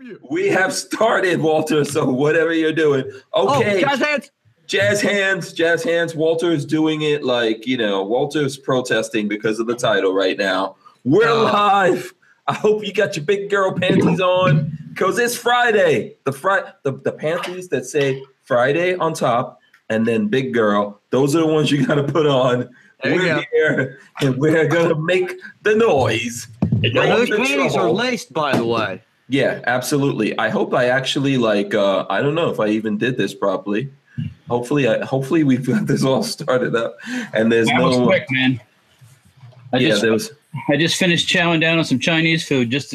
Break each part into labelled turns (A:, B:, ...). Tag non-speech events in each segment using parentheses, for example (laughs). A: you.
B: We have started, Walter. So whatever you're doing, okay.
A: Oh, jazz hands.
B: Jazz hands, jazz hands. Walter is doing it like you know. Walter's protesting because of the title right now. We're
A: Oh.
B: live. I hope you got your big girl panties on because it's Friday. The fri- the, the panties that say Friday on top and then big girl. Those are the ones you got to put on.
A: There you
B: we're
A: go.
B: here and we're gonna make the noise.
A: And those
B: Walter
A: panties are
B: Trouble.
A: laced, by the way.
B: Yeah, absolutely. I hope I actually like uh I don't know if I even did this properly. Hopefully I hopefully we've got this all (laughs) started up and there's
C: That was
B: no
C: quick, man. I
B: Yeah,
C: just
B: there was
C: I just finished chowing down on some Chinese food, just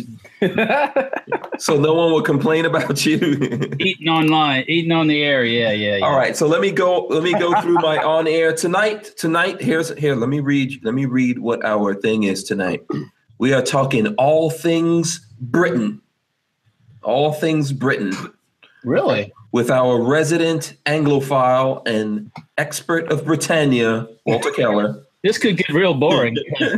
B: so no one will complain about (laughs) you.
C: eating online, eating on the air. Yeah, yeah. yeah.
B: all right, so let me go let me go through
C: (laughs)
B: my on air tonight. Tonight here's here let me read let me read what our thing is tonight. We are talking all things Britain. All things Britain.
C: Really?
B: with our resident Anglophile and expert of Britannia, Walter Keller. (laughs)
C: This could get real boring.
B: yeah,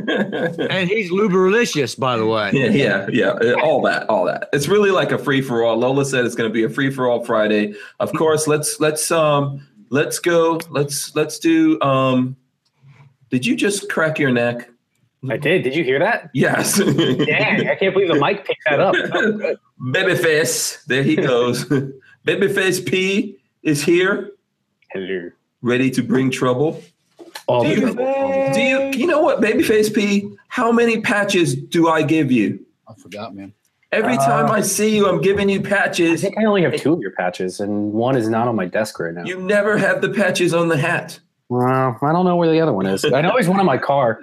A: And he's lubricitious, by the way.
B: yeah, yeah. uh, All that, all that. It's really like a free for all. Lola said it's going to be a free for all Friday. Of course, let's let's um let's go. Let's let's do um. Did you just crack your neck?
D: I did. Did you hear that?
B: Yes. (laughs)
D: Dang, I can't believe the mic picked that up. That was good.
B: Babyface, there he goes. (laughs) Babyface P is here,
D: Hello. Oh,
B: ready to bring trouble.
D: All the
B: Do you-
D: trouble.
B: Do you you know what, babyface P? How many patches do I give you?
C: I forgot, man.
B: Every time I see you, I'm giving you
D: Uh, I
B: patches.
D: think I only have two of your patches, and one is not on my desk right now.
B: You never have the patches on the hat. (laughs)
D: Well, I don't know where the other one is. I know he's one in my car.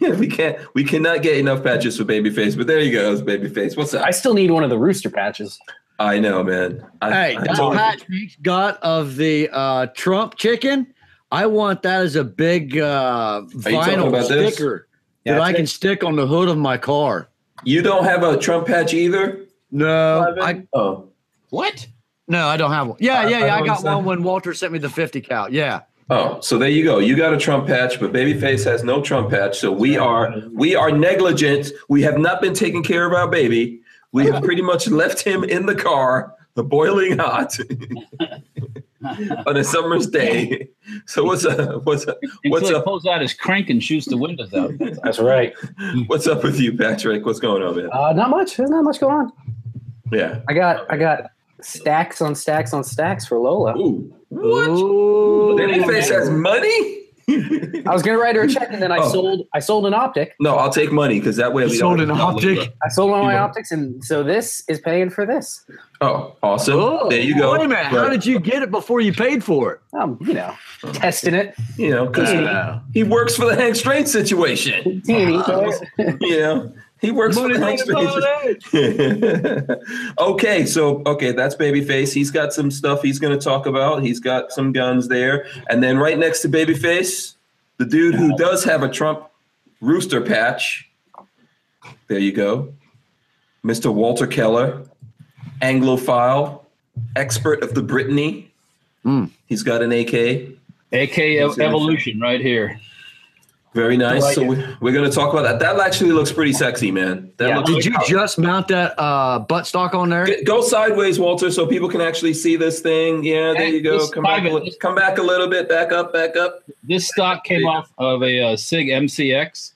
B: we can't we cannot get enough patches for babyface, but there you goes, babyface. What's up?
D: I still need one of the rooster patches.
B: I, know, man. I,
A: Hey,
B: I
A: that
B: told you.
A: patch Hank's got of the uh, Trump chicken, I want that as a big uh,
B: talking
A: vinyl
B: about this?
A: sticker
D: Yeah,
A: that I
D: it's-
A: can stick on the hood of my car.
B: you don't have a Trump patch either?
A: No, I
B: Oh.
A: what? No, I don't have one. Yeah,
B: I-
A: yeah,
B: I
A: yeah. I,
B: don't
A: got
B: understand.
A: one when Walter sent me the fifty cal. Yeah,
B: Oh, so there you go. You got a Trump patch, but Babyface has no Trump patch. So we are we are negligent. We have not been taking care of our baby. We have pretty much left him in the car, boiling hot, (laughs) on a summer's day. So what's up? What's up?
C: Until
B: What's
C: he
B: up?
C: pulls out his crank and shoots the windows
B: (laughs)
C: out. That's-
D: That's right.
B: What's up with you, Patrick? What's going on, man?
D: Uh, not much. There's not much going on.
B: Yeah.
D: I got I got stacks on stacks on stacks for Lola.
B: Ooh. What?
A: Ooh.
B: Babyface has money. (laughs)
D: I was gonna write her a check, and then I
B: Oh.
D: sold I sold an optic.
B: no, I'll take money because that way
A: You
B: we
A: sold
B: don't-
A: an optic?
D: I sold one of my
B: Yeah.
D: optics, and so this is paying for this.
B: Oh, awesome! there you go.
A: Wait a minute, how
B: But,
A: did you get it before you paid for it?
D: Um, you know, testing it.
B: you know, because
A: Yeah.
B: he works for the Hank Strange situation.
D: Teeny toes.
B: you know, he works for the Hank Strange. (laughs) okay, so okay, that's Babyface. He's got some stuff he's going to talk about. He's got some guns there, and then right next to Babyface, the dude who does have a Trump rooster patch. There you go, Mr. Walter Keller, Anglophile, expert of the Brittany.
A: Hmm.
B: He's got an AK.
C: AK
B: That's it.
C: Evolution right here.
B: Very nice.
D: like
B: so
D: it.
B: we, we're going to talk about that. That actually looks pretty sexy, man. That
D: Yeah.
B: looks
A: Did you just mount that uh, butt stock on there?
B: G- Go sideways, Walter, so people can actually see this thing. Yeah, there you go.
C: Just
B: Come back, a
C: private.
B: li- come back a little bit. Back up, back up.
C: This stock came off of a uh, SIG MCX.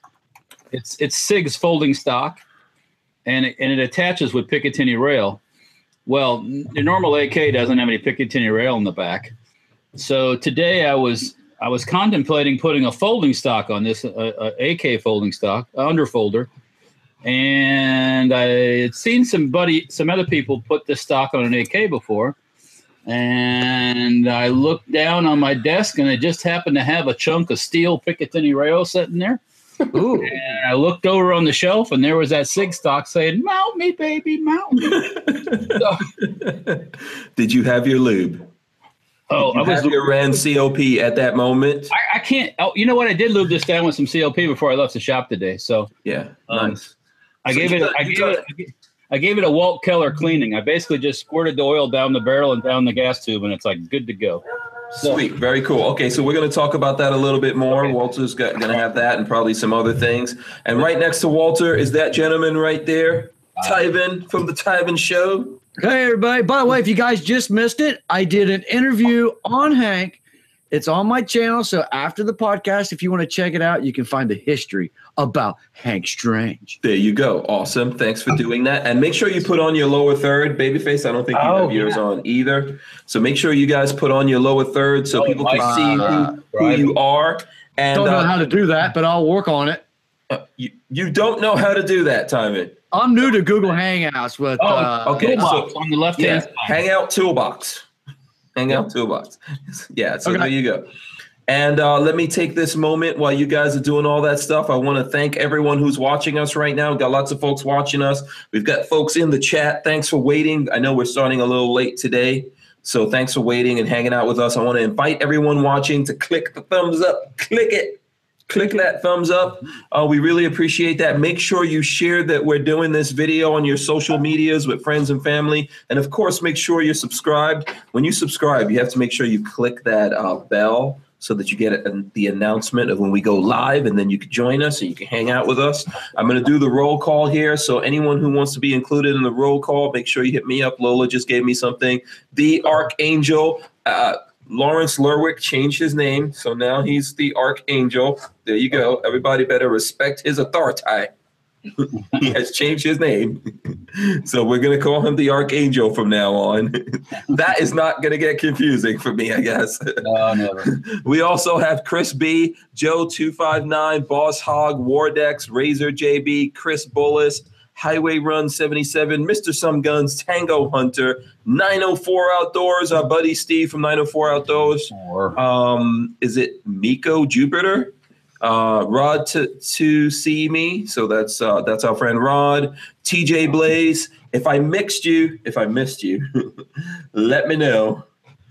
C: It's it's SIG's folding stock, and it, and it attaches with Picatinny rail. Well, n- the normal AK doesn't have any Picatinny rail in the back. So today I was I was contemplating putting a folding stock on this uh, uh, AK folding stock uh, underfolder, and I had seen some buddy some other people put this stock on an AK before, and I looked down on my desk and I just happened to have a chunk of steel Picatinny rail sitting there.
A: Ooh.
C: And I looked over on the shelf and there was that sig stock saying, "Mount me, baby,
B: (laughs)
C: mount me." So-
B: Did you have your lube?
C: oh,
B: Did you
C: I was
B: have your Rand COP at that moment.
C: I, I can't. Oh, you know what? I did lube this down with some CLP before I left the shop today. So
B: Yeah,
C: Um,
B: nice.
C: I
B: So
C: gave
B: you
C: it.
B: got-
C: I
B: you
C: gave
B: got-
C: it. I gave- I gave it a Walt Keller cleaning. I basically just squirted the oil down the barrel and down the gas tube, and it's like good to go. So-
B: Sweet, very cool. Okay, so we're going to talk about that a little bit more. Walter's got, going to have that and probably some other things.
C: Uh,
B: And right next to Walter is that gentleman right there, Tyven from the Tyven Show.
A: Hey, everybody. By the way, if you guys just missed it, I did an interview on Hank. It's on my channel. So after the podcast, if you want to check it out, you can find the history about Hank Strange.
B: There you go. Awesome. Thanks for doing that. And make sure you put on your lower third, babyface. I don't think you
D: Oh,
B: have yours on either. So make sure you guys put on your lower third so
C: Oh,
B: people can
C: nice.
B: see
C: Uh,
B: who, who
C: right.
B: you are. And
A: Don't know
B: uh,
A: how to do that, but I'll work on it.
B: you, you don't know how to do that, Timon.
A: I'm new to Google Hangouts with
C: Oh,
A: uh,
B: okay.
C: Toolbox
B: so-
C: on the left
B: Yeah.
C: hand side.
B: Hangout toolbox. Hangout toolbox. (laughs) yeah. So
A: Okay.
B: there you go. And uh, let me take this moment while you guys are doing all that stuff. I want to thank everyone who's watching us right now. We've got lots of folks watching us. We've got folks in the chat. Thanks for waiting. I know we're starting a little late today. So thanks for waiting and hanging out with us. I want to invite everyone watching to click the thumbs up. Click it. Click that thumbs up. Uh, we really appreciate that. Make sure you share that we're doing this video on your social medias with friends and family. And of course, make sure you're subscribed. When you subscribe, you have to make sure you click that uh, bell so that you get a, the announcement of when we go live, and then you can join us and you can hang out with us. I'm going to do the roll call here. So, anyone who wants to be included in the roll call, make sure you hit me up. Lola just gave me something. The Archangel. Uh, Lawrence Lerwick changed his name, so now he's the Archangel. There you go. Everybody better respect his authority. (laughs) he has changed his name. (laughs) so we're going to call him the Archangel from now on. (laughs) that is not going to get confusing for me, I guess. (laughs)
C: Oh, No, never.
B: We also have Chris B, Joe two five nine, Boss Hog, Wardex, Razor JB, Chris Bullis, Highway Run seventy seven, Mister Some Guns, Tango Hunter, nine oh four Outdoors, our buddy Steve from nine oh four Outdoors.
C: Four.
B: Um, is it Miko Jupiter? Uh, Rod to to see me, so that's uh, that's our friend Rod. TJ Blaze. If I mixed you, if I missed you, (laughs) let me know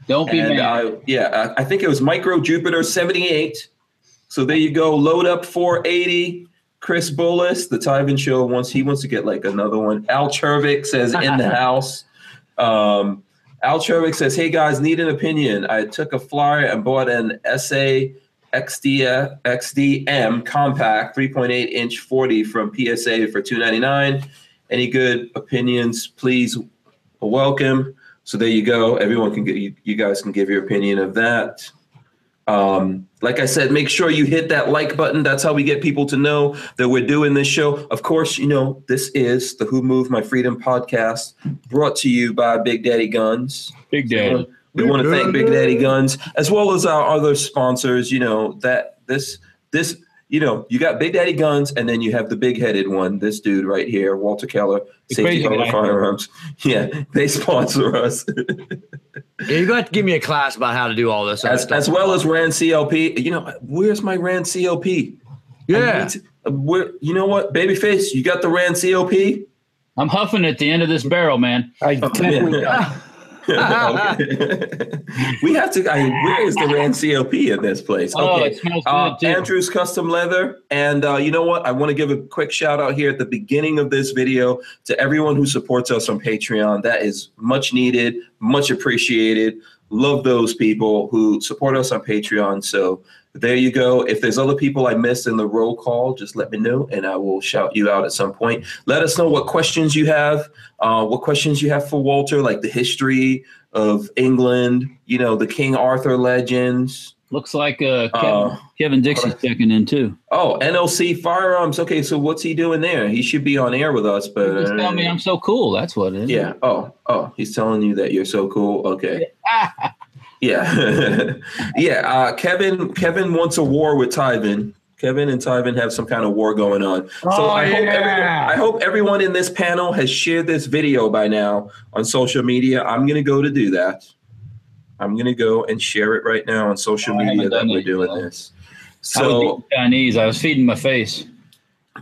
C: Don't be
B: and
C: mad.
B: I, yeah, I I think it was Micro Jupiter 78. So there you go. Load up 480. Chris Bullis, the Tyven Show wants he wants to get like another one. Al Chervik says in the house. Um, Al Chervik says, "Hey guys, need an opinion. I took a flyer and bought an SA XD, XDM compact 3.8 inch 40 from PSA for 2.99. Any good opinions? Please welcome." So there you go. Everyone can get you, you guys can give your opinion of that. Um, like I said, make sure you hit that like button. That's how we get people to know that we're doing this show. Of course, you know, this is the Who Moved My Freedom podcast brought to you by Big Daddy Guns.
C: Big Daddy.
B: We want to thank Big Daddy Guns as well as our other sponsors. You know that this this you know you got Big Daddy Guns and then you have the big headed one. This dude right here, Walter Keller,
C: The
B: safety
C: crazy
B: Keller
C: guy.
B: firearms. (laughs) Yeah, they sponsor us.
A: Yeah, you're going to have to give me a class about how to do all this. other
B: as,
A: stuff.
B: as well as Rand CLP. You know, where's my Rand CLP? I
A: yeah.
B: (laughs) need to- uh, where, you know what, babyface, you got the Rand CLP.
C: I'm huffing at the end of this barrel, man.
B: Oh,
D: I definitely got
B: (laughs) Okay. (laughs) we have to. I, where is the Rand CLP in this place?
C: Oh,
B: Okay.
C: it smells
B: Uh,
C: good too.
B: Andrew's Custom Leather. And uh, you know what? I want to give a quick shout out here at the beginning of this video to everyone who supports us on Patreon. That is much needed, much appreciated. Love those people who support us on Patreon. So there you go. If there's other people I missed in the roll call, just let me know and I will shout you out at some point. Let us know what questions you have, uh, what questions you have for Walter, like the history of England, you know, the King Arthur legends.
C: Looks like uh, Kevin,
B: Uh,
C: Kevin Dixie's checking in too.
B: Oh, NLC Firearms. Okay, so what's he doing there? He should be on air with us, but
C: Just tell me I'm so cool. That's what it is.
B: Uh, yeah. Oh, oh, he's telling you that you're so cool. Okay. (laughs) Yeah, (laughs) yeah. Uh, Kevin, Kevin wants a war with Tyvin. Kevin and Tyvin have some kind of war going on. So
A: Oh,
B: I, hope
A: yeah.
B: everyone, I hope everyone in this panel has shared this video by now on social media. I'm gonna go to do that. I'm gonna go and share it right now on social
C: Oh, I
B: media
C: haven't
B: that
C: done
B: we're
C: it
B: doing
C: yet.
B: this.
C: I was
B: So
C: eating Chinese. I was feeding my face.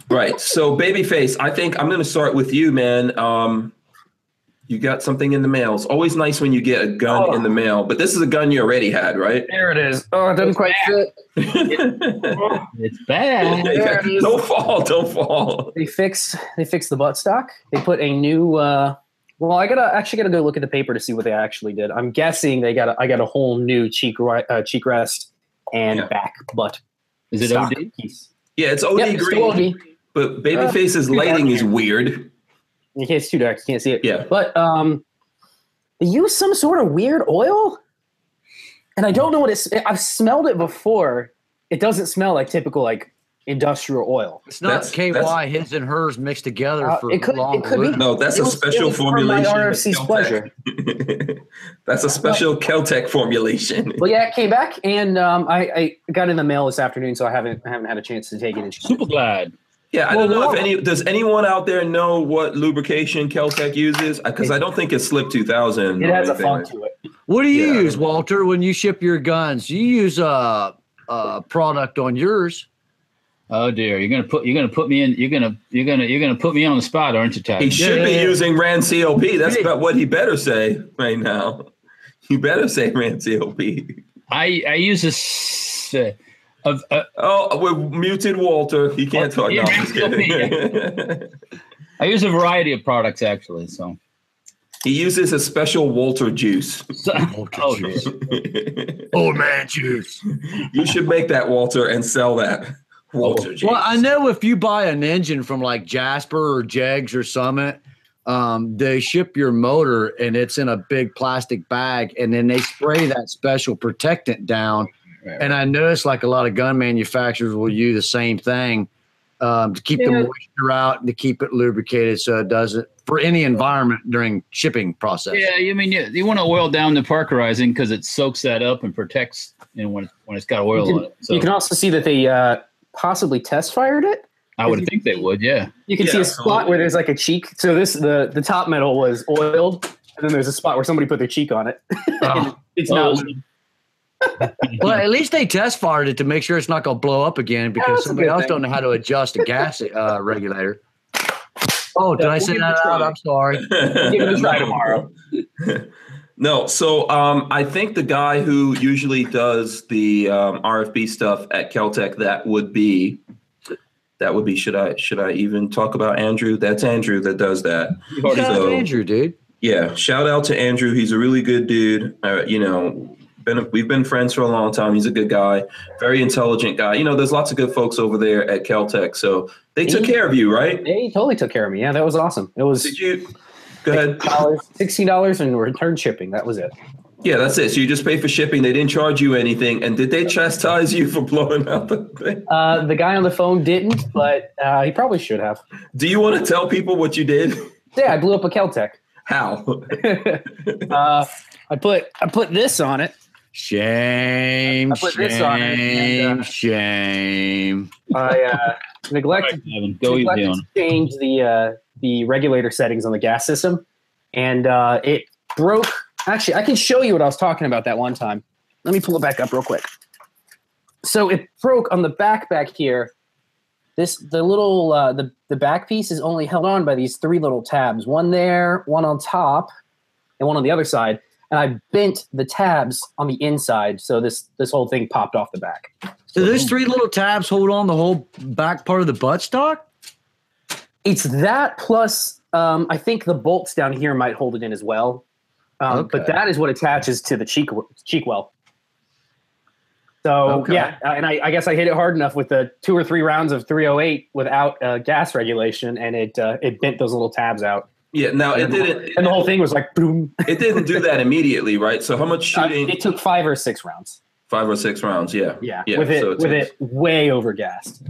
B: Right. So, babyface, I think I'm going to start with you, man. Um, you got something in the mail. It's always nice when you get a gun
D: Oh.
B: in the mail, but this is a gun you already had, right? (laughs)
D: There it is. Oh, it doesn't quite fit.
C: It's bad.
D: There it is.
B: don't fall. Don't fall.
D: They fixed they fixed the buttstock. They put a new. Uh, well, I gotta actually gotta go look at the paper to see what they actually did. I'm guessing they got a, I got a whole new cheek ri- uh, cheek rest and
B: Yeah.
D: back butt
C: Is it
D: stock
C: OD?
D: piece.
B: Yeah, it's OD
D: Yep, it's
B: green.
D: still OD.
B: But babyface's
D: Uh,
B: lighting is weird.
D: You can't, it's too dark. You can't see it.
B: Yeah.
D: But um, They use some sort of weird oil, and I don't know what it's. I've smelled it before. It doesn't smell like typical like industrial oil.
A: It's not
B: That's-
A: KY
B: that's-
A: his and hers mixed together
D: Uh,
A: for
D: it could-
A: long.
D: it could be-
A: living.
B: No, that's
D: It
B: a
D: was- it
B: special
D: was for my
B: formulation. of
D: RFC's
B: Keltec.
D: pleasure.
B: (laughs) that's a special Keltec formulation.
D: Well, yeah, it came back, and um, I, I got in the mail this afternoon, so I haven't I haven't had a chance to take it.
C: Super glad.
B: Yeah, I
D: Well,
B: don't know if
D: what-
B: any does anyone out there know what lubrication Keltec uses because I don't think it's Slip 2000.
D: It
B: or
D: has a
B: anything.
D: funk to it.
A: What do you
B: Yeah.
A: use, Walter, when you ship your guns? You use a, a product on yours.
C: Oh dear, you're gonna put you're gonna put me in. You're gonna you're gonna you're gonna put me on the spot, aren't you,
B: He
C: Tad?
B: should
A: yeah,
B: be
A: yeah.
B: using Rand CLP. That's
A: Yeah.
B: about what he better say right now. You better say Rand CLP.
C: I I use this. Uh, of, uh,
B: Oh, we're muted Walter. He can't talk. No,
C: Yeah,
B: I'm just
A: (laughs)
C: Rand CLP,
B: kidding.
C: I use a variety of products actually. So,
B: (laughs) he uses a special Walter juice. (laughs)
C: so oh, dear.
A: Old man juice.
B: You should make that Walter and sell that Walter juice.
A: Well, I know if you buy an engine from like Jasper or Jegs or Summit, um, they ship your motor and it's in a big plastic bag, and then they spray that special protectant down.
C: Right, right.
A: And I noticed like a lot of gun manufacturers will use the same thing um, to keep the
D: Yeah.
A: moisture out and to keep it lubricated so it doesn't for any environment during shipping process.
C: Yeah, you mean you, you want to oil down the parkerizing because it soaks that up and protects you know, when when it's got oil
D: You can-
C: on it. So
D: You can also see that they uh, possibly test fired it.
C: I would think they would. Yeah.
D: You can see
B: Yeah,
D: a spot where there's like a cheek. So this the the top metal was oiled, and then there's a spot where somebody put their cheek on it. (laughs) And it's
C: Oh.
D: not.
C: (laughs)
A: Well, at least they test fired it to make sure it's not going to blow up again because
D: that's a
A: somebody
D: good
A: else
D: thing.
A: don't know how to adjust a gas uh, regulator. Oh, did I say
D: we'll give it
A: that
D: a
A: out?
D: try.
A: I'm sorry.
D: Give
B: (laughs)
D: it a try tomorrow.
B: no, so um, I think the guy who usually does the um, RFB stuff at Caltech that would be that would be should I should I even talk about Andrew? That's Andrew that does that.
C: You've
A: Shout
C: already-
A: out to Andrew, dude.
B: Yeah, shout out to Andrew. He's a really good dude. Uh, you know, been we've been friends for a long time. He's a good guy, very intelligent guy. You know, there's lots of good folks over there at Caltech, so they took care of you, right?
D: They totally took care of me. Yeah, that was awesome. It was
B: Did you? Go ahead.
D: dollars, sixteen dollars, and return shipping. That was it.
B: Yeah, that's it. So you just pay for shipping. They didn't charge you anything. And did they chastise you (laughs) for blowing out the thing?
D: Uh, the guy on the phone didn't, but uh, he probably should have.
B: Do you want to tell people what you did? (laughs)
D: Yeah, I blew up a Caltech.
B: How? (laughs)
D: (laughs) uh, I put I put this on it.
A: Shame,
D: I put this on it, and,
A: shame,
D: uh,
A: shame.
D: I uh,
C: All right,
D: neglected
C: Kevin, go easy
D: neglected
C: on. it.
D: to change the uh, the regulator settings on the gas system, and uh, it broke. Actually, I can show you what I was talking about that one time. Let me pull it back up real quick. So it broke on the back back here. This the little uh, the the back piece is only held on by these three little tabs. One there, one on top, and one on the other side. And I bent the tabs on the inside, so this this whole thing popped off the back.
A: So those three little tabs hold on the whole back part of the buttstock.
D: It's that plus um, I think the bolts down here might hold it in as well. Um, But
A: Okay.
D: that is what attaches to the cheek cheek well. So
A: Okay.
D: yeah, uh, and I, I guess I hit it hard enough with the two or three rounds of 308 without uh, gas regulation, and it uh, it bent those little tabs out,
B: Yeah, now it didn't
D: and the whole thing was like boom.
B: it didn't do that immediately, right? So how much
D: Uh,
B: shooting?
D: it took five or six rounds.
B: Five or six rounds, yeah.
D: Yeah,
B: Yeah,
D: with it
B: so it
D: with
B: takes-
D: it way over gassed.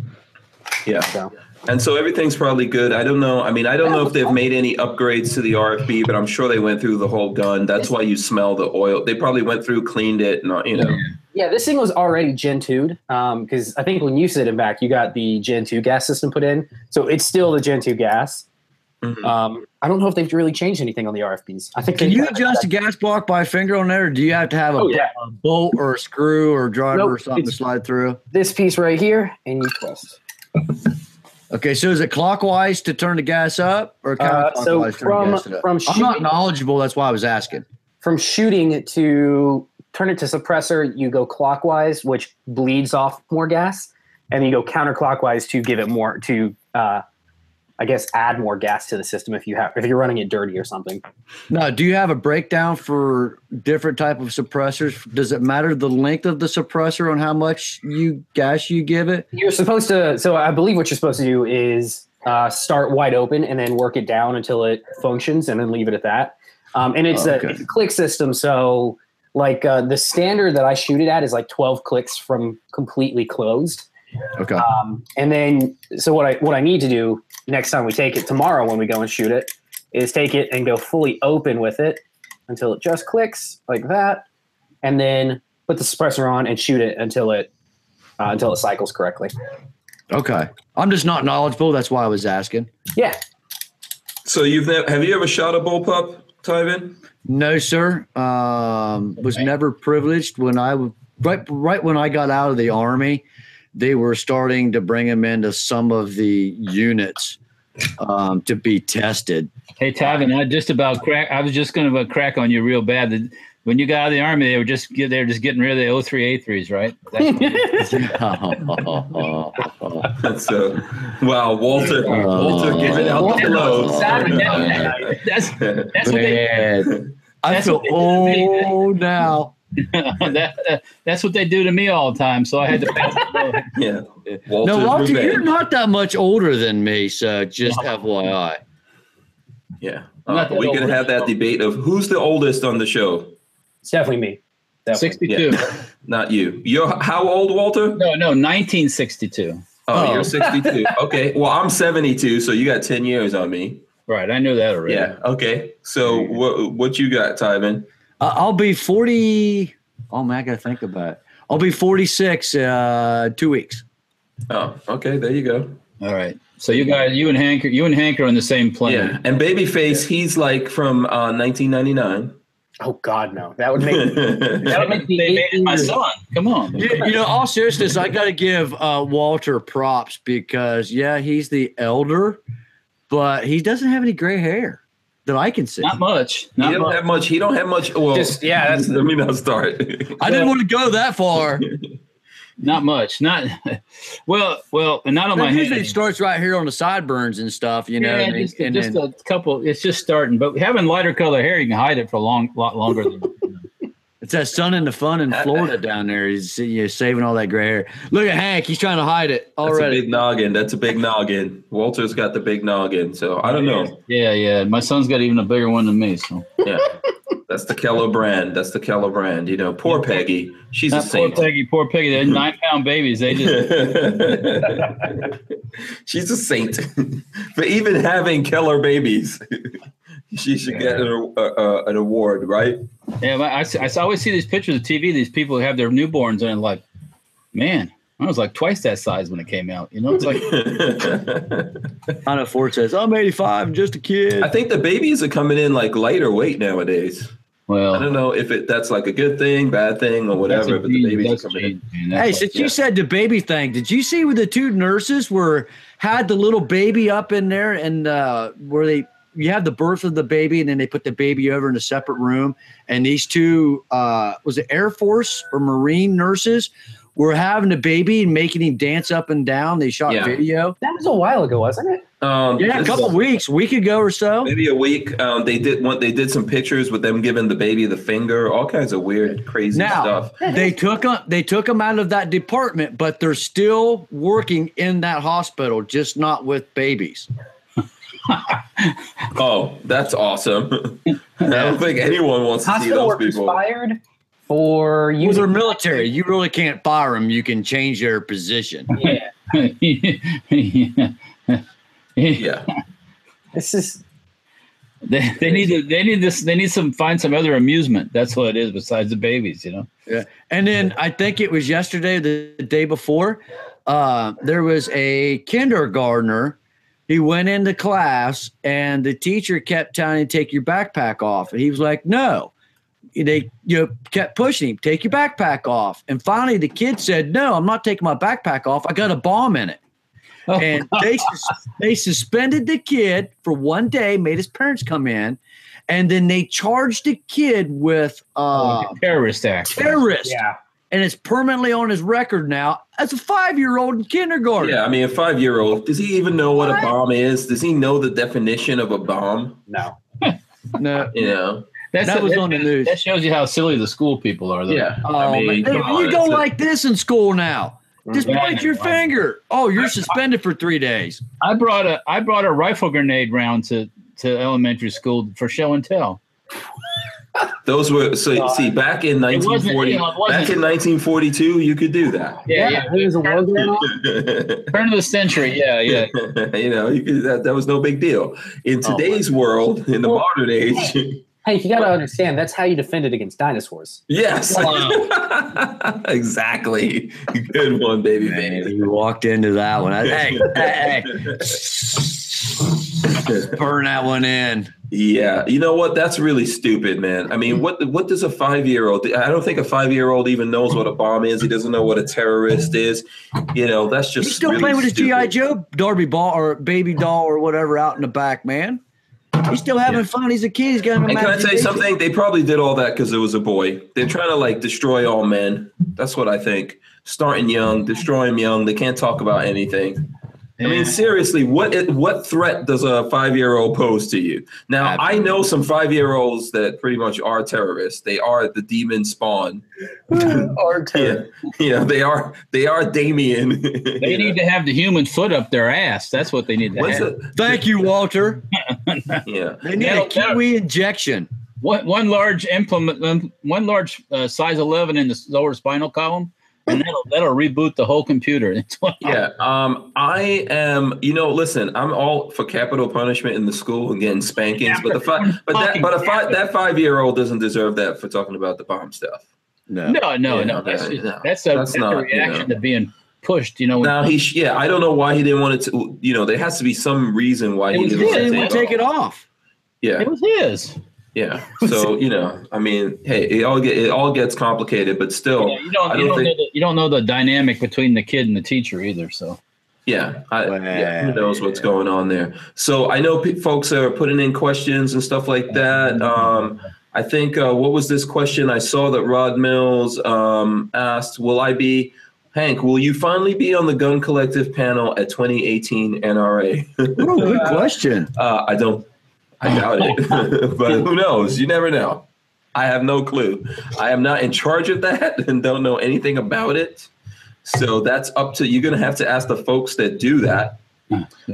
B: Yeah.
D: So
B: And so everything's probably good. I don't know. I mean, I don't know if they've made any upgrades to the RFB, but I'm sure they went through the whole gun. That's why you smell the oil. They probably went through, cleaned it, and you know.
D: yeah, this thing was already Gen 2'd because I think when you sit in back, you got the Gen 2 gas system put in, so it's still the Gen 2 gas.
B: Mhm.
D: Um, I don't know if they've really changed anything on the RFPs. I think
A: Can
D: they-
A: you adjust the gas block by finger on there, or do you have to have a,
D: Oh, yeah.
A: a bolt or a screw or a driver
D: Nope,
A: or something to
D: it's-
A: slide through?
D: this piece right here and you twist.
A: Okay, so is it clockwise to turn the gas up or
D: Uh,
A: counterclockwise
D: so
A: to turn the
D: from
A: gas it up?
D: from
A: I'm not
D: shooting
A: knowledgeable. That's why I was asking.
D: from shooting to turn it to suppressor, you go clockwise, which bleeds off more gas, and you go counterclockwise to give it more to. Uh, I guess add more gas to the system if you have if you're running it dirty or something.
A: Now, do you have a breakdown for different type of suppressors? Does it matter the length of the suppressor on how much you gas you give it?
D: You're supposed to. So I believe what you're supposed to do is uh, start wide open and then work it down until it functions, and then leave it at that. Um, and it's,
A: Oh,
D: a,
A: okay.
D: it's a click system. So, like, uh, the standard that I shoot it at is like 12 clicks from completely closed.
A: Okay.
D: Um, and then, so what I what I need to do next time we take it tomorrow when we go and shoot it is take it and go fully open with it until it just clicks like that, and then put the suppressor on and shoot it until it uh, until it cycles correctly.
A: Okay. I'm just not knowledgeable. That's why I was asking.
D: Yeah,
B: So you've never have you ever shot a bullpup, Tyvin?
A: No, sir. Um, was never privileged when I w- right right when I got out of the army, they were starting to bring them into some of the units um, to be tested.
C: Hey, Tavin, I just about crack. I was just going to crack on you real bad. The- When you got out of the army, they were just they were just getting rid of the 03A3s, right? That's-
D: (laughs)
A: (laughs)
B: So uh, wow, Walter Walter giving out the blows.
C: that's that's what they
A: Man, I
C: That's
A: feel
C: what they did to me.
A: old now.
C: (laughs) that, that's what they do to me all the time. So I had to pass it along.
B: (laughs) yeah. Walter's
A: No, Walter, you're
B: revenge.
A: not that much older than me, so just FYI.
B: Yeah.
C: I'm not
B: Uh,
C: that
B: we can
C: old.
B: have that debate of who's the oldest on the show.
D: it's definitely me. Definitely.
C: 62.
B: Not you. You're how old, Walter?
C: No, no, 1962.
B: Oh,
A: Oh.
B: you're 62. okay. Well, I'm 72, so you got 10 years on me.
C: Right, I knew that already.
B: Yeah. Okay. So what what you got, Tyvin?
A: I- I'll be 40. Oh, man, I got to think about it. I'll be 46 uh, two weeks.
B: Oh, okay. There you go.
C: All right. So you guys, you and Hank, you and Hank are on the same plane.
B: Yeah. And Babyface, he's like from uh, 1999.
D: Oh God, no, that would
B: (laughs)
D: make that would make the
C: They made
D: eight
C: it my
D: years.
C: son. Come on.
A: You, you know, all seriousness, I got to give uh, Walter props because, yeah, he's the elder, but he doesn't have any gray hair that I can see.
C: Not much.
B: he
C: Not
B: don't
C: much.
B: have much. He don't have much. Well,
D: Just yeah, that's
B: (laughs) let me not
C: (laughs)
B: start.
A: I didn't want to go that far.
C: Not much. Not (laughs) well. Well, and not on my
A: It usually
C: hand.
A: it starts right here on the sideburns and stuff, you know.
C: yeah,
A: and,
C: just,
A: and
C: just
A: then-
C: a couple. It's just starting, but having lighter color hair, you can hide it for a long, lot
A: (laughs)
C: longer. Than,
A: it's that sun and the fun in Florida down there. He's you're saving all that gray hair. Look at Hank; he's trying to hide it
B: That's a
A: already.
B: big noggin. That's a big noggin. Walter's got the big noggin. So I don't know.
C: yeah, yeah. My son's got even a bigger one than me. So
B: Yeah. That's the Keller brand. That's the Keller brand. You know, poor Peggy. She's a
C: Not poor
B: saint. (laughs)
C: Peggy, poor
A: (laughs)
C: Peggy. They're nine pound babies. They just
B: She's a saint (laughs) for even having Keller babies. (laughs) she should get an, uh, uh, an award, right?
C: yeah. but I, I, I always see these pictures of TV. These people who have their newborns and I'm like, man, I was like twice that size when it came out. You know, it's like
A: I know Ford says, "I'm 85, I'm just a
B: (laughs)
A: kid."
B: I think the babies are coming in like lighter weight nowadays. I
C: well,
B: don't know if it that's like a good thing, bad thing, or
C: that's
B: whatever.
C: a
B: But the
C: gene-
B: babies
C: that's
B: are
C: a
B: coming in.
C: gene, man. That's
A: Hey,
C: like-
A: since
B: yeah.
A: you said the baby thing, did you see where the two nurses were had the little baby up in there and uh where they you have the birth of the baby and then they put the baby over in a separate room and these two uh was it Air Force or Marine nurses were having the baby and making him dance up and down. They shot
B: Yeah.
A: video.
D: that was a while ago, wasn't it?
B: Um,
A: Yeah, a
B: this
A: couple
B: is
A: weeks, week ago or so.
B: Maybe a week. Um, they did one. They did some pictures with them giving the baby the finger. All kinds of weird, crazy
A: Now-
B: stuff.
A: They took them. They took them out of that department, but they're still working in that hospital, just not with babies.
B: Oh, that's awesome! (laughs) I don't think anyone wants to see
D: Hospital
B: those
D: workers
B: people.
D: fired for
A: Well, they're
D: using.
A: military. You really can't fire them. You can change their position.
D: Yeah,
C: (laughs) yeah.
B: Yeah,
D: this is
C: (laughs) They, they need to, they need this they need some find some other amusement. That's what it is besides the babies, you know.
A: And then I think it was yesterday, or the the day before, uh, there was a kindergartner. He went into class, and the teacher kept telling him, "Take your backpack off." And he was like, "No." They you know, kept pushing him, "Take your backpack off." And finally, the kid said, "No, I'm not taking my backpack off. I got a bomb in it."
C: Oh,
A: and they sus- they suspended the kid for one day, made his parents come in, and then they charged the kid with uh,
C: Oh, terrorist act.
A: terrorist,
D: yeah.
A: and it's permanently on his record now as a five year old in kindergarten.
B: yeah. I mean, a five-year-old does he even know what a
A: What?
B: bomb is? Does he know the definition of a bomb?
D: No,
A: No,
B: You know?
C: That's
A: that was on the news.
C: That shows you how silly the school people are though.
A: Oh,
B: I mean,
A: man. Hey,
B: come on,
A: you go
B: it's a-
A: like this in school now. Just
C: Yeah,
A: point your
C: I know.
A: finger. Oh, you're suspended for three days.
C: I brought a I brought a rifle grenade round to to elementary school for show and tell.
B: Those were so
D: Uh,
B: see back in
C: it wasn't-
B: 1940.
C: you know, it wasn't-
B: back in 1942, you could do that.
C: Yeah, yeah.
D: There's a war going on.
B: (laughs)
C: Turn of the century. Yeah, yeah.
B: you know, you could, that, that was no big deal. In
A: Oh, my
B: today's world, in the
D: Well,
B: modern age, (laughs)
D: Hey, you got to understand that's how you defended against dinosaurs.
B: yes, (laughs) exactly. Good one, baby.
A: Man,
B: baby.
A: you walked into that one. I,
B: (laughs)
A: hey, hey, hey. burn that one in.
B: Yeah, you know what? That's really stupid, man. I
A: Hmm.
B: mean, what what does a five year old? I don't think a five year old even knows what a bomb is. He doesn't know what a terrorist is. You know, that's just
A: He's still
B: really
A: playing with his GI
B: stupid.
A: Joe Darby ball or baby doll or whatever out in the back, man. He's still having fun. He's a kid. He's got an
B: And can I tell you
A: imagination.
B: something? They probably did all that because it was a boy. They're trying to like destroy all men. That's what I think. Starting young, destroy 'em young. They can't talk about anything. I mean, seriously, what what threat does a five year old pose to you? Now, I know some five year olds that pretty much are terrorists. They are the demon
C: (laughs)
B: spawn.
D: Or
B: Yeah, yeah, they are. They are Damien.
C: They need to have the human foot up their ass. That's what they need to
B: (laughs) What's
C: have.
B: it?
A: Thank you, Walter.
B: Yeah,
A: They need a
C: That'll- that'll-
A: kiwi injection.
C: One, one large implement, um, one large uh, size 11 in the lower spinal column, and that'll, that'll reboot the whole computer. (laughs) It's what-
B: yeah. Um, I am. You know, listen, I'm all for capital punishment in the school and getting spankings, but the five, but that, but a five, that five year old doesn't deserve that for talking about the bomb stuff.
C: No, no,
B: Yeah,
C: no.
B: no,
C: That's,
B: no, no.
C: that's a,
B: That's
C: that's
B: not,
C: a
B: you
C: reaction
B: know.
C: to being pushed, you know.
B: Now he, sh- yeah, I don't know why he didn't want it to. You know, there has to be some reason why
A: He
B: he didn't
A: said he would
B: want to
A: take it off.
B: Yeah,
C: it was his.
B: yeah. So you know, I mean, hey, it all get it all gets complicated, but still,
C: Yeah, you don't,
B: I
C: you,
B: don't
C: don't
B: think-
C: know the, you don't know the dynamic between the kid and the teacher either. So
B: Yeah, I, yeah, who
A: Well,
B: knows what's going on there? So I know pe folks are putting in questions and stuff like that. Um, I think uh, what was this question I saw that Rod Mills um, asked? Will I be Hank? Will you finally be on the Gun Collective panel at 2018 NRA?
A: Ooh, good question.
B: Uh, I don't. I doubt it. (laughs) but who knows? You never know. I have no clue. I am not in charge of that (laughs) and don't know anything about it. So that's up to you're going to have to ask the folks that do that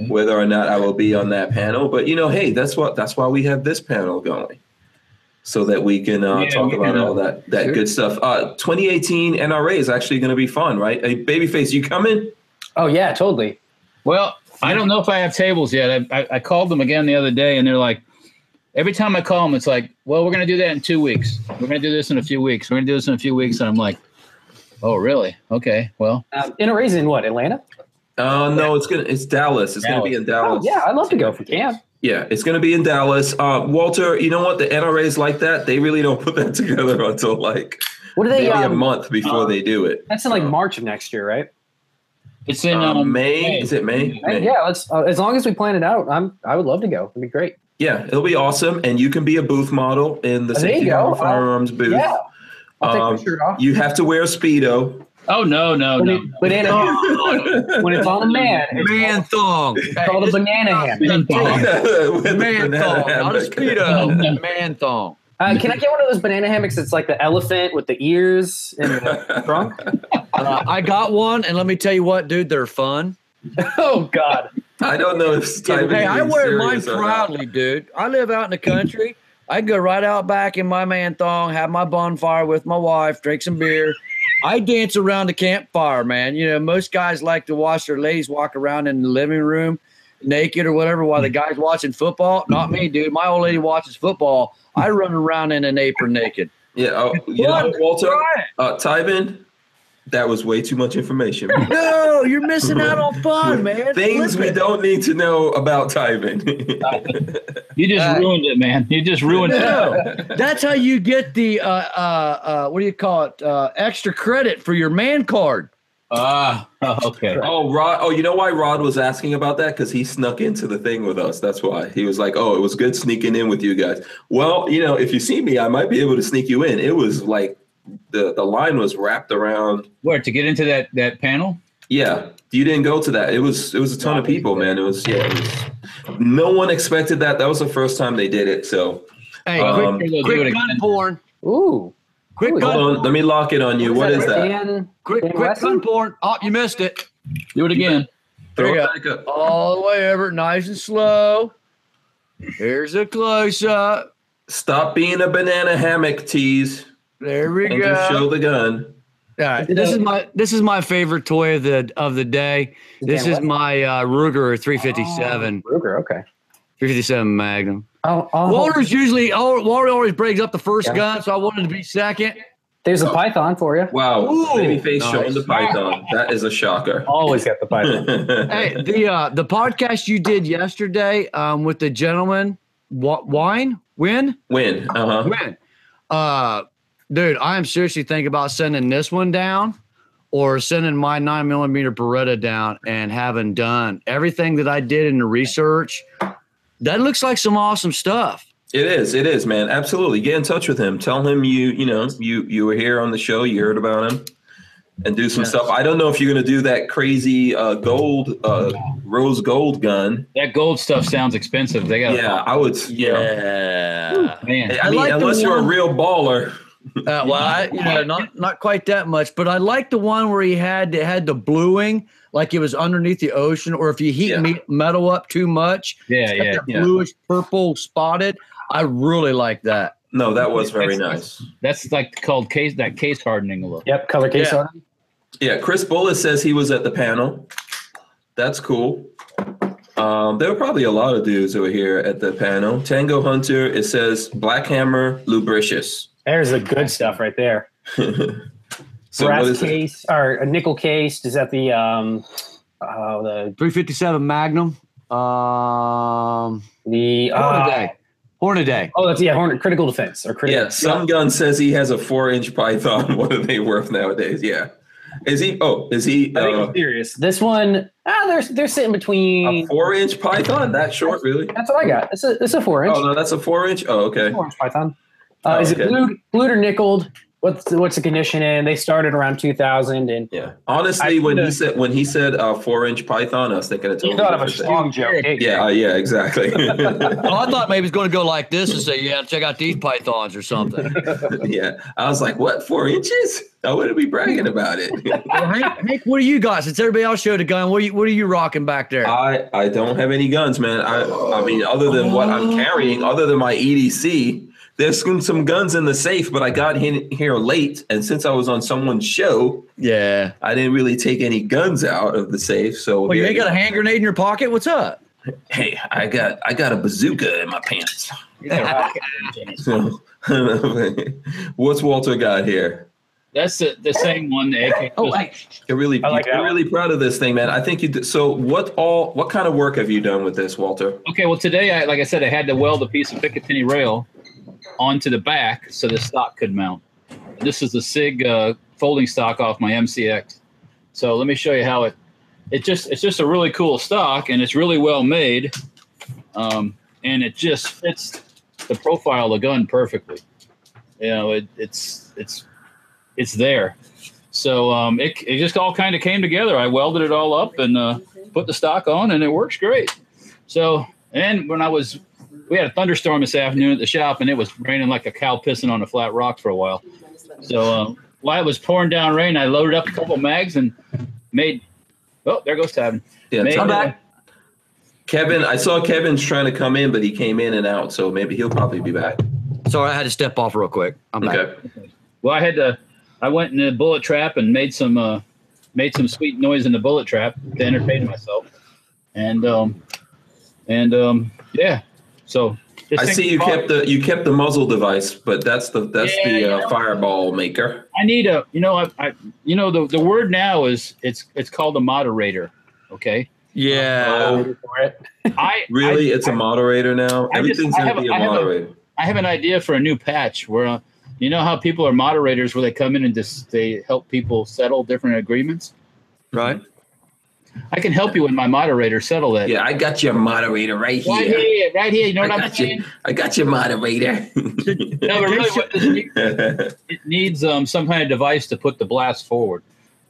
B: whether or not I will be on that panel. But you know, hey, that's what that's why we have this panel going. So that we can uh,
C: Yeah,
B: talk
C: we
B: about
C: can, uh,
B: all that that
A: sure.
B: good stuff. Uh, 2018 NRA is actually going to be fun, right? Hey, babyface, you coming?
D: Oh yeah, totally.
C: Well, I don't know if I have tables yet. I, I, I called them again the other day, and they're like, every time I call them, it's like, well, we're going to do that in two weeks. We're going to do this in a few weeks. We're going to do this in a few weeks. And I'm like, oh, really? Okay. Well,
D: Um, in a reason, in what Atlanta?
B: Uh, no, it's gonna it's Dallas. It's gonna be in
D: Oh
B: Dallas.
D: yeah, I'd love to go if we can.
B: Yeah, it's going to be in Dallas. Uh, Walter, you know what? The NRA is like that. They really don't put that (laughs) together until like
D: What do
B: maybe
D: they?
B: a
D: Um,
B: month before
D: um,
B: they do it.
D: that's in like March of next year, right?
C: it's in
B: Uh,
C: um,
B: May? Is it May?
D: Hey,
B: May.
D: Yeah, let's. Uh, as long as we plan it out, I'm. I would love to go. It'd be great.
B: Yeah, it'll be awesome. And you can be a booth model in the
D: There you
B: safety
D: go.
B: Model firearms booth.
D: Yeah, I'll take
B: Um,
D: my shirt off.
B: You have to wear a
A: (laughs)
B: Speedo.
C: Oh, no, no,
D: But,
C: no.
D: it, but in a,
A: Oh,
D: when it's on a man, it's
A: Man thong.
D: called a banana ham.
A: (laughs)
C: Man thong.
B: (laughs) With a
A: Man
B: banana
A: thong. Not a
B: hammock.
C: (laughs)
A: speedo. Man thong.
D: Uh, can I get one of those banana hammocks that's like the elephant with the ears
B: (laughs)
D: and the trunk?
A: Uh, I got one, and let me tell you what, dude, they're fun.
D: oh God!
B: (laughs) I don't know if it's type
A: Hey, I
B: anything
A: wear mine
B: serious or not.
A: proudly, dude. I live out in the country. I go right out back in my man thong, have my bonfire with my wife, drink some beer. I dance around the campfire, man. You know, most guys like to watch their ladies walk around in the living room naked or whatever while the
B: Mm-hmm.
A: guy's watching football. Not me, dude. My old lady watches football. I run around in an apron naked.
B: Yeah, oh, you know,
A: What?
B: Walter,
A: Try it.
B: uh, Tyvin, that was way too much information. (laughs)
A: No, you're missing out on fun, man.
B: Things we
A: Flip it.
B: don't need to know about
A: (laughs)
B: Tyvin.
C: You just ruined it, man. You just ruined it.
A: No, that's how you get the uh, uh, uh, what do you call it? Uh, extra credit for your man card.
C: Ah, okay.
B: Oh, Rod. Oh, you know why Rod was asking about that? Because he snuck into the thing with us. That's why he was like, "Oh, it was good sneaking in with you guys." Well, you know, if you see me, I might be able to sneak you in. It was like the the line was wrapped around.
C: Where to get into that that panel?
B: Yeah, you didn't go to that. It was it was a ton of people, man. It was yeah. It was, no one expected that. That was the first time they did it. So
A: Hey,
B: Um,
A: quick,
C: Maybe they'll do it
A: quick
C: again.
A: gun porn.
D: Ooh,
A: Quick
D: Ooh,
A: gun.
B: hold on, let me lock it on you. What is that?
D: Dan-
A: Quick,
D: Dan
A: quick
D: Wesson?
A: gun porn. Oh, you missed it.
C: Do it again.
A: There
B: Throw
A: you
B: it
A: go.
B: back up.
A: All the way over, nice and slow. Here's a close up.
B: Stop being a banana hammock, tease,
A: There we
B: and just
A: go.
B: show the gun.
A: All right. This is my this is my favorite toy of the of the day. This
D: Damn,
A: is
D: what?
A: my uh, Ruger 357,
D: Ruger. Okay.
A: 357 Magnum.
D: Oh, oh,
A: Walter's usually oh, Walter always brings up the first
D: Yeah.
A: gun, so I wanted to be second.
D: there's
B: Oh.
D: a python for you.
B: Wow,
A: Ooh,
B: babyface
A: nice.
B: showing the python. That is a shocker.
D: Always got
B: (laughs)
D: the python.
A: Hey, the uh, the podcast you did yesterday um, with the gentleman, wa- wine, win,
B: Win. Uh huh.
A: win. Uh, dude, I am seriously thinking about sending this one down, or sending my nine millimeter Beretta down and having done everything that I did in the research. That looks like some awesome stuff.
B: It is. It is, man. Absolutely. Get in touch with him. Tell him you, you know, you you were here on the show. You heard about him, and do some
A: Yes.
B: stuff. I don't know if you're gonna do that crazy uh, gold, uh, rose gold gun.
C: That gold stuff sounds expensive. They got
B: Yeah, I would. You know,
A: Yeah.
C: man.
B: I,
A: I
B: mean,
A: like the
B: unless you're a
A: one-
B: real baller.
A: Uh, well, I, you know, not not quite that much, but I like the one where he had it had the bluing, like it was underneath the ocean, or if you heat
B: Yeah.
A: me- metal up too much,
C: Yeah,
A: it's got
C: yeah.
A: that
B: yeah.
A: bluish purple spotted. I really like that.
B: No, that was very
C: That's-
B: nice.
C: That's like called case that case hardening look.
D: Yep. Color case
A: Yeah.
D: on. it.
B: Yeah, Chris Bullis says he was at the panel. That's cool. Um, there were probably a lot of dudes that were here at the panel. Tango Hunter, it says Black Hammer Lubricious. (laughs)
D: There's the good stuff right there.
B: so what
D: Brass
B: is it?
D: case or a nickel case. Is that the um, oh the
A: Three fifty seven Magnum, um,
D: the uh,
A: Hornaday, Hornaday.
D: oh that's yeah horn, critical defense or critical.
B: Yeah, Sun Gun says he has a four inch Python. (laughs) what are they worth nowadays? Yeah. Is he, oh, is he
D: I think
B: uh,
D: I'm serious. This one, ah, they're they're sitting
B: a
D: between.
B: four inch Python? That short, really?
D: That's what I got. It's a it's a four inch,
B: Oh, no, that's a four inch? Oh, okay.
D: four inch python. Uh,
B: Oh,
D: is
B: okay.
D: it glued, glued or nickeled? What's the, what's the condition in? They started around two thousand, and
B: Yeah. Honestly,
D: I-
B: when he said when he said uh, four inch Python, I was thinking it's
D: you thought of a strong joke. didn't you?
B: Yeah, uh, yeah, exactly. (laughs)
D: (laughs)
A: Well, Oh, I thought maybe it's going to go like this and say, "Yeah, check out these pythons" or something.
B: (laughs) yeah, I was like, "What? Four inches? I wouldn't be bragging about it." (laughs)
A: well, Hank, Hank, what do you got? Since everybody else showed a gun, what are you, what are you rocking back there?
B: I I don't have any guns, man. I I mean, other than what I'm carrying, other than my EDC, there's some, some guns in the safe, but I got in here late, and since I was on someone's show,
A: yeah.
B: I didn't really take any guns out of the safe. So
A: Well, you
B: here-
A: ain't got a hand grenade in your pocket. What's up?
B: hey, I got I got a bazooka in my pants. So, (laughs) what's Walter got here?
C: That's the, the same one. The AK.
A: Oh, I,
B: You're really,
D: I like
B: you're
D: that one.
B: really proud of this thing, man. I think you. Did, so, what all? What kind of work have you done with this, Walter?
C: Okay, well today, I, like I said, I had to weld a piece of Picatinny rail onto the back so the stock could mount. This is the Sig uh, folding stock off my MCX. So let me show you how it. It just it's just a really cool stock and it's really well made, um, and it just fits the profile of the gun perfectly. You know, it, it's it's it's there. So um, it it just all kind of came together. I welded it all up and uh, put the stock on, and it works great. So, and when I was, we had a thunderstorm this afternoon at the shop, and it was raining like a cow pissing on a flat rock for a while. So, um, while it was pouring down rain, I loaded up a couple mags and made. Oh, there goes Tavin.
B: Yeah,
C: Made- uh,
B: tell
C: I'm
B: me.
C: back.
B: Kevin, I saw Kevin's trying to come in, but he came in and out, so maybe he'll probably be back.
A: sorry, I had to step off real quick. I'm back.
B: Okay.
C: Well, I had to. I went in the bullet trap and made some uh, made some sweet noise in the bullet trap to entertain myself, and um, and um, yeah. So this
B: I
C: thing-
B: see you kept the you kept the muzzle device, but that's the that's
C: Yeah,
B: the uh,
C: yeah.
B: fireball maker.
C: I need a you know I, I you know the the word now is it's it's called a moderator. Okay.
A: Yeah.
B: Oh,
D: Waiting for it.
C: I
B: really?
C: I,
B: it's a moderator now.
C: I just-
B: Everything's
C: I
B: gonna
C: have a-
B: be a
C: I have a-
B: moderator.
C: I have an idea for a new patch where uh, you know how people are moderators where they come in and just they help people settle different agreements.
A: Right.
C: I can help you with my moderator settle that.
B: yeah, I got your moderator right
C: Right
B: here.
C: here, right here. You know
B: I
C: what I'm
B: got
C: saying?
B: you. I got your moderator.
C: (laughs) No, but really,
B: (laughs)
C: what this needs, it needs um, some kind of device to put the blast forward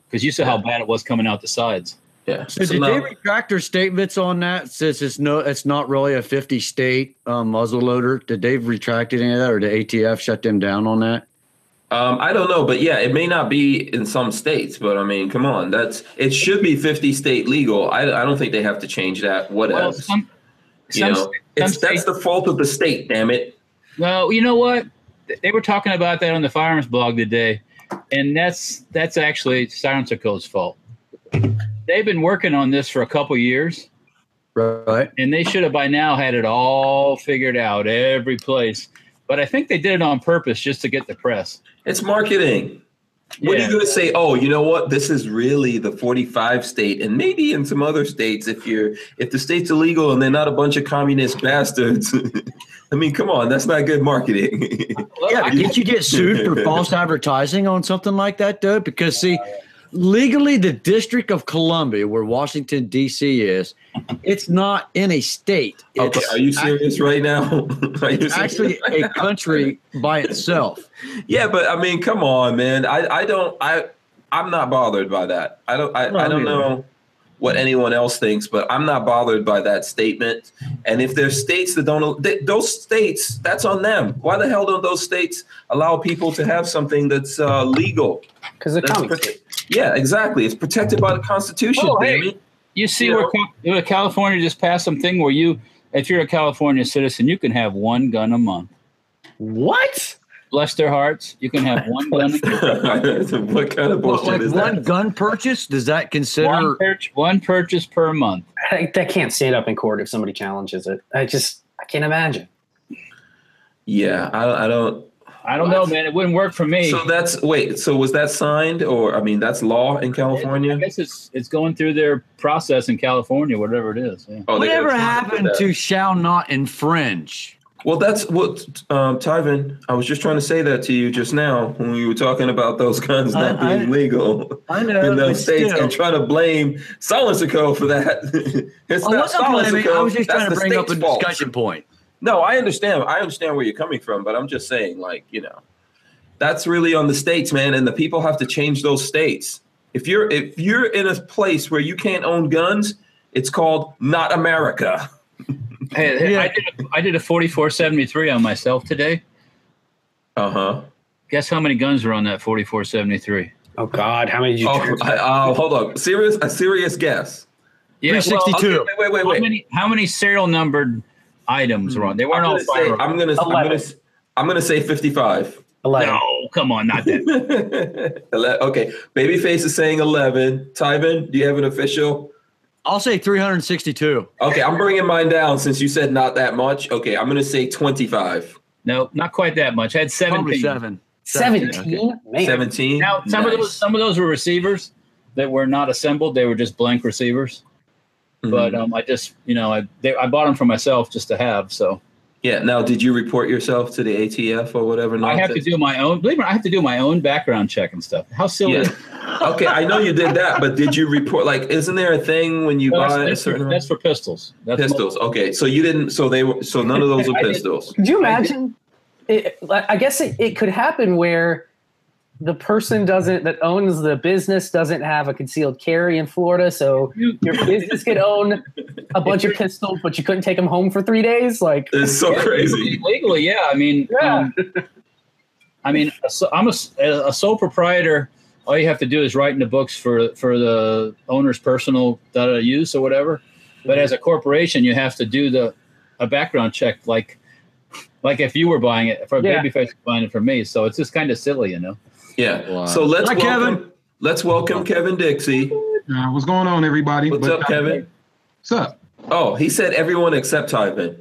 C: because you saw how bad it was coming out the sides.
B: yeah.
A: So,
B: So
A: did
B: now-
A: they retract their statements on that? Since it's no, it's not really a 50 state um, muzzle loader. Did they retract any of that, or did ATF shut them down on that?
B: Um, I don't know, but yeah, it may not be in some states, but I mean, come on, that's it should be fifty state legal. I, I don't think they have to change that. What
C: Well,
B: else?
C: some,
B: you
C: some,
B: know, it's that's
C: states-
B: the fault of the state. Damn it!
C: No, you know what? They were talking about that on the firearms blog today, and that's that's actually Silencer Code's fault. They've been working on this for a couple years,
A: Right.
C: and they should have by now had it all figured out, every place. But I think they did it on purpose just to get the press.
B: It's marketing. What are
C: Yeah.
B: you going to say? Oh, you know what? This is really the 45 state, and maybe in some other states, if you're if the state's illegal and they're not a bunch of communist bastards. (laughs) I mean, come on, that's not good marketing.
C: Look,
A: Yeah,
C: I-
A: but didn't you get
B: (laughs)
A: sued for false advertising on something like that, dude? Because see, legally, the District of Columbia, where Washington D.C. is, it's not in a state. It's
B: okay, (laughs) are you serious right now? (laughs) Are you serious
A: actually
B: right
A: a
B: now?
A: country by itself.
B: Yeah, but I mean, come on, man. I, I don't I I'm not bothered by that. I don't I,
A: No,
B: I don't
A: me
B: know what anyone else thinks, but I'm not bothered by that statement. And if there's states that don't th- those states, that's on them. Why the hell don't those states allow people to have something that's uh, legal?
D: because the
B: That's
D: comics.
B: prote- yeah, exactly. It's protected by the Constitution.
C: Oh, hey.
B: damn it.
C: You see
B: You
C: where
B: know?
C: Cal- where California just passed something where you, if you're a California citizen, you can have one gun a month.
D: What?
C: Bless their hearts, you can have one gun. A
B: (laughs)
C: month.
B: what kind of
A: But
B: bullshit
A: like
B: is
A: one
B: that?
A: gun purchase, does that
C: One,
A: consider?
C: purch- one purchase per month.
D: I, that can't stand up in court if somebody challenges it. I just I can't imagine.
B: Yeah, I, I don't.
C: I don't know, man. It wouldn't work for me.
B: So that's wait. So was that signed, or I mean, that's law in
C: I
B: California?
C: guess it's it's going through their process in California, whatever it is. Yeah.
B: Oh, they gotta
A: Whatever
B: sign
A: happened
B: that.
A: to shall not infringe?
B: Well, that's what um, Tyvin. I was just trying to say that to you just now when we were talking about those guns
A: I-
B: not being
A: I-
B: legal
A: I know.
B: in
A: but
B: those states
A: still.
B: and trying to blame Solensico for that. (laughs) it's
A: I
B: not
A: wasn't blaming. I
B: Solensico.
A: was just
B: that's
A: trying to
B: the
A: bring up a
B: state's fault.
A: discussion point.
B: No, I understand. I understand where you're coming from, but I'm just saying, like, you know, that's really on the states, man, and the people have to change those states. If you're if you're in a place where you can't own guns, it's called not America.
C: Hey, hey, I
A: Yeah.
C: did a, I did a forty four seventy three on myself today.
B: Uh huh.
C: Guess how many guns were on that forty four seventy three?
D: Oh God, how many did you?
B: Oh, I, uh, hold on. Serious, a serious guess.
C: Yeah, well,
A: 360.
B: Okay,
A: 52.
B: wait, wait, wait,
C: how
B: wait.
C: many how many serial numbered items were on? They
B: I'm
C: weren't all
B: gonna say,
C: firearms.
B: I'm gonna, I'm gonna,
D: Eleven.
B: s- I'm gonna say 55.
D: Eleven.
C: No, come on, not that.
B: (laughs) Ele- okay, Babyface is saying 11. Tyvin, do you have an official?
A: I'll say 362.
B: Okay, I'm bringing mine down since you said not that much. Okay, I'm gonna say 25.
C: No, not quite that much. I had
A: Probably
C: seventeen.
A: seven.
D: Seventeen. Man.
B: 17.
C: Now some of those
B: Nice.
C: some of those were receivers that were not assembled. They were just blank receivers. But
B: Mhm.
C: um, I just you know I they, I bought them for myself just to have. So
B: yeah, now did you report yourself to the ATF or whatever?
C: I have to
B: nonsense?
C: do my own. Believe it, or not, I have to do my own background check and stuff. How silly!
B: Yeah.
C: is
B: okay, I know you did that, but did you report? Like, isn't there a thing when you
C: No,
B: buy a
C: that's, that's,
B: certain
C: for, that's for pistols. That's
B: pistols? Okay, so you didn't. So they were. So none of those
A: (laughs)
B: are
C: I did-
B: pistols.
D: Could you imagine? It, like, I guess it, it could happen where the person doesn't that owns the business doesn't have a concealed carry in Florida, so
C: You-
B: (laughs)
D: your business could own a bunch of pistols, but you couldn't take them home for three days. Like,
B: It's so Oh, crazy.
C: Legally, yeah. I mean,
D: Yeah.
C: um, I mean, a so- I'm a, s- a sole proprietor. All you have to do is write in the books for for the owner's personal da, da, use or whatever. But as a corporation, you have to do the a background check, like like if you were buying it for
D: Yeah.
C: babyface buying it for me. So it's just kind of silly, you know.
B: Yeah.
A: Wow.
B: So let's
A: Hi, Kevin.
B: welcome. Let's welcome Kevin Dixie.
E: Uh, what's going on, everybody?
B: What's
E: But-
B: up, Kevin?
E: What's up?
B: Oh, he said everyone except Tyvin.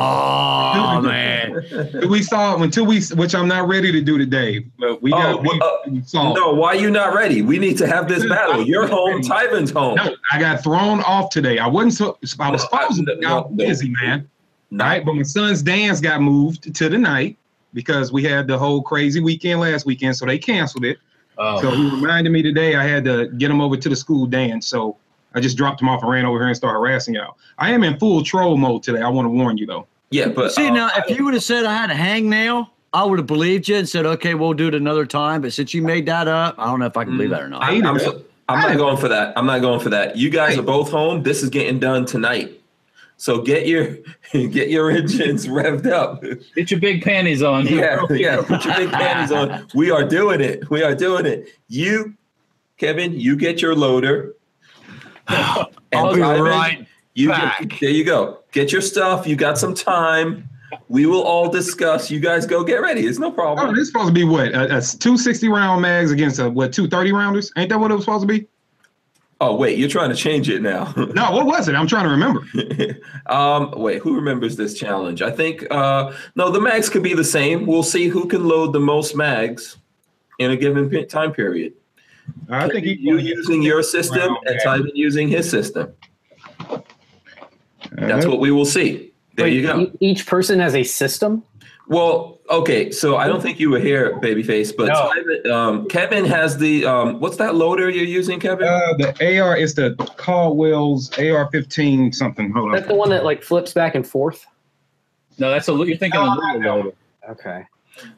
A: Oh man.
E: We saw until we, which I'm not ready to do today, but we
B: Oh,
E: got
B: wh- uh,
E: we saw.
B: no, why you not ready? We need to have this
E: Dude,
B: battle.
E: I'm
B: You're
E: not
B: home.
E: ready.
B: Tyvin's home.
E: No, I got thrown off today. I wasn't. So, I was
B: No, I-
E: supposed to be
B: no,
E: out
B: no.
E: busy, man.
B: No.
E: All right, but my son's dance got moved to the night because we had the whole crazy weekend last weekend, so they canceled it.
C: Oh.
E: So he reminded me today I had to get him over to the school dance. So I just dropped him off and ran over here and started harassing y'all. I am in full troll mode today. I want to warn you though.
B: Yeah, but
A: See
B: um,
A: now, if you would have said I had a hangnail, I would have believed you and said, "Okay, we'll do it another time." But since you made that up, I don't know if I can believe that or not.
E: I-
B: I'm, I'm,
E: Hated
B: so- I'm not going for that. I'm not going for that. You guys are both home. This is getting done tonight. So get your (laughs) get your engines revved up.
C: Get your big panties on. (laughs)
B: Yeah, yeah. Put your big panties on. We are doing it. We are doing it. You, Kevin, you get your loader.
A: I'll be
B: Ivan,
A: right
B: You
A: back.
B: Get, there you go. Get your stuff. You got some time. We will all discuss. You guys go get ready. It's no
E: Oh,
B: problem.
E: this is supposed to be what a, a two sixty round mags against a what two thirty rounders? Ain't that what it was supposed to be?
B: Oh wait, you're trying to change it now. (laughs)
E: No, what was it? I'm trying to remember.
B: um, wait, who remembers this challenge? I think uh, no, the mags could be the same. We'll see who can load the most mags in a given pe- time period.
E: I think he-
B: you using your system and Simon using his system. That's what we will see. There
D: Wait,
B: you go.
D: e- Each person has a system.
B: Well, okay, so I don't think you were here, babyface, but
D: No.
B: Simon- um, Kevin has the um, what's that loader you're using, Kevin?
E: Uh, the AR is the Caldwell's AR fifteen something. Hold
D: That's
E: on.
D: the one that like flips back and forth.
C: No, that's a you're thinking of a
E: No,
C: little loader.
D: Okay.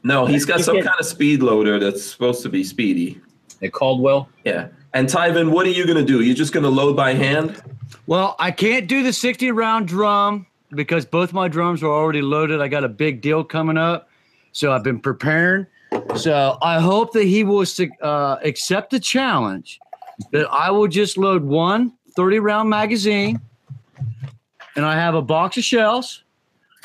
B: no, he's got
D: you
B: some
D: can't-
B: kind of speed loader that's supposed to be speedy.
C: At Caldwell.
B: Yeah. And Tyvin, what are you gonna do? You're just gonna load by hand?
A: Well, I can't do the 60 round drum because both my drums are already loaded. I got a big deal coming up. So I've been preparing. So I hope that he will uh, accept the challenge that I will just load one 30 round magazine and I have a box of shells.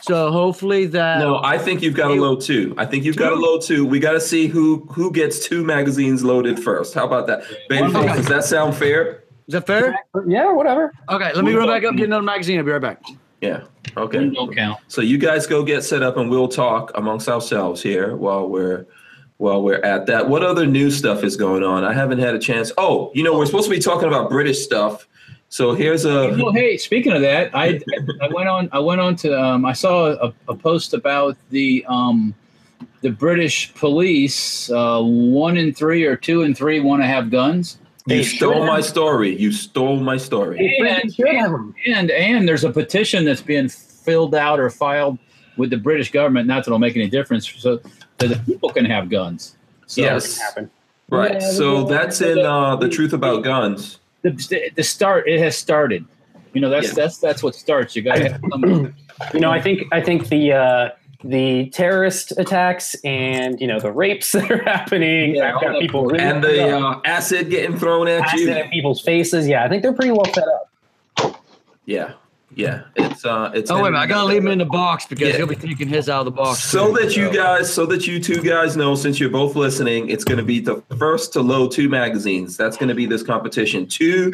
A: So hopefully that.
B: No, I think you've got to load two. I think you've got to load two. We got to see who who gets two magazines loaded first. How about that, babyface? Does that sound fair?
A: Is that fair?
D: Yeah, whatever.
A: Okay, let me
C: We'll
A: run back
C: go-
A: up, get another magazine. I'll be right back.
B: Yeah. Okay.
C: One don't count.
B: So you guys go get set up, and we'll talk amongst ourselves here while we're while we're at that. What other new stuff is going on? I haven't had a chance. Oh, you know, we're supposed to be talking about British stuff. So here's a
C: Well, hey, speaking of that, I I went on I went on to um, I saw a, a post about the um, the British police. Uh, one in three or two in three want to have guns,
B: you
D: They
B: stole
D: should.
B: my story. You stole my story.
D: They freaking should have 'em.
C: and and there's a petition that's being filled out or filed with the British government. Not that it'll make any difference, so that the people can have guns. So
B: Yes.
D: Happen.
B: Right. So that's in uh, the truth about guns.
C: the, the start it has started. You know that's
B: Yeah.
C: that's that's what starts. You got to have some
D: You know, I think I think the uh, the terrorist attacks and you know the rapes (laughs) that are happening.
C: Yeah,
D: I've
C: all that
D: got people really
B: And
D: fed
B: the
D: up.
B: uh, acid getting thrown at
D: acid
B: you.
D: in people's faces. Yeah, I think they're pretty well set up.
B: Yeah. Yeah. It's uh. It's.
A: Oh, wait a minute. I got to leave him in the box because
B: Yeah.
A: he'll be taking his out of the box.
B: So
A: too.
B: that you guys, so that you two guys know, since you're both listening, it's going to be the first to load two magazines. That's going to be this competition. Two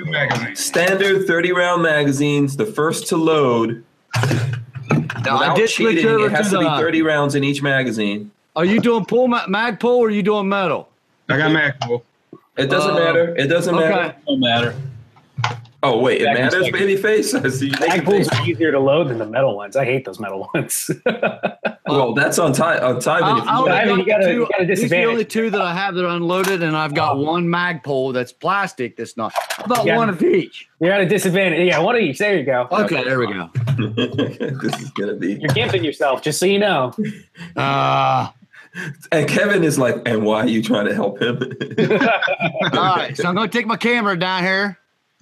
B: standard 30 round magazines, the first to load.
A: Now, I
B: without
A: did switch
B: cheating,
A: over
B: it has
A: to
B: to be
A: the-
B: 30 rounds in each magazine.
A: Are you doing pull ma- mag pull or are you doing metal?
E: I got Maxwell.
B: It doesn't
A: Uh,
B: matter. It doesn't
A: Okay.
B: matter.
C: no matter.
B: Oh, wait, it
C: Back in
B: matters,
C: second.
B: baby face? (laughs) I see you making
D: Bagpools
B: face.
D: are easier to load than the metal ones. I hate those metal (laughs) ones.
B: Well, that's on time. On
A: I,
B: time.
A: I only
D: I mean, you
A: got
D: gotta-
A: two-
D: you
A: These are the
D: gotta disadvantage.
A: only two that I have that are unloaded, and I've got one mag pole that's plastic that's not. How about
D: Yeah.
A: one of each?
D: You're at a disadvantage. Yeah, one of each. There you go.
A: Okay, there we
B: (laughs)
A: go.
B: this is going to be.
D: You're gimping yourself, just so you know.
A: Uh,
B: And Kevin is like, and why are you trying to help him? (laughs)
A: all right, so I'm going to take my camera down here.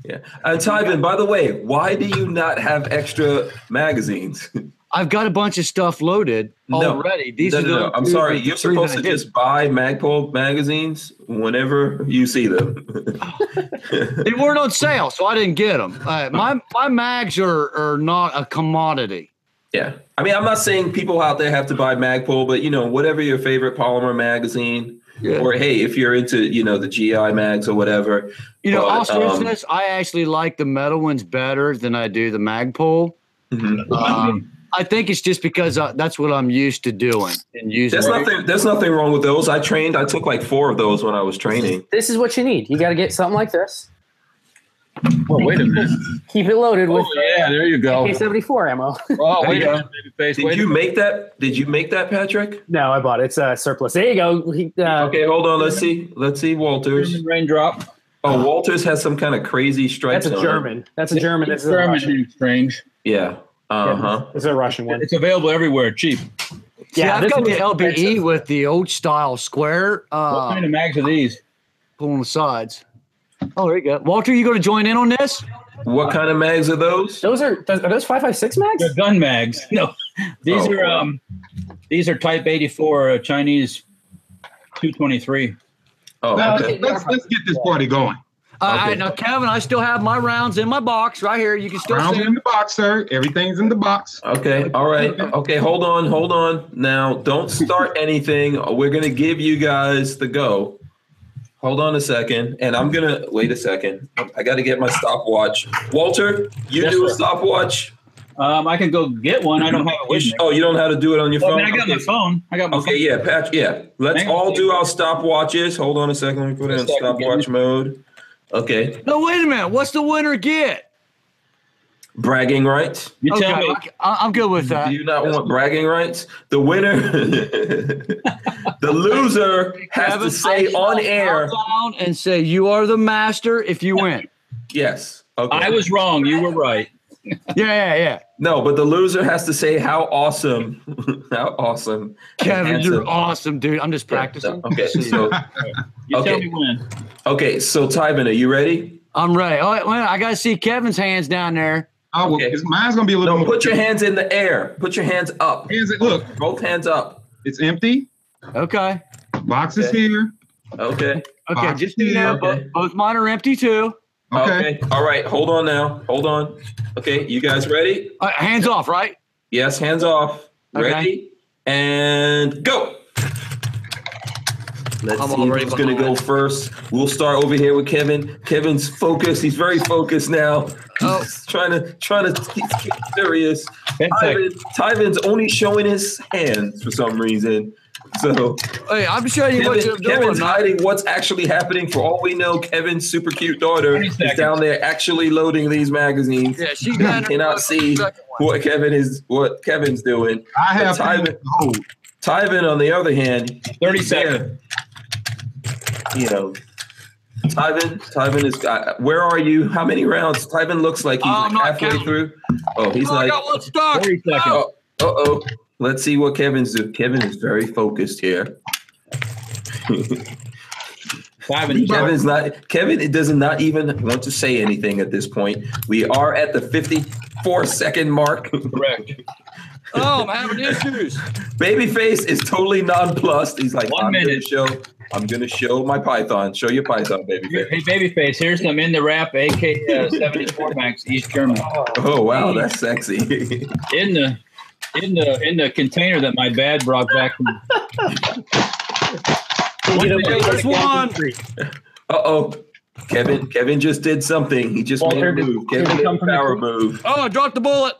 B: Yeah. And Tyvin, by the way, why do you not have extra magazines? (laughs)
A: I've got a bunch of stuff loaded
B: No.
A: already. These
B: no,
A: are
B: no,
A: the
B: no.
A: only
B: I'm
A: two
B: sorry.
A: that-
B: You're
A: three that
B: supposed to
A: I did.
B: just buy Magpul magazines whenever you see them. (laughs)
A: They weren't on sale, so I didn't get them.
B: (laughs)
A: my my mags are are not a commodity.
B: yeah. I mean, I'm not saying people out there have to buy Magpul, but you know, whatever your favorite polymer magazine,
A: Yeah.
B: or hey, if you're into, you know, the GI mags or whatever.
A: You know,
B: But,
A: all
B: um,
A: seriousness, I actually like the metal ones better than I do the mag pole.
B: Mhm.
A: Um, I think it's just because uh, that's what I'm used to doing and using.
B: There's nothing. There's nothing wrong with those. I trained. I took like four of those when I was training.
D: This is what you need. You got to get something like this.
C: Well, wait a minute.
D: Keep it
C: (laughs)
D: loaded
C: Oh
D: with
C: yeah, there you go.
D: K74 ammo. (laughs)
C: Oh,
B: There you
C: wait a
B: go.
C: minute, babyface.
B: Did
C: Wait
B: you
C: a
B: make that? Did you make that, Patrick?
D: no, I bought it. It's uh, surplus. There you go. He, uh,
B: Okay, hold on. Let's see. Let's see, Walters.
C: minute. Raindrop.
B: Oh, Walters has some kind of crazy stripes.
D: That's a
B: on It.
D: German. That's a German. This is a
C: German
D: Russian.
C: name, strange.
B: Yeah. Uh huh.
D: This is a Russian one.
C: It's available everywhere, cheap.
A: Yeah,
D: Yeah,
A: I've
D: this
A: got the
D: one's
A: LBE
D: expensive.
A: with the old style square
C: What
B: Ah.
A: uh,
C: kind of mags are these?
A: pulling the sides. Oh, there you go, Walter. You going to join in on this?
B: What kind of mags are those?
D: Those are those, are those five five six mags?
C: They're gun mags. (laughs) No, these
B: Oh.
C: are um, these are Type 84 uh, Chinese 223.
B: Oh,
E: Let's,
B: okay. Oh,
E: let's, let's get this party going.
A: All right,
B: Okay.
A: now Kevin, Uh, I still have my rounds in my box right here. You can still
E: Rounds
A: see
E: in
A: them.
E: the box, sir. Everything's in the box.
B: Okay. All
C: (laughs)
B: right. Okay. Hold on. Hold on. Now, don't start (laughs) anything. We're gonna give you guys the go. Hold on a second, and I'm gonna wait a second. I got to get my stopwatch. Walter, you
C: Yes,
B: do a
C: sir.
B: stopwatch.
C: Um, I can go get one. I don't have it
B: You
C: with
B: sh-
C: me.
B: oh, you don't know how to do it on your
C: Well, I
B: phone.
C: mean, I got
B: okay.
C: my phone. I got my
B: Okay, yeah, Patch. Yeah, let's
C: Hang on.
B: all do our stopwatches. Hold on a second. Let me put it in
C: Just so I can get
B: stopwatch
C: you-
B: mode. Okay,
A: No, wait a minute. What's the winner get?
B: bragging rights.
C: phone. You tell
A: okay,
C: me.
A: I, I'm good with that.
B: Do you not want bragging rights? The winner, (laughs) the loser has to
A: Kevin,
B: say
A: I
B: on
A: shall
B: air,
A: bow down and say you are the master if you win.
B: yes. Okay.
C: I was wrong. You were right.
A: Yeah, yeah, yeah.
B: no, but the loser has to say how awesome, (laughs) how awesome.
A: Kevin,
B: Handsome.
A: you're awesome, dude. I'm just practicing. (laughs)
B: Okay, so
C: You tell
B: Okay.
C: me when.
B: okay, so Tyvin, are you ready?
A: I'm ready. Oh, wait, wait, I gotta see Kevin's hands down there.
E: I will,
B: Okay.
E: Mine's gonna be a little.
B: No,
E: more-
B: put your hands in the air. Put your hands up.
E: Hands it- Look,
B: Both hands up.
E: it's empty.
A: Okay.
E: Box is
B: Okay.
E: here.
B: Okay.
A: Okay,
E: Box
A: just so you know,
E: here.
A: both, both mine are empty too.
E: Okay.
B: Okay. All right. Hold on now. Hold on. Okay. You guys ready?
A: Uh, hands off, right?
B: Yes. Hands off.
A: Okay.
B: Ready? And go. Let's
A: I'm
B: see
A: already
B: who's going to go
A: behind.
B: first. We'll start over here with Kevin. Kevin's focused. He's very focused now.
A: Oh.
B: He's trying to trying to he's keep serious.
C: That's like-
B: Tyvin, Tyvin's only showing his hands for some reason. So
A: Oh, Hey, I'm showing you what
B: Kevin,
A: you're doing.
B: Kevin's
A: man.
B: hiding what's actually happening. For all we know, Kevin's super cute daughter
C: 20
B: is
C: seconds.
B: down there actually loading these magazines.
A: Yeah, she's
B: You
A: down there
B: (laughs) cannot
A: looking
B: see
A: for the second one.
B: what Kevin is what Kevin's doing.
E: I have
B: Let's hide
E: things
B: it.
E: to hold.
B: Tyvin, on the other hand,
C: 30
B: he's there.
C: seconds.
B: You know, Tyvin, Tyvin is. Uh, where are you? How many rounds? Tyvin looks like he's
A: Oh,
B: like
A: I'm not
B: halfway
A: counting.
B: through. Oh, he's
A: oh, I
B: like,
A: got one stuck.
C: 30 seconds.
A: No.
B: oh, uh oh. Let's see what Kevin's doing. Kevin is very focused here.
C: Five and seven.
B: Kevin's not. Kevin it does not even want to say anything at this point. We are at the 54 second mark.
C: Correct.
A: Oh, I'm
B: (laughs)
A: having issues.
B: Babyface is totally nonplussed. He's like,
C: One
B: I'm
C: minute.
B: gonna show. I'm gonna show my Python. Show your Python, babyface.
C: Hey, babyface, here's some in the wrap AK uh, 74 Max East German
B: Oh wow, that's sexy. (laughs)
C: in the in the in the container that my dad brought back. From,
A: There's one.
B: uh oh. Kevin, Kevin just did something. He just
D: Walter,
B: made a
D: did-
B: move.
D: did
B: Kevin
D: it
B: did
D: come
B: a
D: from the
B: power
D: tree?
B: move.
A: Oh, I dropped the bullet.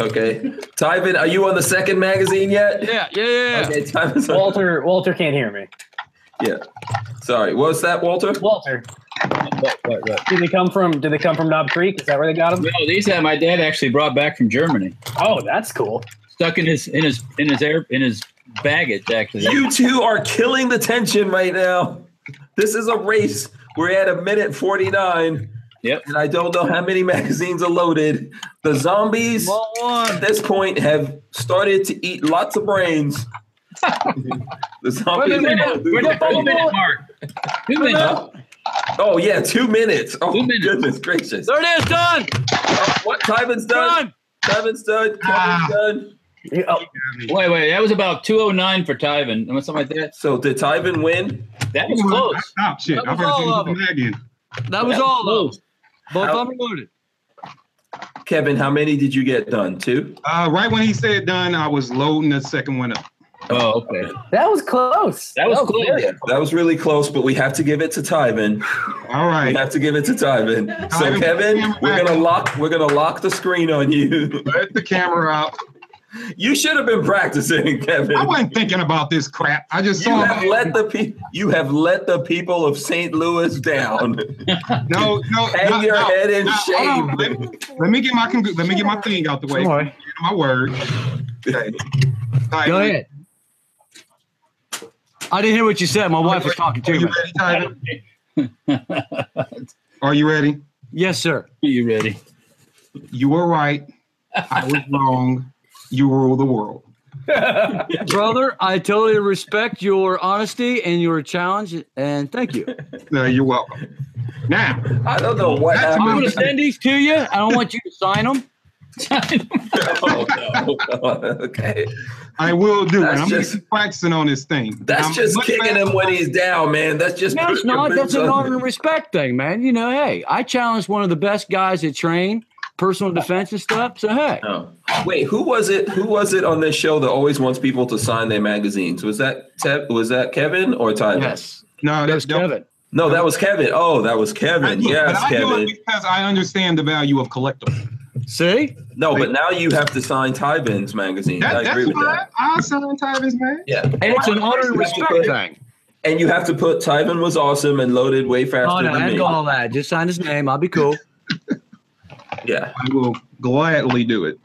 B: Okay. Tyvin, are you on the second magazine yet?
A: Yeah, yeah, yeah. yeah.
B: Okay, Tyvin's on.
D: Walter, Walter can't hear me.
B: Yeah. Sorry. What's that, Walter?
D: Walter,
C: right, right, right.
D: do they come from? Do they come from Knob Creek? Is that where they got them?
C: No, these that my dad actually brought back from Germany,
D: Oh, that's cool.
C: stuck in his in his in his air in his baggage actually.
B: You two are killing the tension right now. This is a race. We're at a minute 49.
C: Yep.
B: And I don't know how many magazines are loaded. The zombies
A: Small
B: at
A: one.
B: this point have started to eat lots of brains. the zombies.
A: Wait a minute.
B: are
C: We're at the two
B: losing brains.
C: minute mark. Two minutes.
B: Huh? Oh, yeah, two minutes. Oh,
C: Two minutes.
B: goodness gracious.
A: There it is. Done.
B: Oh, what? Tyvin's done.
A: Done.
B: Tyvin's done. Kevin's
E: Ah.
B: done.
D: You- oh,
C: Wait, wait, that was about 209 for Tyvin. Something like that.
B: So, did Tyvin win?
C: That was close.
E: I stopped. Shit.
A: That was
E: I've heard
A: all
E: things
A: of
E: with the mag in.
A: That was all. though.
C: Close.
A: Both of them are loaded.
B: Kevin, how many did you get done? Two?
E: Uh, right when he said done, I was loading the second one up.
C: Oh, okay.
D: that was close.
C: That was close.
D: very-
B: Yeah, that was really close, but we have to give it to Tyvin.
E: All
B: We
E: right.
B: have to give it to Tyvin. So Kevin,
E: Tyvin, put the camera
B: we're
E: back
B: gonna
E: on.
B: lock we're gonna lock the screen on you. (laughs)
E: Let the camera out.
B: You should have been practicing, Kevin.
E: I wasn't thinking about this crap. I just
B: You
E: saw
B: have let the pe- you have let the people of St. Louis down. (laughs)
E: no, no,
B: Hang
E: no,
B: your
E: no,
B: head in
E: no, hold on.
B: shame.
E: Let me, let me get my congr- let me get my thing out the way.
D: Don't worry.
E: My word. Okay. Tyvin,
A: Go ahead. I didn't hear what you said. My wife was talking to
E: Are you
A: me.
E: ready, Tyvin?
B: (laughs)
E: Are you ready?
A: Yes, sir.
C: you ready?
E: You were right. I was wrong. You rule the world.
A: Brother, I totally respect your honesty and your challenge, and thank you.
E: No, Uh, you're welcome. Now,
B: I don't know what
E: That's
A: I'm going
B: happened.
A: to send these to you. (laughs) I don't want you to sign them.
B: Oh, no. (laughs) okay.
E: I will do it.
B: That's
E: I'm gonna
B: just-
E: keep practicing on this thing.
B: That's
E: I'm
B: just
E: much
B: kicking
E: faster-
B: him when he's down, man. That's just
A: No, it's
B: putting your
A: not. That's
B: boots
A: an
B: on
A: honor
B: him.
A: and respect thing, man. You know, hey, I challenged one of the best guys that train personal defense and stuff. So hey,
B: No. Wait, who was it? Who was it on this show that always wants people to sign their magazines? Was that Te- was that Kevin or Tyler?
A: yes,
E: No,
A: that's
E: that's
A: Kevin.
B: No, that was Kevin. Oh, that was Kevin. yes,
E: but I do
B: Kevin.
E: it because I understand the value of collectibles.
A: See,
B: No, but now you have to sign Tyben's magazine.
E: That,
B: I agree
E: that's
B: with
E: why
B: that.
E: I, I sign Tyvins, man.
B: Yeah.
A: and it's an honor and respect thing.
B: And you have to put Tyben was awesome and loaded way faster
A: Oh no,
B: than me.
A: and all that. Just sign his name. I'll be cool.
B: Yeah.
E: I will gladly do it.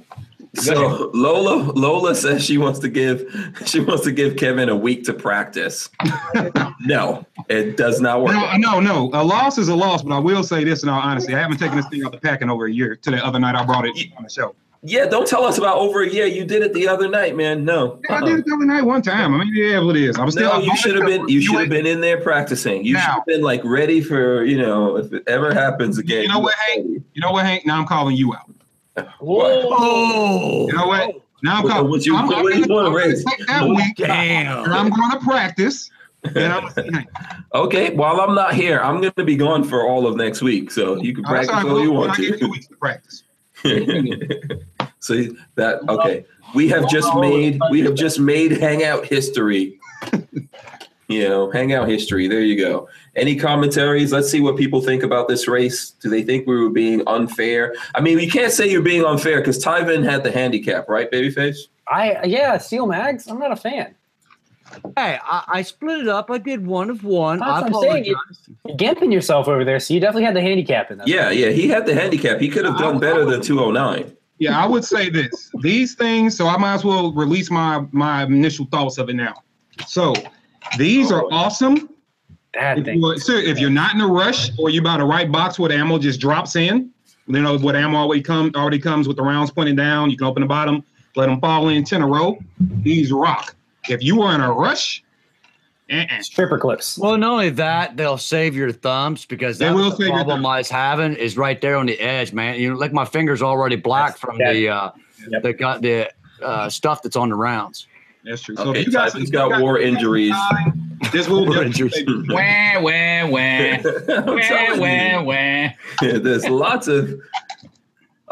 B: (laughs) So Lola Lola says she wants to give she wants to give Kevin a week to
E: (laughs)
B: practice. no, it does not work.
E: No, no, no. A loss is a loss, but I will say this in all honesty. I haven't taken this thing out the pack in over a year. To the other night, I brought it on the show.
B: Yeah, don't tell us about over a year. You did it the other night, man. No.
E: Yeah, I did it the other night one time. I mean, yeah, what it is. I'm still.
B: No,
E: I'm
B: you should have been. You should have been in there practicing. You
E: Now.
B: should have been like ready for you know if it ever happens again.
E: You
B: (laughs)
E: know what,
B: were
E: Hank? You know what, Hank? Now I'm calling you out.
A: Oh,
E: You know what? Now I'm
B: What-
E: calling.
B: what you-
E: I'm, I'm
B: what you
E: gonna-
B: wanna
E: I'm gonna
B: raise?
E: Take that week, and
A: damn.
E: I'm going to practice. And I'm gonna see Hank.
B: Okay, while I'm not here, I'm going to be gone for all of next week, so you can
E: Now, that's
B: practice
E: all right,
B: all you
E: we'll-
B: want
E: I get two
B: to.
E: weeks to practice.
B: (laughs) See that? Okay, we have just made we have just made hangout history. You know, hangout history. There you go. Any commentaries? Let's see what people think about this race. Do they think we were being unfair? I mean, you can't say you're being unfair because Tyvin had the handicap, right, babyface?
D: I yeah, steel mags. I'm not a fan.
A: Hey, I, I split it up. I did one of one.
D: That's
A: I
D: what I'm saying.
A: apologize.
D: You're gimping yourself over there, so you definitely had the handicap in that.
B: Yeah, yeah, he had the handicap. He could have done better than 209.
E: Yeah, I would say this. These things, so I might as well release my my initial thoughts of it now. So these are awesome.
D: Bad
E: If
D: thing.
E: you're, sir, if you're not in a rush or you buy the right box where the ammo just drops in, you know what ammo already come already comes with the rounds pointing down. You can open the bottom, let them fall in ten in a row. These rock. If you are in a rush, uh-uh.
D: Stripper clips.
A: Well, not only that, they'll save your thumbs because
E: They
A: that's
E: will
A: the
E: save your
A: problem
E: thumbs.
A: I was having is right there on the edge, man. You know, like my fingers already black
D: That's-
A: from
D: that-
A: the uh,
D: Yep.
A: the got the uh, stuff that's on the rounds.
E: that's true.
B: Okay,
E: if you got-
B: Tyvin's got war injuries.
E: This will
A: War injuries.
C: Wah, wah,
B: (laughs)
C: wah.
B: I'm telling
C: Wah, wah,
B: you.
C: wah.
B: There's lots of.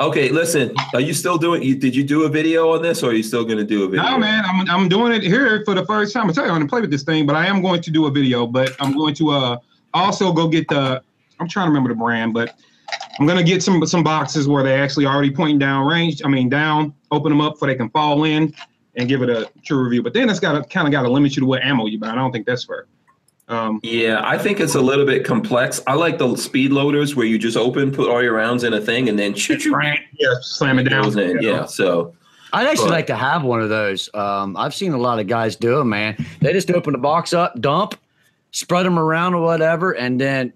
B: Okay, listen. Are you still doing? You, did you do a video on this, or are you still going to do a video?
E: No, man, I'm, I'm doing it here for the first time. I tell you, I'm gonna play with this thing, but I am going to do a video. But I'm going to uh also go get the. I'm trying to remember the brand, but I'm gonna get some some boxes where they actually already pointing down range. I mean down. Open them up so they can fall in and give it a true review. But then it's got to kind of got to limit you to what ammo you buy. and I don't think that's fair. Um,
B: Yeah, I think it's a little bit complex. I like the speed loaders where you just open, put all your rounds in a thing, and then shoot, (laughs) shoot,
E: yeah, slam it down.
B: goes in. Yeah, so
A: I'd actually
B: Right.
A: like to have one of those. Um, I've seen a lot of guys do them, man. They just open the box up, dump, spread them around or whatever, and then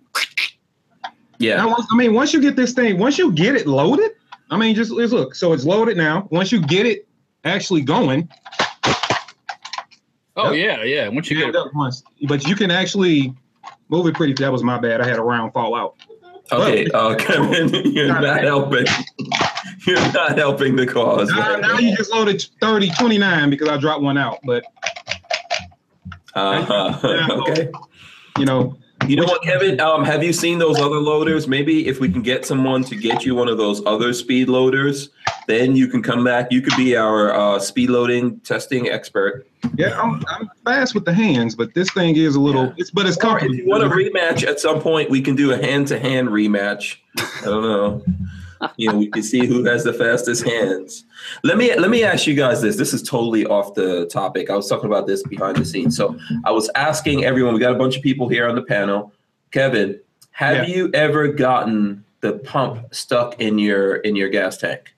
E: Now,
B: yeah,
E: once- I mean, once you get this thing, once you get it loaded, I mean, just, just look. So it's loaded now. Once you get it actually going,
C: Oh yeah, yeah. Once you
E: Yeah,
C: get
E: that once, but you can actually move it pretty. That was my bad. I had a round fall out.
B: okay, uh, (laughs) Kevin, you're not helping. (laughs) You're not helping the cause.
E: Now,
B: man.
E: now you just loaded 30, 29 because I dropped one out. But (laughs)
B: Uh-huh. (laughs) Okay.
E: you know,
B: You know what, Kevin? Um, have you seen those other loaders? Maybe if we can get someone to get you one of those other speed loaders, then you can come back. You could be our uh, speed loading testing expert.
E: yeah, I'm, I'm fast with the hands, but this thing is a little. It's but it's
B: Or if
E: comfortable.
B: you want a rematch at some point, we can do a hand to hand rematch. I don't know. You know, we can see who has the fastest hands. Let me let me ask you guys this. This is totally off the topic. I was talking about this behind the scenes. So I was asking everyone. We got a bunch of people here on the panel. Kevin, have
E: Yeah.
B: you ever gotten the pump stuck in your in your gas tank?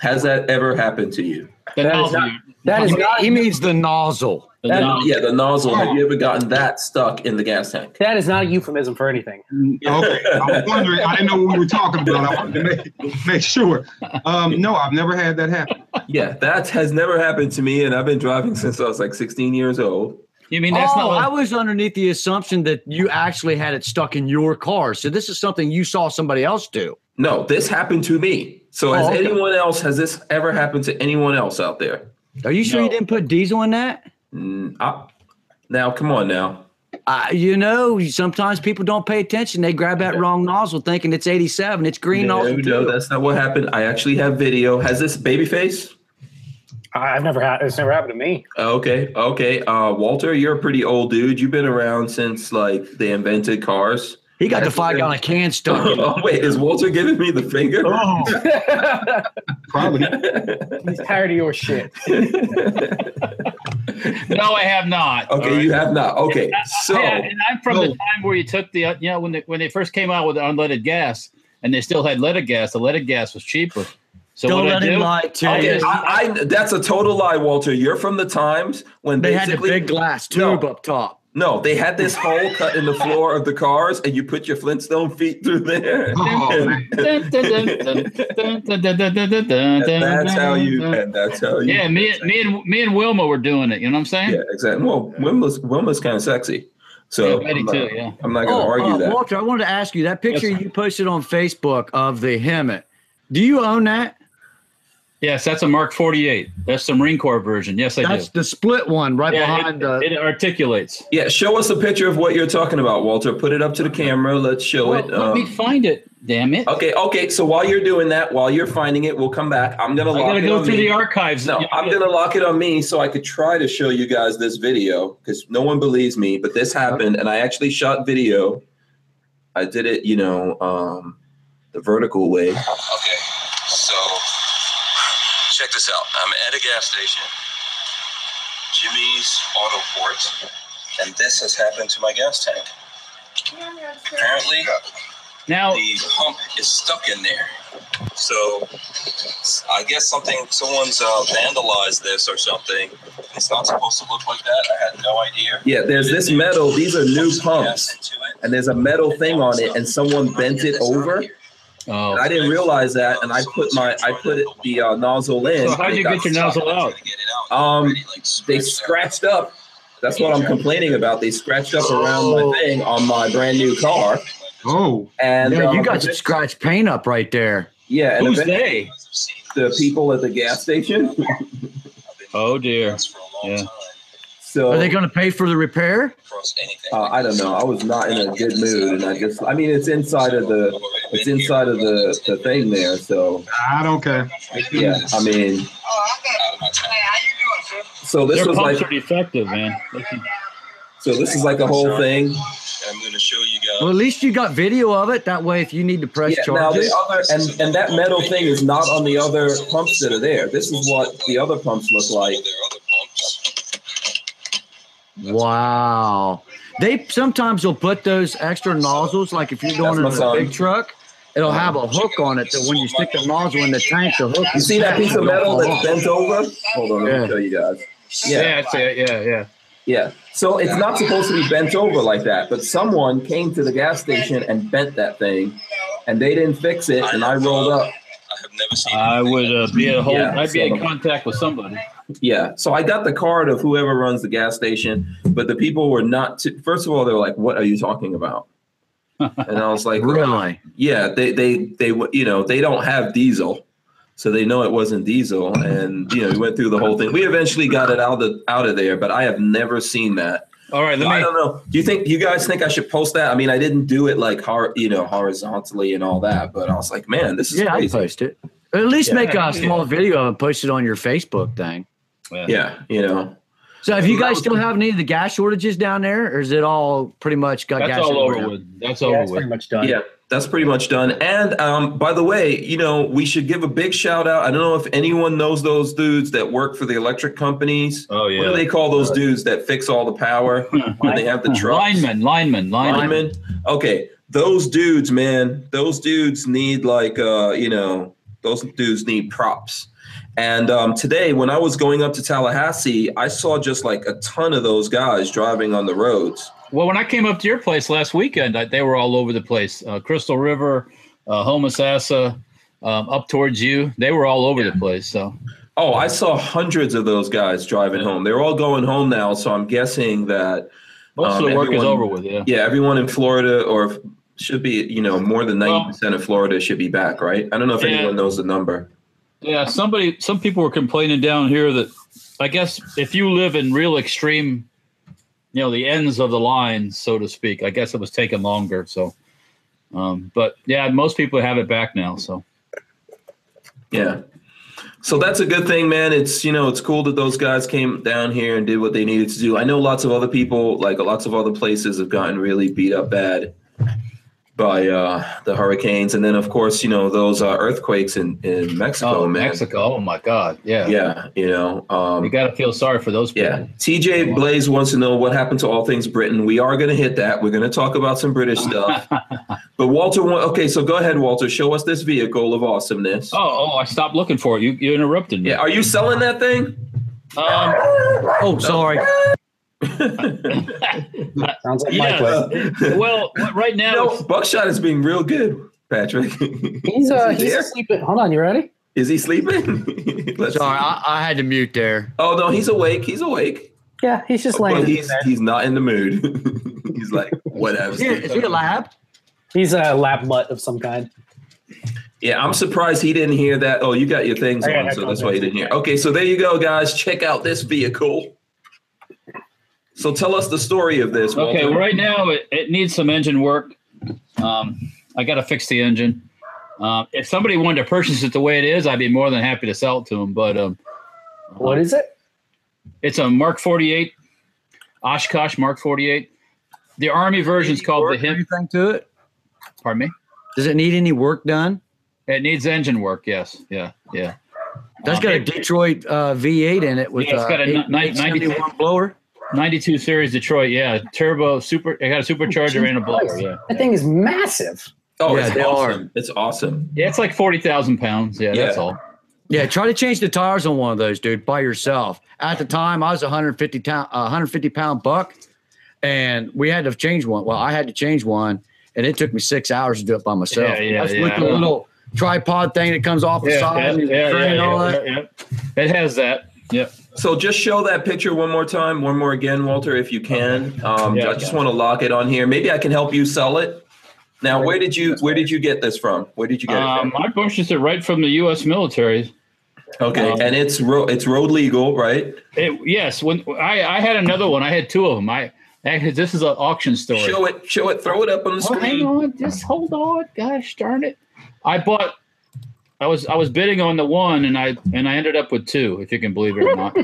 B: Has that ever happened to you?
C: the
D: That is
C: nozzle,
D: not- That is
A: he,
D: not.
A: he means the nozzle.
C: the
D: that-
C: nozzle.
B: Yeah, the nozzle. Have you ever gotten that stuck in the gas tank?
D: That is not a euphemism for anything.
E: okay, I was wondering. I didn't know what we were talking about. I wanted to make, make sure. Um, no, I've never had that happen.
B: Yeah, that has never happened to me, and I've been driving since I was like 16 years old.
C: You mean that's
A: oh,
C: not?
A: I
C: What,
A: was underneath the assumption that you actually had it stuck in your car. So this is something you saw somebody else do.
B: No, this happened to me. So has
A: Oh, okay.
B: anyone else? Has this ever happened to anyone else out there?
A: Are you sure you
C: No.
A: didn't put diesel in that?
B: Mm, I- now, come on, now.
A: Uh, you know, sometimes people don't pay attention. They grab that wrong nozzle thinking it's 87. It's green
B: No,
A: nozzle.
B: no,
A: too.
B: that's not what happened. I actually have video. Has this babyface?
D: I- I've never had. It's never happened to me.
B: Okay, okay. Uh, Walter, you're a pretty old dude. You've been around since like they invented cars. (laughs)
A: he got the five gallon can stuck. in it.
B: oh wait, is Walter giving me the finger?
A: Oh.
E: Probably.
D: He's tired of your shit.
C: (laughs) No, I have
B: (laughs)
C: not.
B: Okay,
C: All right.
B: you have not. Okay,
A: (laughs)
B: so
C: Yeah, and I'm from the
E: No.
C: time where you took the, uh, you know, when they, when they first came out with the unleaded gas, and they still had leaded gas. The leaded gas was cheaper. So
A: Don't let
C: what I
A: him
C: do,
A: lie to
C: I
A: you.
B: Okay,
C: just-
B: I, I, that's a total lie, Walter. You're from the times when
A: They had the
B: basically
A: big glass
B: No.
A: tube up top.
B: no, they had this hole cut in the floor of the cars, and you put your Flintstone feet through
C: (laughs)
B: there.
E: Oh, man.
C: (laughs) Dun, dun, dun, dun, dun, dun, dun, dun, dun, dun,
B: And (laughs) that's how you.
C: dun, dun.
B: And that's how you.
C: Yeah, me, and me and me and Wilma were doing it. You know what I'm saying?
B: Yeah, exactly. Well, Wilma's Wilma's kind of sexy, so
C: Yeah, Betty
B: I'm, not,
C: too, yeah.
B: I'm not gonna argue
A: uh,
B: that.
A: Walter, I wanted to ask you that picture
C: Yes,
A: you posted on Facebook of the Hemet. Do you own that?
C: Yes, that's a Mark 48. That's the Marine Corps version. Yes, I
A: That's
C: do.
A: the split one right
C: Yeah,
A: behind uh,
C: it,
A: the.
C: it articulates.
B: Yeah, show us a picture of what you're talking about, Walter. Put it up to the camera. Let's show
C: Well,
B: it.
C: let me
B: um,
C: find it. Damn it!
B: okay, okay. So while you're doing that, while you're finding it, we'll come back. I'm gonna
C: I
B: lock
C: gotta
B: it
C: go
B: on
C: through
B: me.
C: the archives.
B: No, I'm gonna lock it on me so I could try to show you guys this video because no one believes me, but this happened and I actually shot video. I did it, you know, um, the vertical way.
F: Okay, so check this out. I'm at a gas station, Jimmy's Auto Port, and this has happened to my gas tank. Apparently,
C: now.
F: the pump is stuck in there. So I guess something someone's uh, vandalized this or something. It's not supposed to look like that. I had no idea.
B: Yeah, there's this metal, these are new
F: Put some gas
B: pumps,
F: into it.
B: and there's a metal thing on it, and someone bent it over. And
C: Oh,
B: I didn't realize that, and I put my I put it, the uh, nozzle in.
C: So how'd you
B: It got
C: get your
B: stuck.
C: nozzle out?
F: Get it out.
B: Um,
F: Like,
B: they
F: scratch
B: scratched up. That's what I'm complaining about. They scratched up around my thing on my brand new car,
E: Oh,
B: and
A: yeah, you
B: um,
A: got some scratch paint up right there.
B: Yeah, and
C: Who's
B: eventually
C: they?
F: I've seen
B: the people at the gas station. (laughs)
C: Oh dear.
F: this for a long
C: Yeah.
F: time.
B: So
A: Are
B: Oh.
A: they going to pay for the repair?
F: Across anything.
B: uh, I don't know. I was not in a good mood, and I just I mean it's inside of the it's inside of the the thing there. So
E: I don't care.
B: yeah, I mean so this
C: Their
B: was
C: pumps
B: like
C: are defective, man. They can-
B: so this is like a whole thing.
F: I'm going to show you guys.
A: Well, at least you got video of it. That way, if you need to press
B: Yeah, now
A: charges,
B: the other and and that metal thing is not on the other pumps that are there. This is what the other pumps look like.
F: There are other pumps.
A: wow. They sometimes will put those extra nozzles, like if you're
B: That's
A: doing it
B: my
A: in a
B: son.
A: big truck, it'll have a hook on it. So when you stick the nozzle in the tank, the hook.
B: You see that piece of metal that's bent over? Hold on, let me
A: Yeah.
B: show you guys.
C: Yeah, that's it. yeah, yeah.
B: Yeah. So it's not supposed to be bent over like that, but someone came to the gas station and bent that thing, and they didn't fix it, and I rolled up.
F: I have never seen.
C: I
F: anything
C: would uh, be at home.
B: Yeah,
C: I'd be in
B: so-
C: contact with somebody.
B: Yeah. So I got the card of whoever runs the gas station, but the people were not. Too, first of all, they were like, "What are you talking
C: (laughs)
B: about?" And I was like,
A: Really?
B: "Yeah, they they they w- you know they don't have diesel." So they know it wasn't diesel, and you know we went through the whole thing. We eventually got it out of out of there, but I have never seen that.
C: All right,
B: I
C: let me.
B: don't know. Do you think you guys think I should post that? I mean, I didn't do it like hor- you know horizontally and all that, but I was like, man, this is
A: Yeah, I
B: crazy.
A: post it. At least
B: Yeah.
A: make a
C: Yeah.
A: small video of it and post it on your Facebook thing.
B: yeah, you know.
A: So, have you guys still have any of the gas shortages down there, or is it all pretty much got
C: That's
A: gas?
C: all
A: everywhere
C: over
A: now?
C: with. That's
D: Yeah,
C: over
D: it's pretty
C: with.
D: much done.
B: Yeah, that's pretty much done. And um, by the way, you know, we should give a big shout out. I don't know if anyone knows those dudes that work for the electric companies.
C: Oh
B: What do
C: yeah.
B: they call those dudes that fix all the power when they
C: (laughs)
B: have the trucks?
C: Lineman, lineman, lineman.
B: Linemen. Okay, those dudes, man, those dudes need like uh, you know, those dudes need props. And um, today, when I was going up to Tallahassee, I saw just like a ton of those guys driving on the roads.
C: Well, when I came up to your place last weekend, I, they were all over the place. Uh, Crystal River, uh, Homosassa, um, up towards you. They were all over the place. So
B: Oh, I saw hundreds of those guys driving home. They're all going home now, so I'm guessing that
C: most
B: Um,
C: of the work is
B: everyone-
C: over with. Yeah.
B: yeah, everyone in Florida or Should be, you know, more than ninety percent of Florida should be back, right? I don't know if
C: Yeah.
B: anyone knows the number.
C: Yeah, somebody, some people were complaining down here that I guess if you live in real extreme, you know, the ends of the line, so to speak, I guess it was taking longer. So, um, but yeah, most people have it back now. So,
B: Yeah. So that's a good thing, man. It's you know, it's cool that those guys came down here and did what they needed to do. I know lots of other people, like lots of other places, have gotten really beat up bad by uh, the hurricanes, and then of course, you know, those uh, earthquakes in in Mexico,
C: oh,
B: man.
C: Mexico. Oh, my God. Yeah.
B: Yeah, you know. Um,
C: You got to feel sorry for those people.
B: yeah. TJ Blaze wants to know what happened to all things Britain. We are going to hit that. We're going to talk about some British stuff. but Walter, wa- okay, so go ahead, Walter. Show us this vehicle of awesomeness.
C: Oh, oh, I stopped looking for it. You, you interrupted me.
B: Yeah, are you selling that thing?
C: Um,
B: (laughs)
A: Oh, sorry.
D: Sounds like
C: yes.
D: my place.
C: well, right
B: (laughs)
C: now,
B: No,
C: it's-
B: Buckshot is being real good, Patrick. (laughs)
D: He's uh,
B: Is he
D: he's
B: there?
D: asleep. At, hold on, you ready?
B: is he sleeping? (laughs) Let's see.
A: Sorry, I, I had to mute there.
B: oh no, he's awake. He's awake.
D: Yeah, he's just laying.
B: But
D: He's,
B: he's he's not in the mood. (laughs) he's like whatever.
A: Is (laughs) he, is he a lab?
D: he's a lap mutt of some kind.
B: Yeah, I'm surprised he didn't hear that. Oh, you got your things
D: I got
B: on,
D: that
B: so that's why he didn't hear. Okay, so there you go, guys. Check out this vehicle. So tell us the story of this.
C: Okay,
B: Walter.
C: right now it, it needs some engine work. Um, I got to fix the engine. Um, if somebody wanted to purchase it the way it is, I'd be more than happy to sell it to them. But um,
D: What is it?
C: it's a Mark 48, Oshkosh Mark 48. The Army version's called the
A: Work or
C: Hip.
A: Anything to it?
C: Pardon me.
A: Does it need any work done?
C: It needs engine work. Yes. Yeah. Yeah.
A: That's
C: Um,
A: got a
C: it-
A: Detroit uh, V8 in it with
C: Yeah, it's got a
A: uh, eight-
C: ni- ni-
A: 871 blower.
C: 92 series Detroit. Yeah. Turbo super. I got a supercharger and a blower. Yeah.
D: That thing is massive.
B: Oh,
A: Yeah,
B: it's
A: they are.
B: awesome. It's awesome.
C: Yeah. It's like 40,000 pounds. Yeah, That's
B: Yeah.
C: all.
A: Yeah, try to change the tires on one of those, dude, by yourself. At the time, I was a 150 pound, 150 pound buck, and we had to change one. Well, I had to change one, and it took me six hours to do it by myself.
C: Yeah, yeah,
A: That's with the
C: yeah.
A: little tripod thing that comes off the side. and the crane and all that.
C: yeah, yeah. It has that. Yep.
B: So just show that picture one more time, one more again, Walter, if you can. Um,
C: Yeah,
B: I just
C: yeah.
B: want to lock it on here. Maybe I can help you sell it. Now, where did you where did you get this from? Where did you get it
C: Um,
B: from?
C: I purchased it right from the U.S. military.
B: Okay,
C: um,
B: and it's ro- it's road legal, right?
C: It, yes, when I, I had another one, I had two of them. I actually this is an auction story.
B: Show it, show it, throw it up on the
C: Oh, hang (laughs)
B: screen. (laughs)
C: on, just hold on. Gosh darn it! I bought. I was I was bidding on the one, and I and I ended up with two. If you can believe it or
A: (laughs)
C: not.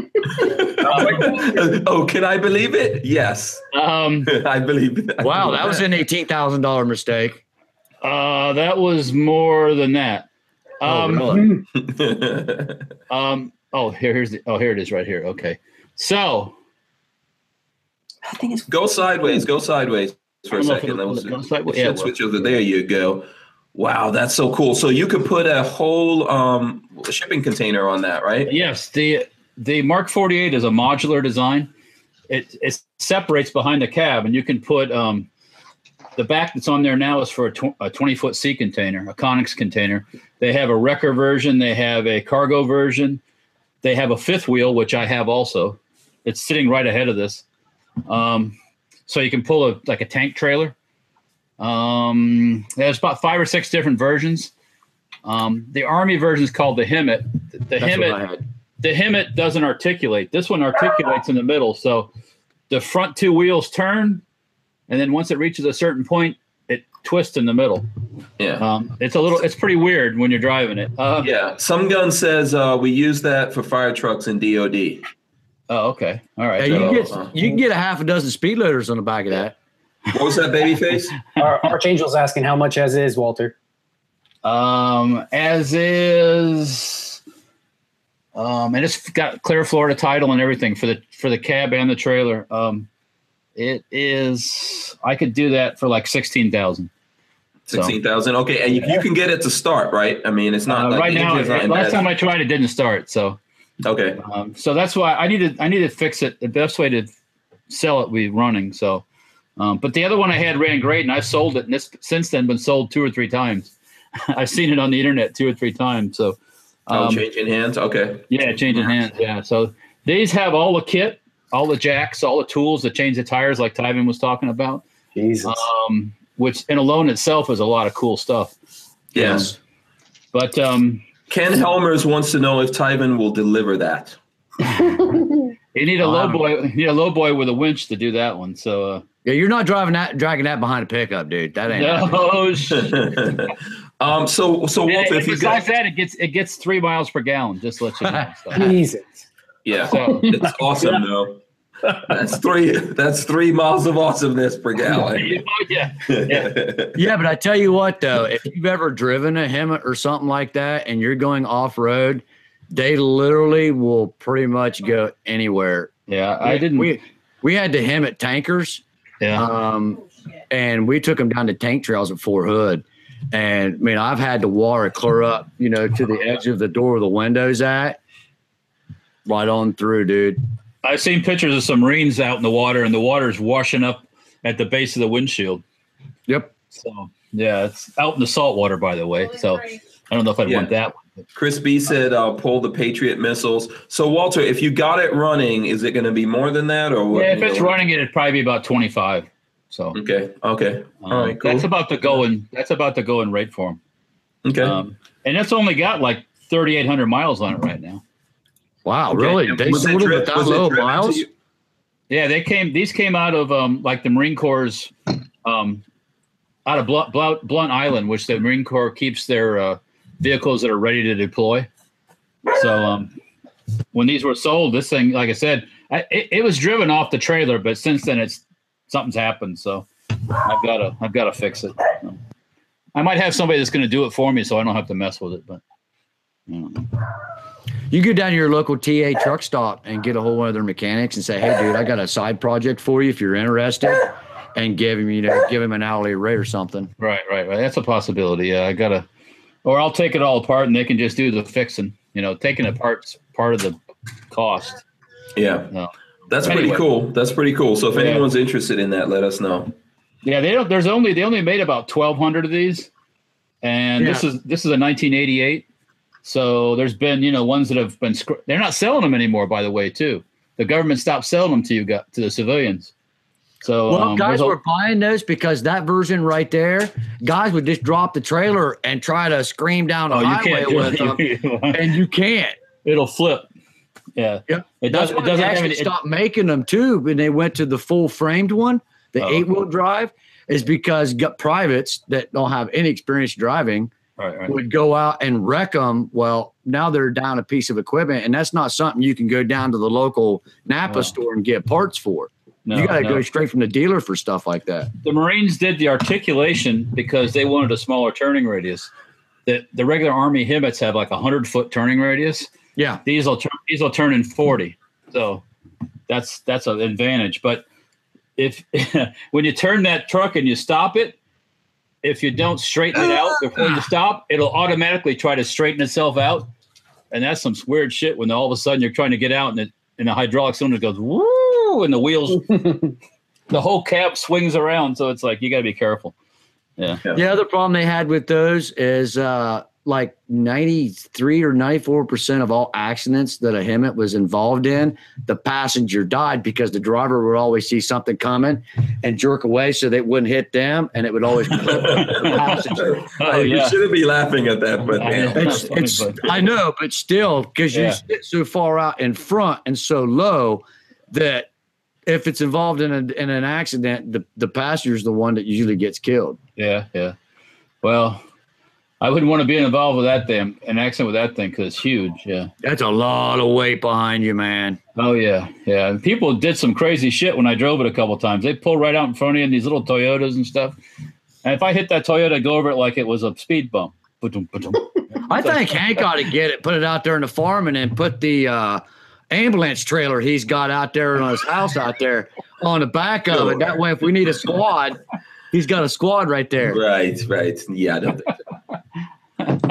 B: oh, can I believe it? Yes,
C: Um,
B: (laughs) I believe it. I
A: Wow,
B: believe
A: that was an eighteen thousand dollar mistake.
C: uh, that was more than that. Um,
A: oh, really?
C: um, oh, here, here's the, oh, here it is right here. Okay, so
D: That thing
B: (laughs)
D: is.
B: go sideways. Go sideways for
C: I
B: a
C: don't know if
B: second.
C: it'll-
B: That was
C: it'll go sideways.
B: it should
C: Yeah, it will.
B: switch over. There you go. Wow, that's so cool. So you could put a whole um, shipping container on that, right?
C: Yes, the the Mark 48 is a modular design. It it separates behind the cab, and you can put um, the back that's on there now is for a, tw- a 20 foot sea container, a Connex container. They have a wrecker version, they have a cargo version, they have a fifth wheel, which I have also. It's sitting right ahead of this, um, so you can pull a like a tank trailer. Um, there's about five or six different versions. Um, the army version is called the Hemet. The, the
A: That's
C: Hemet
A: what I had.
C: the Hemet doesn't articulate. This one articulates in the middle. So the front two wheels turn, and then once it reaches a certain point, it twists in the middle.
B: Yeah.
C: Um, it's a little, it's pretty weird when you're driving it. Uh,
B: Yeah, some gun says uh, we use that for fire trucks and DOD.
C: Oh, okay. All right.
A: Yeah,
B: So,
A: you can get
C: uh-huh.
B: uh,
A: you can get a half a dozen speed loaders on the back of that.
B: What was that,
C: (laughs)
B: babyface?
D: Our Archangel's asking how much as is Walter.
C: Um, as is, um, and it's got clear Florida title and everything for the for the cab and the trailer. Um, it is. I could do that for like sixteen thousand.
B: Sixteen thousand. Okay, and you, you can get it to start, right? I mean, it's not
C: Uh,
B: like
C: right
B: the
C: now,
B: engine's not in
C: last
B: bad-
C: time I tried, it didn't start. So.
B: okay,
C: Um, so that's why I need to I need to fix it. The best way to sell it would be running. So, um, but the other one I had ran great, and I've sold it, and it's since then been sold two or three times. (laughs) I've seen it on the internet two or three times. So,
B: oh,
C: um,
B: changing hands. Okay,
C: yeah, changing hands. Yeah. So these have all the kit, all the jacks, all the tools to change the tires, like Tyvin was talking about.
D: Jesus.
C: Um, which in alone itself is a lot of cool stuff.
B: Yes.
C: But um,
B: Ken Helmers wants to know if Tyven will deliver that.
C: you need a low
A: Um,
C: boy, you need a low boy with a winch to do that one. So uh,
A: Yeah, you're not driving that, dragging that behind a pickup, dude. That ain't.
C: (laughs)
A: happening.
C: no, oh, shit.
B: (laughs) um, so, so
C: And-
B: Walter,
C: and
B: if you
C: besides
B: got,
C: that, it gets it gets three miles per gallon. Just to let you know.
D: (laughs)
C: So,
D: Jesus.
B: yeah,
C: so,
B: it's awesome though. That's three. That's three miles of awesomeness per gallon.
C: yeah,
A: Yeah, but I tell you what, though, if you've ever driven a Hemet or something like that, and you're going off road, they literally will pretty much go anywhere.
C: yeah. I didn't.
A: We we had the Hemet tankers,
C: yeah.
A: um, and we took them down to tank trails at Fort Hood. And I mean, I've had to water it clear up, you know, to the edge of the door where the windows at, right on through, dude.
C: I've seen pictures of some Marines out in the water, and the water's washing up at the base of the windshield.
A: Yep.
C: So yeah, it's out in the salt water, by the way. So I don't know if I'd
B: Yeah.
C: want that. One.
B: (laughs) Chris B said, uh, "Pull the Patriot missiles." So, Walter, if you got it running, is it going to be more than that, or what?
C: Yeah, if it's running it, it'd probably be about twenty five. So
B: Okay. Okay. All
C: um,
B: right. Cool.
C: that's about the going. That's about the going rate for them.
B: okay.
C: Um, and that's only got like thirty eight hundred miles on it right now.
A: Wow,
B: Okay,
A: really?
B: and
A: They
B: was it
A: sold them
B: dri-
A: at that
B: was it
A: low of
B: driven to
A: miles?
B: you-
C: Yeah, they came. These came out of um, like the Marine Corps, um, out of Blunt, Blount, Blunt Island, which the Marine Corps keeps their uh, vehicles that are ready to deploy. So um, when these were sold, this thing, like I said, I, it, it was driven off the trailer, but since then, it's something's happened. So I've got to, I've got to fix it. I might have somebody that's going to do it for me, so I don't have to mess with it. But you know.
A: You go down to your local TA truck stop and get a whole one of their mechanics and say, "Hey, dude, I got a side project for you if you're interested," and give him, you know, give him an hourly rate or something.
C: Right, right, right. That's a possibility. Yeah, I gotta, or I'll take it all apart and they can just do the fixing. You know, taking
A: Mm-hmm.
C: apart's part of the cost.
B: Yeah.
C: No.
B: That's pretty
C: Anyway.
B: cool. That's pretty cool. So, if
C: Yeah.
B: anyone's interested in that, let us
C: (laughs)
B: know. (laughs)
C: Yeah, they don't. There's only they only made about twelve hundred of these, and this
A: Yeah.
C: is this is a 1988. So there's been you know ones that have been scr- they're not selling them anymore. By the way, too, the government stopped selling them to you got to the civilians. So
A: Well,
C: um,
A: guys
C: there's a-
A: were buying those because that version right there, guys would just drop the trailer and try to scream down a
C: oh, you
A: highway
C: can't do
A: with (laughs) um, them,
C: it.
A: and you can't.
C: (laughs) It'll flip. Yeah,
A: Yep.
C: it
A: That's
C: doesn't.
A: why
C: It doesn't
A: they
C: have
A: actually
C: any. it-
A: stopped making them too when they went to the full framed one, the
C: Oh.
A: eight wheel drive, is because got privates that don't have any experience driving
C: right, right.
A: would go out and wreck them. Well, now they're down a piece of equipment, and that's not something you can go down to the local Napa
C: No.
A: store and get parts for.
C: No,
A: you got to
C: no.
A: go straight from the dealer for stuff like that.
C: the Marines did the articulation because they wanted a smaller turning radius. The, the regular Army Hibbets have like a hundred foot turning radius.
A: Yeah,
C: These will turn these will turn in forty. So that's that's an advantage. But if (laughs) when you turn that truck and you stop it, if you don't straighten it out before you stop, it'll automatically try to straighten itself out. And that's some weird shit when all of a sudden you're trying to get out and it and the hydraulic cylinder goes woo and the wheels the whole cab swings around. So it's like you gotta be careful.
A: the other problem they had with those is uh, like ninety three or ninety four percent of all accidents that a Hemet was involved in, the passenger died because the driver would always see something coming and jerk away so they wouldn't hit them, and it would (laughs) always clip the passenger.
C: Oh
B: You
C: yeah.
B: shouldn't be laughing at that, but
C: I know.
B: yeah.
A: It's,
C: Not funny,
A: it's,
C: but-
A: I know, but still, because you
C: Yeah.
A: sit so far out in front and so low that if it's involved in, a, in an accident, the, the passenger's the one that usually gets killed.
C: Yeah, yeah. Well, I wouldn't want to be involved with that damn an accident with that thing because it's huge. Yeah.
A: That's a lot of weight behind you, man.
C: Oh yeah, yeah. And people did some crazy shit when I drove it a couple times. They pull right out in front of you in these little Toyotas and stuff. And if I hit that Toyota, I'd go over it like it was a speed bump. Ba-dum, (laughs) ba-dum.
A: I think Hank ought to get it, put it out there in the farm, and then put the uh, ambulance trailer he's got out there in his house out there on the back of it. That way, if we need a squad, he's got a squad right there.
B: Right, right. Yeah, I don't think so.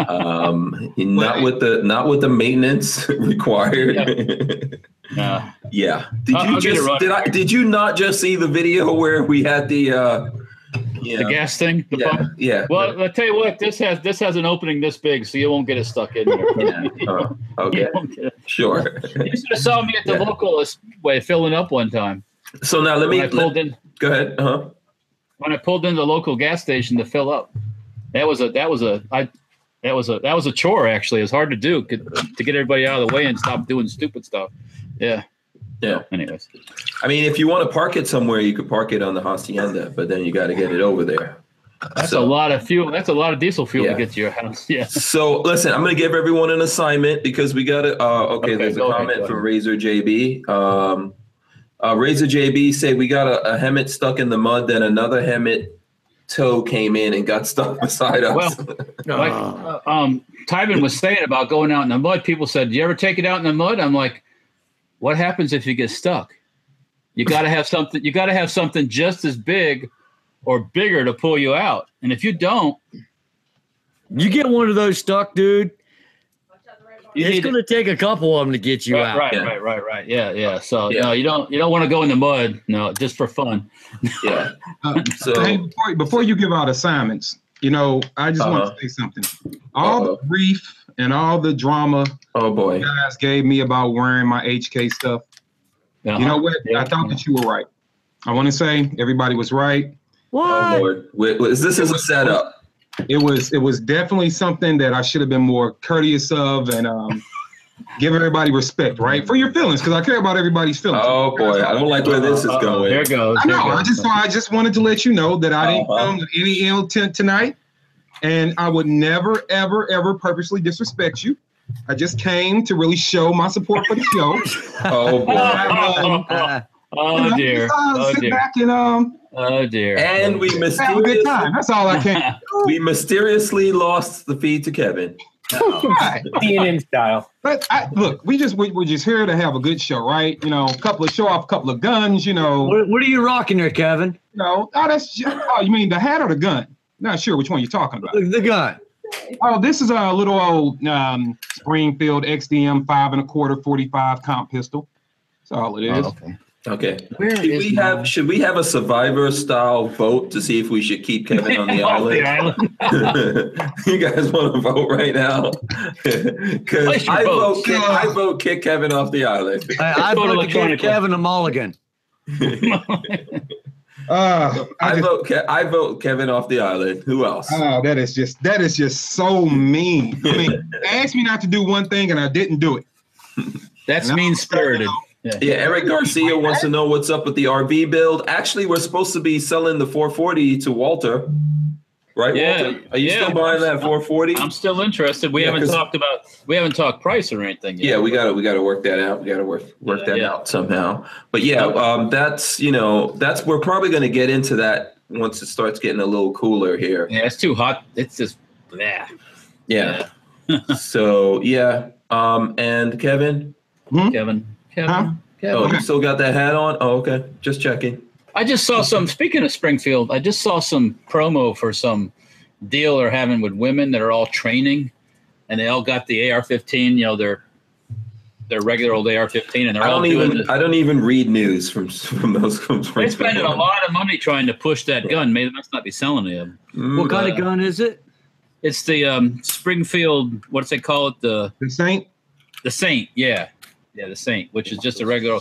B: um, not with the not with the maintenance (laughs) required.
C: Yeah.
B: (laughs) yeah. Did
C: I'll-
B: you
C: I'll get it
B: just
C: running.
B: did I did you not just see the video where we had the uh yeah,
C: the gas thing. The
B: yeah,
C: bump.
B: yeah.
C: Well, I tell you what, this has this has an opening this big, so you won't get it stuck in there.
B: yeah. Oh, okay,
C: (laughs) You won't get it. (laughs)
B: sure.
C: You should have saw me at the
B: Yeah.
C: local way filling up one time.
B: So now let
C: When
B: me
C: I pulled in.
B: go ahead. Uh-huh.
C: when I pulled into the local gas station to fill up. That was a that was a I that was a that was a chore actually. It's hard to do c- to get everybody out of the way and stop doing stupid stuff. Yeah.
B: Yeah.
C: Anyways,
B: I mean, if you want to park it somewhere, you could park it on the hacienda, but then you got to get it over there.
C: that's
B: So-
C: a lot of fuel. That's a lot of diesel fuel
B: Yeah.
C: to get to your house. (laughs) Yeah.
B: So listen, I'm gonna give everyone an assignment because we got to. Uh, okay,
C: Okay,
B: there's a
C: go ahead,
B: comment
C: go ahead.
B: from Razor JB. Um, uh, Razor JB say we got a, a Hemet stuck in the mud, then another Hemet toe came in and got (laughs) stuck beside us.
C: Well- Like, uh, um, Tyvin was saying about going out in the mud. People said, "Do you ever take it out in the mud?" I'm like, "What happens if you get stuck? You got to have something. You got to have something just as big or bigger to pull you out. And if you don't,
A: You get one of those stuck, dude.
C: you
A: it's
C: need
A: going to take a couple of them to get you
C: right,
A: out.
C: right,
B: Yeah.
C: right, right, right. Yeah, yeah. So
B: Yeah.
C: no, you don't. You don't want to go in the mud. No, just for fun.
B: (laughs) yeah.
E: Uh,
B: So
E: Hey, before, before you give out assignments, you know, I just
B: Uh-huh.
E: want to say something. All
B: Uh-oh.
E: the grief and all the drama
B: oh boy,
E: you guys gave me about wearing my HK stuff.
C: No.
E: You know what?
C: Uh-huh. Yeah.
E: I thought that you were right. I want to say everybody was right.
B: oh
A: What?
B: lord, Wait, wait, this is a setup.
E: It was it was definitely something that I should have been more courteous of
C: (laughs)
E: and um, give everybody respect, right? For your feelings, because I care about everybody's feelings.
B: Oh boy, I don't like where this is
C: Uh-oh, There
B: going.
C: goes.
E: I
C: there
E: know. I
C: goes. (laughs)
E: just so I just wanted to let you know that
C: Oh,
E: I didn't
B: Uh-huh.
E: come with any ill intent tonight, and I would never, ever, ever purposely disrespect you. I just came to really show my support for the show.
B: Oh boy.
C: (laughs) Oh,
A: Uh,
C: oh, oh,
E: And
C: (laughs) oh,
E: I
C: dear.
E: just, uh,
C: Oh
E: sit
C: dear.
E: back and um,
C: Oh dear.
B: And we
E: have a good
B: mysteriously,
E: time. That's all I can.
B: we mysteriously lost the feed to Kevin.
E: Right.
D: CNN style.
E: But I, look, we just we, we're just here to have a good show, right? You know, a couple of show off, a couple of guns. You know, you
A: What, what are you rocking there, Kevin?
E: know. Oh, that's ju- oh, you mean the hat or the gun? Not sure which one you're talking about.
A: Look, the gun.
E: Oh, this is a little old um, Springfield XDM five and a quarter 45 comp pistol. That's all it is.
C: Oh, okay.
B: Okay.
C: Where
B: should we have should we have a survivor style vote to see if we should keep Kevin on
C: (laughs)
B: the
C: Off the
B: island?
C: island.
B: (laughs) you guys want to vote right
C: (laughs)
B: now?
C: Place
B: Because
C: your
B: I vote,
C: votes.
B: kick, I vote kick Kevin off the island.
C: (laughs)
A: I, I
C: Go to
A: vote to give
C: electronic one.
A: Kevin a mulligan.
E: Uh, I
B: I
E: just,
B: vote Ke- I vote Kevin off the island. Who else?
E: oh, that is just that is just so mean. I mean, asked me not to do one thing and I didn't do it.
C: That's
E: No.
C: mean spirited.
B: Yeah, Eric Garcia wants to know what's up with the RV build. Actually, we're supposed to be selling the 440 to Walter, right?
C: Yeah,
B: Walter? Are you
C: yeah.
B: still buying that 440?
C: I'm still interested. We
B: Yeah,
C: haven't
B: 'cause-
C: talked about we haven't talked price or anything
B: yeah
C: yet.
B: we gotta we gotta work that out we gotta work work that
C: Yeah.
B: out somehow but yeah um that's you know that's we're probably gonna get into that once it starts getting a little cooler here
C: Yeah, it's too hot. It's just yeah.
B: yeah,
C: (laughs)
B: so yeah um and kevin
C: Kevin. Kevin.
E: Huh?
C: Kevin.
B: oh you still got that hat on oh okay just checking
C: I just saw some. Speaking of Springfield, I just saw some promo for some deal they're having with women that are all training, and they all got the AR-15. You know, their their regular old AR-15, and they're
B: i
C: all
B: don't
C: doing
B: even
C: this.
B: i don't even read news from (laughs) from those from
C: They
B: Springfield.
C: spending a lot of money trying to push that gun. Maybe they must not be selling any of them.
B: Mm,
A: What kind of
C: uh,
A: gun is it?
C: It's the um, Springfield. What's they call it? The
E: The Saint,
C: the Saint. Yeah, yeah, the Saint, which is just a regular.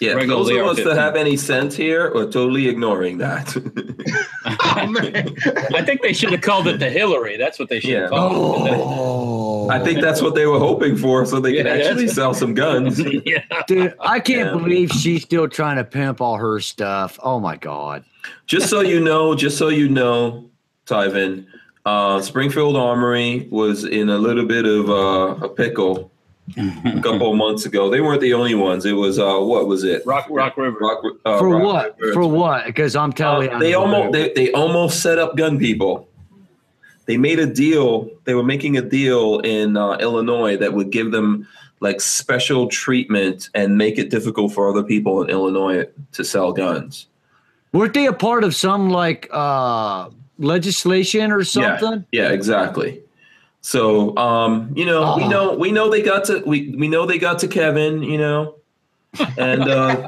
B: yeah
C: regular
B: those of us that
C: AR-15.
B: have any sense here are totally ignoring that (laughs)
E: oh, man.
C: I think they should have called it the Hillary. That's what they should
B: Yeah.
C: have called
A: Oh,
B: i
C: (laughs)
B: think that's what they were hoping for so they could
C: Yeah, that's-
B: actually sell some
C: (laughs)
B: guns (laughs)
C: it. yeah.
A: Dude, I can't
B: Yeah.
A: believe she's still trying to pimp all her stuff. Oh my god.
B: just so you know, just so you know, Tyvin, uh, Springfield Armory was in a little bit of uh, a pickle a couple of months ago. They weren't the only ones. It was uh, what was it?
C: Rock Rock River.
B: Rock, uh,
A: For
B: Rock
A: what? Oh,
B: River.
A: For what? Because I'm telling
B: Uh,
A: you,
B: they almost they, they almost set up gun people. They made a deal. They were making a deal in uh, Illinois that would give them like special treatment and make it difficult for other people in Illinois to sell guns.
A: weren't they a part of some like uh legislation or something?
B: Yeah, yeah exactly. So um, you know, we
A: Oh.
B: know we know they got to we, we know they got to Kevin, you know. And uh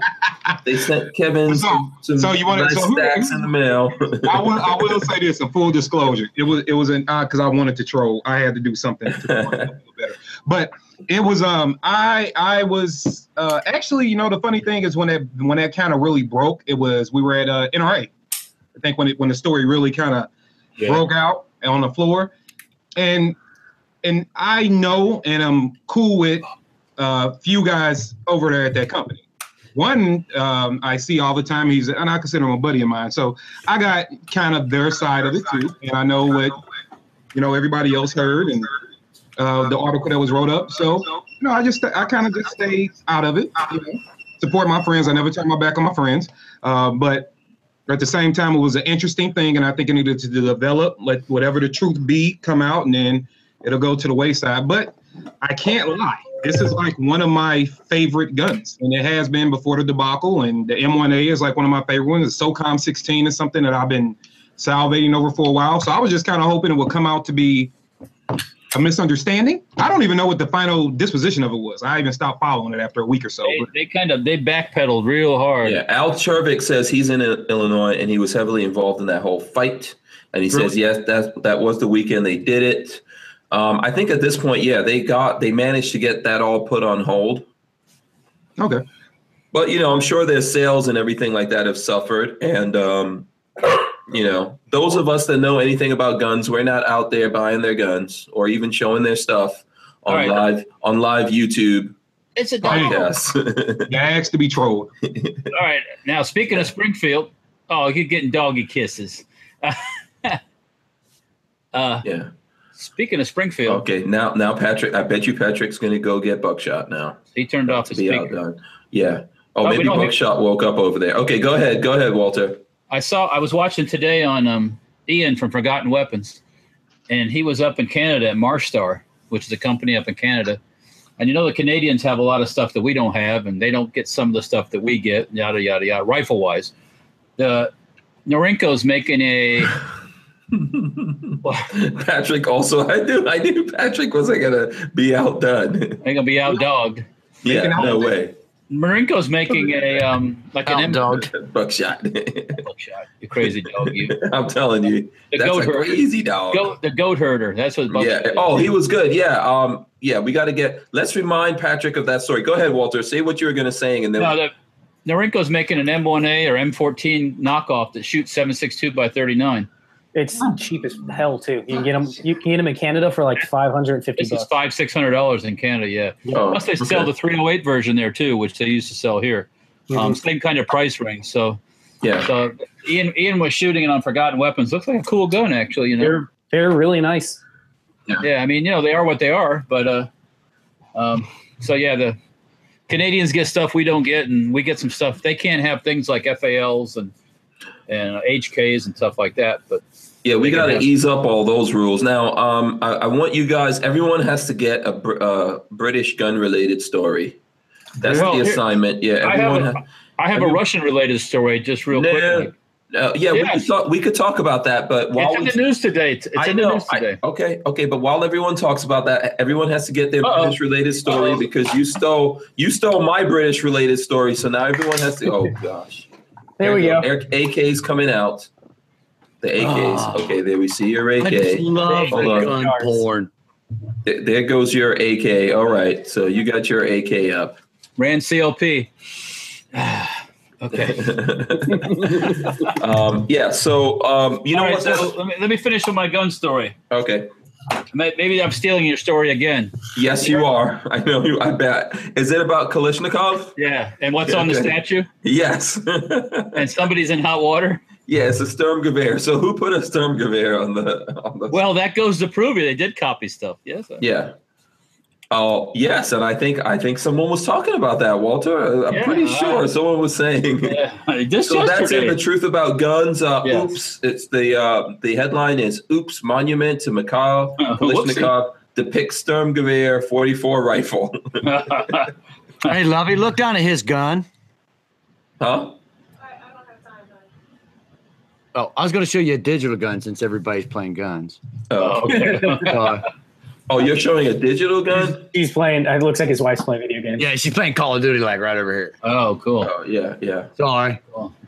B: they sent Kevin
E: So-
B: some, some
E: so you wanna-
B: nice
E: so who-
B: stacks in the mail.
E: I will I will say this, a full disclosure. It was it was an uh, cause I wanted to troll. I had to do something to troll a little better. But it was um I I was uh actually, you know, the funny thing is when that when that kind of really broke, it was we were at uh NRA I think when it when the story really kind of
G: Yeah.
E: broke out on the floor, and and I know and I'm cool with a few guys over there at that company. One um, I see all the time. He's and I consider him a buddy of mine. So I got kind of their side of it too, and I know what you know everybody else heard and uh, the article that was wrote up. So you know, I just I kind of just stay out of it. You know? Support my friends. I never turn my back on my friends. Uh, but at the same time, it was an interesting thing, and I think it needed to develop. Let whatever the truth be come out, and then it'll go to the wayside. But I can't lie. This is like one of my favorite guns, and it has been before the debacle. And the M1A is like one of my favorite ones. The SOCOM 16 is something that I've been salivating over for a while. So I was just kind of hoping it would come out to be a misunderstanding. I don't even know what the final disposition of it was. I even stopped following it after a week or so.
C: They, they kind of they backpedaled real
B: (laughs)
C: hard.
B: Yeah, Al Chervik says he's in I- Illinois and he was heavily involved in that whole fight. And he says, yes, that that was the weekend they did it. Um, I think at this point, yeah, they got they managed to get that all put on hold.
E: Okay.
B: But you know, I'm sure their sales and everything like that have suffered. And um, you know, those of us that know anything about guns, we're not out there buying their guns or even showing their stuff on
C: All right.
B: live on live YouTube
C: It's
B: Oh,
C: a
B: podcasts.
E: Gags to be trolled.
C: All right. Now speaking of Springfield, oh, you're getting doggy kisses. (laughs) uh,
B: (laughs) yeah.
C: speaking of Springfield,
B: Okay. Now, now, Patrick. I bet you Patrick's going to go get buckshot now.
C: he turned off
B: to
C: the
B: Oh. be
C: speaker.
B: outdone. Yeah. Oh,
C: Oh, we
B: maybe
C: don't-
B: buckshot woke up over there. Okay. Go ahead. Go ahead, Walter. (laughs)
C: I saw. I was watching today on um, Ian from Forgotten Weapons, and he was up in Canada at Marstar, which is a company up in Canada. And you know the Canadians have a lot of stuff that we don't have, and they don't get some of the stuff that we get. Yada yada yada. Rifle wise, the Norinco's making a.
B: Patrick also. I knew. I knew Patrick wasn't going to be (laughs) outdone.
C: They're gonna be outdogged.
B: yeah.
E: Making
B: No
E: out-
B: way.
C: Marinko's making a um like an
G: Out
C: M-
G: dog.
B: Buckshot. (laughs)
C: shot. You crazy dog, you.
B: I'm telling you,
C: The
B: that's
C: goat
B: a
C: herder.
B: crazy dog.
C: Goat, the goat herder. That's what. Buster
B: Yeah.
C: is.
B: Oh, he was good. Yeah. Um. Yeah. We got to get. Let's remind Patrick of that story. Go ahead, Walter. Say what you were going to say, and then
C: No, the, Norinco's making an M1A or M14 knockoff that shoots 7.62 by 39.
D: It's cheap as hell too. You can get them. You can get them in Canada for like five hundred and fifty
C: This is
D: bucks.
C: five six hundred dollars in Canada. Yeah.
B: Oh,
C: Plus they
B: okay.
C: sell the 308 version there too, which they used to sell here.
B: Mm-hmm.
C: Um,
D: Mhm.
C: same kind of price range. So,
B: Yeah.
C: so Ian Ian was shooting it on Forgotten Weapons. Looks like a cool gun actually. You know.
D: They're they're really nice.
C: yeah, I mean, you know, they are what they are, but uh, um, so yeah, the Canadians get stuff we don't get, and we get some stuff they can't have things like FALs and and HKs and stuff like that. But
B: Yeah, we
C: Make it
B: got to
C: happen.
B: ease up all those rules. Now, um, I, I want you guys, everyone has to get a Br- uh, British gun related story. That's
C: Well,
B: the
C: here-
B: assignment. Yeah,
C: I have
B: everyone.
C: a,
B: ha-
C: I have
B: Have
C: a
B: you-
C: Russian related story just real
B: Nah,
C: quickly.
B: uh, yeah, we, could
C: Yes.
B: talk, we could talk about that, but while
C: It's in
B: we,
C: the news today. It's it's
B: I
C: in the
B: know.
C: news
B: I-
C: today.
B: okay, okay, but while everyone talks about that, everyone has to get their
C: Uh-oh.
B: British related story
C: Uh-oh.
B: because you stole you stole my British related story, so now everyone has to. Oh gosh,
D: There we go.
B: Eric, AK's coming out. The AKs.
A: Ah.
B: okay, there we see your AK.
A: I just love
B: Hold on.
A: gun porn.
B: Th- There goes your AK. All right, so you got your AK up. (laughs)
C: Ran CLP. (sighs) okay.
B: um, yeah. So um, (laughs) you know
C: All right,
B: what?
C: so let me, let me finish with my gun story.
B: that- okay.
C: May- Maybe I'm stealing your story again.
B: Yes, you are. I know you. I bet. Is it about Kalishnikov?
C: Yeah. And what's on the
B: Okay.
C: statue?
B: Yes. (laughs)
C: And somebody's in hot water.
B: yeah, it's a Sturmgewehr. So who put a Sturmgewehr on the on the?
C: Well, that goes to prove you they did copy stuff. Yes.
B: yeah. Oh yes, and I think I think someone was talking about that, Walter. Uh, I'm
C: Yeah,
B: pretty
C: I-
B: sure someone was saying. (laughs)
C: Yeah. Just
B: So that's in
C: yesterday.
B: the truth about guns. Uh,
C: Yes.
B: Oops! It's the uh, the headline is "Oops! Monument to Mikhail
C: (laughs) Uh,
B: Kalishnikov depicts Sturmgewehr 44 rifle." (laughs)
A: Hey, Lovey, look down at his gun.
B: huh?
A: Oh, I was going to show you a digital gun since everybody's playing (laughs) guns.
B: Oh.
C: Oh, (laughs) okay.
A: Uh,
B: oh, you're showing a digital gun?
D: He's playing. It looks like his wife's playing video games.
A: yeah, she's playing Call of Duty like right over here.
C: oh, cool.
B: Oh yeah, yeah.
A: Sorry.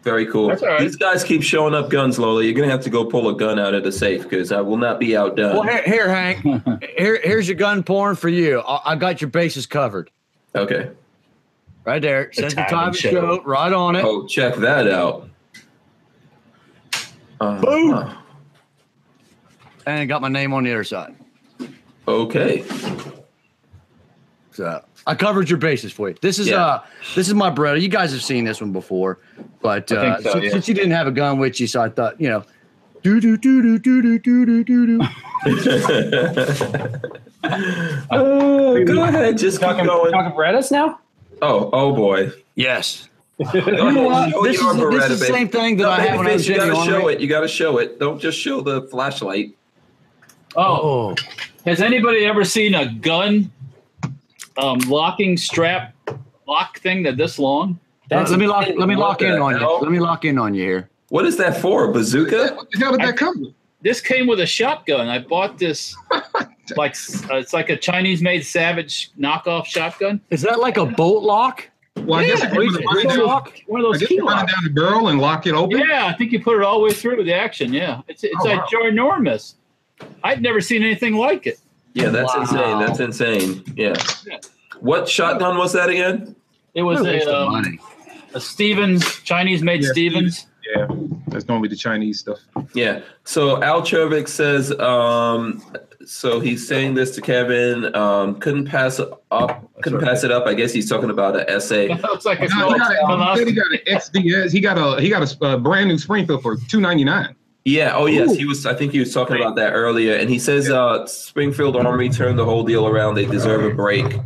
B: Very cool.
C: That's all right.
B: These guys keep showing up guns, Lola. You're gonna have to go pull a gun out of the safe because I will not be outdone.
A: Well, here, here Hank.
B: (laughs)
A: Here, here's your gun porn for you. I, I got your bases covered
B: Okay.
A: right there. Says the
C: Italian
A: time of
C: show.
A: show right on it.
B: Oh, check that out. Uh,
A: Boom.
B: huh.
A: and I got my name on the other side.
B: Okay.
A: So I covered your bases for you. This is
B: Yeah.
A: uh this is my brother. You guys have seen this one before, but
C: I
A: uh,
C: think so,
A: since,
C: yeah.
A: since you didn't have a gun with you, so I thought you know, do do do do do do do do do do.
B: Uh, go ahead, just keep
D: Talking,
B: going.
D: talking Berettas now? (laughs)
B: Oh, oh boy.
A: Yes,
B: Go
A: you know
B: ahead,
A: what?
B: show
A: This
B: your
A: is this
B: Beretta,
A: is the
B: baby.
A: same thing that
B: No,
A: I had when I was
B: Babyface, you
A: Jimmy.
B: gotta show
A: Henry.
B: it. You gotta show it. Don't just show the flashlight.
C: Oh,
A: Oh,
C: has anybody ever seen a gun um, locking strap lock thing that this long?
A: let me lock let me
B: What
A: lock
B: the
A: in on you.
B: hell?
A: Let me lock in on you here.
B: What is that for? A bazooka?
E: What the hell did
C: I-
E: that come with?
C: This came with a shotgun. I bought this like s- uh, it's like a Chinese made Savage knockoff shotgun.
A: Is that like a bolt lock?
E: Well, I guess
C: Yeah,
E: if you
C: it's
E: want
C: a
E: to run it
C: key
E: down,
C: lock, one of
E: I
C: those
E: guess
C: key
E: you run it
C: locks.
E: down the barrel and lock it open.
C: Yeah, I think you put it all the way through the action. Yeah, it's it's
E: Oh,
C: like
E: wow.
C: ginormous. I'd never seen anything like it.
B: Yeah, that's
A: Wow.
B: insane. That's insane. Yeah.
C: Yeah.
B: What shotgun was that again?
C: It was
A: What a waste
C: a,
A: of
C: um,
A: money.
C: a Stevens Chinese made
E: Yeah,
C: Stevens. (laughs)
E: Yeah, that's normally the Chinese stuff.
B: Yeah. So Al Chovic says, um, so he's saying this to Kevin. Um, couldn't pass up. Couldn't pass it up. I guess he's talking about an essay.
C: it's like a
E: Nah,
C: small
E: he, got a, he said he got an XDS. He got a he got a uh, brand new Springfield for two ninety nine.
B: Yeah. Oh, yes. He was. I think he was talking about that earlier, and he says uh, Springfield Armory turned the whole deal around. They deserve a break.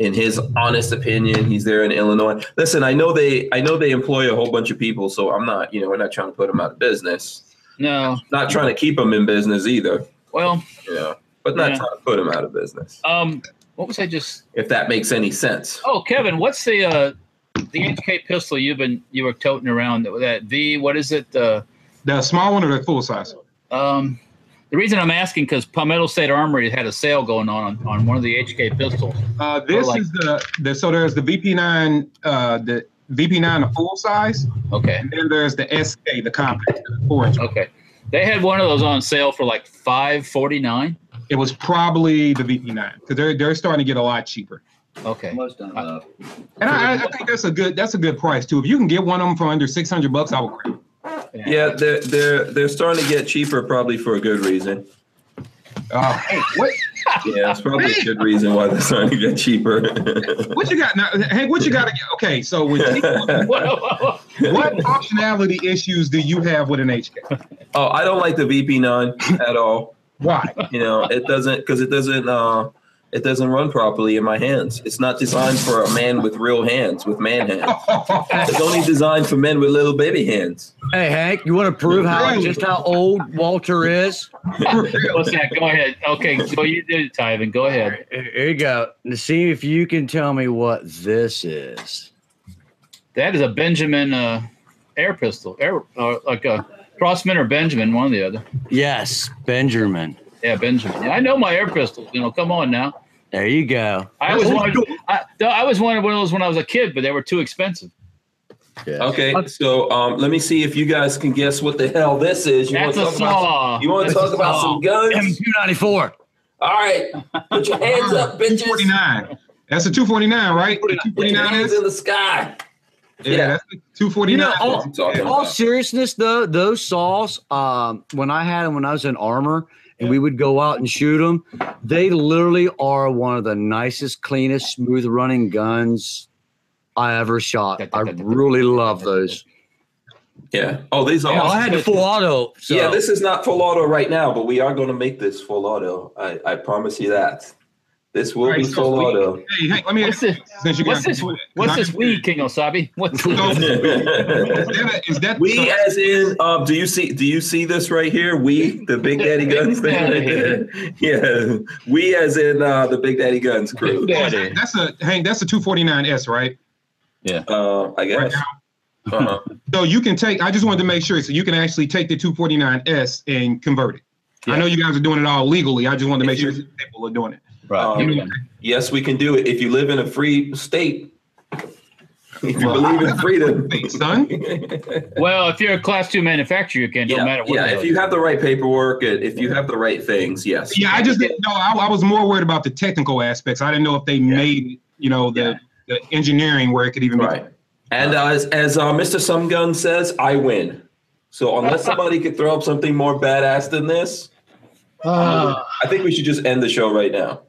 B: In his honest opinion, he's there in Illinois. Listen, I know they. I know they employ a whole bunch of people, so I'm not. You know, we're not trying to put them out of business.
C: No,
B: Not trying to keep them in business either.
C: well,
B: You know, but not
C: Yeah.
B: trying to put them out of business.
C: um, what was I just?
B: If that makes any sense.
C: Oh, Kevin, what's the uh, the HK pistol you've been you were toting around that, that V? What is it? Uh,
E: The small one or the full size?
C: um, the reason I'm asking because Palmetto State Armory had a sale going on on one of the HK pistols.
E: Uh, this
C: like-
E: is the, the so there's the VP nine uh, the VP nine the full size,
C: Okay,
E: and then there's the SK the compact the four inch.
C: okay, they had one of those on sale for like five forty nine.
E: It was probably the VP nine because they're they're starting to get a lot cheaper.
C: Okay,
A: Most done. love.
E: And I, I- I think that's a good that's a good price too. If you can get one of them for under six hundred bucks, I would grab. it.
B: Yeah, they're they're they're starting to get cheaper, probably for a good reason.
E: Uh, hey, what
B: Yeah, it's probably a good reason why they're starting to get cheaper.
E: what you got now? Hank, what you got? to get- Okay, so when
B: (laughs)
C: Whoa.
E: what functionality issues do you have with an HK?
B: Oh, I don't like the VP9 at all.
E: Why? (laughs)
B: You know, it doesn't because it doesn't uh it doesn't run properly in my hands. It's not designed for a man with real hands, with man hands. It's only designed for men with little baby hands.
A: Hey Hank, you want to prove how
E: Really?
A: just how old Walter is?
E: For real.
C: What's that? Go ahead. Okay, so you did it, Tyvin. Go ahead.
A: Here here you go. And see if you can tell me what this is.
C: That is a Benjamin uh, air pistol, air uh, like a Crossman or Benjamin, one or the other.
A: Yes, Benjamin.
C: Yeah, Benjamin. Yeah, I know my air pistols. You know, come on now.
A: There you go.
C: I always wanted. I, no, I always wanted one of those when I was a kid, but they were too expensive.
B: Okay, so um let me see if you guys can guess what the hell this is. You wanna
C: That's a
B: talk about-
C: saw.
B: You want to
C: That's a
B: talk about
C: saw.
B: some guns?
A: M294.
B: All right, put your hands up, bitches.
E: 249. That's a 249, right? The
B: Put your
E: 249
B: hands
E: is?
B: in the sky.
E: Yeah, that's the 249.
A: You know, all-
B: That's what I'm talking
A: In all
B: about.
A: seriousness, though, those saws, um, when I had them when I was in armor and we would go out and shoot them, they literally are one of the nicest, cleanest, smooth running guns I ever shot. I really love those.
B: Yeah. Oh, these are.
C: Yeah,
A: Oh, I had the full auto. So.
B: Yeah, this is not full auto right now, but we are going to make this full auto. I, I promise you that. This will
E: All right,
B: be
E: so
B: full
E: we-
B: auto.
E: Hey, Hank, let me
C: What's this?
E: since you
C: What's
E: got-
C: this? What's this weed, King Osabi? What's this? (laughs)
E: Is that, a, is
B: (laughs)
E: that
B: we as in um do you see do you see this right here? We the Big Daddy Guns thing right there. (laughs) Yeah. We as in uh the Big Daddy Guns crew.
C: Daddy.
E: that's a Hank, that's a 249S, right?
B: Uh, I
E: Right
B: guess.
E: now.
B: Uh-huh.
E: So you can take I just wanted to make sure so you can actually take the 249S and convert it. I know you guys are doing it all legally. I just wanted to make sure people are doing it.
B: Um, (laughs) yes, we can do it if you live in a free state. If you believe in
E: (laughs)
B: freedom.
E: Hey, son.
C: Well, if you're a class two manufacturer, you can.
B: Yeah,
C: Don't matter what.
B: yeah,
C: it
B: if
C: is.
B: you have the right paperwork and if you have the right things, yes.
E: Yeah, I just didn't know. I, I was more worried about the technical aspects. I didn't know if they made, you know, the, the engineering where it could even
B: Right. And uh, as, as uh, Mr. Some Gun says, I win. So unless somebody could throw up something more badass than this,
C: Uh,
G: Ah,
B: I think we should just end the show right now.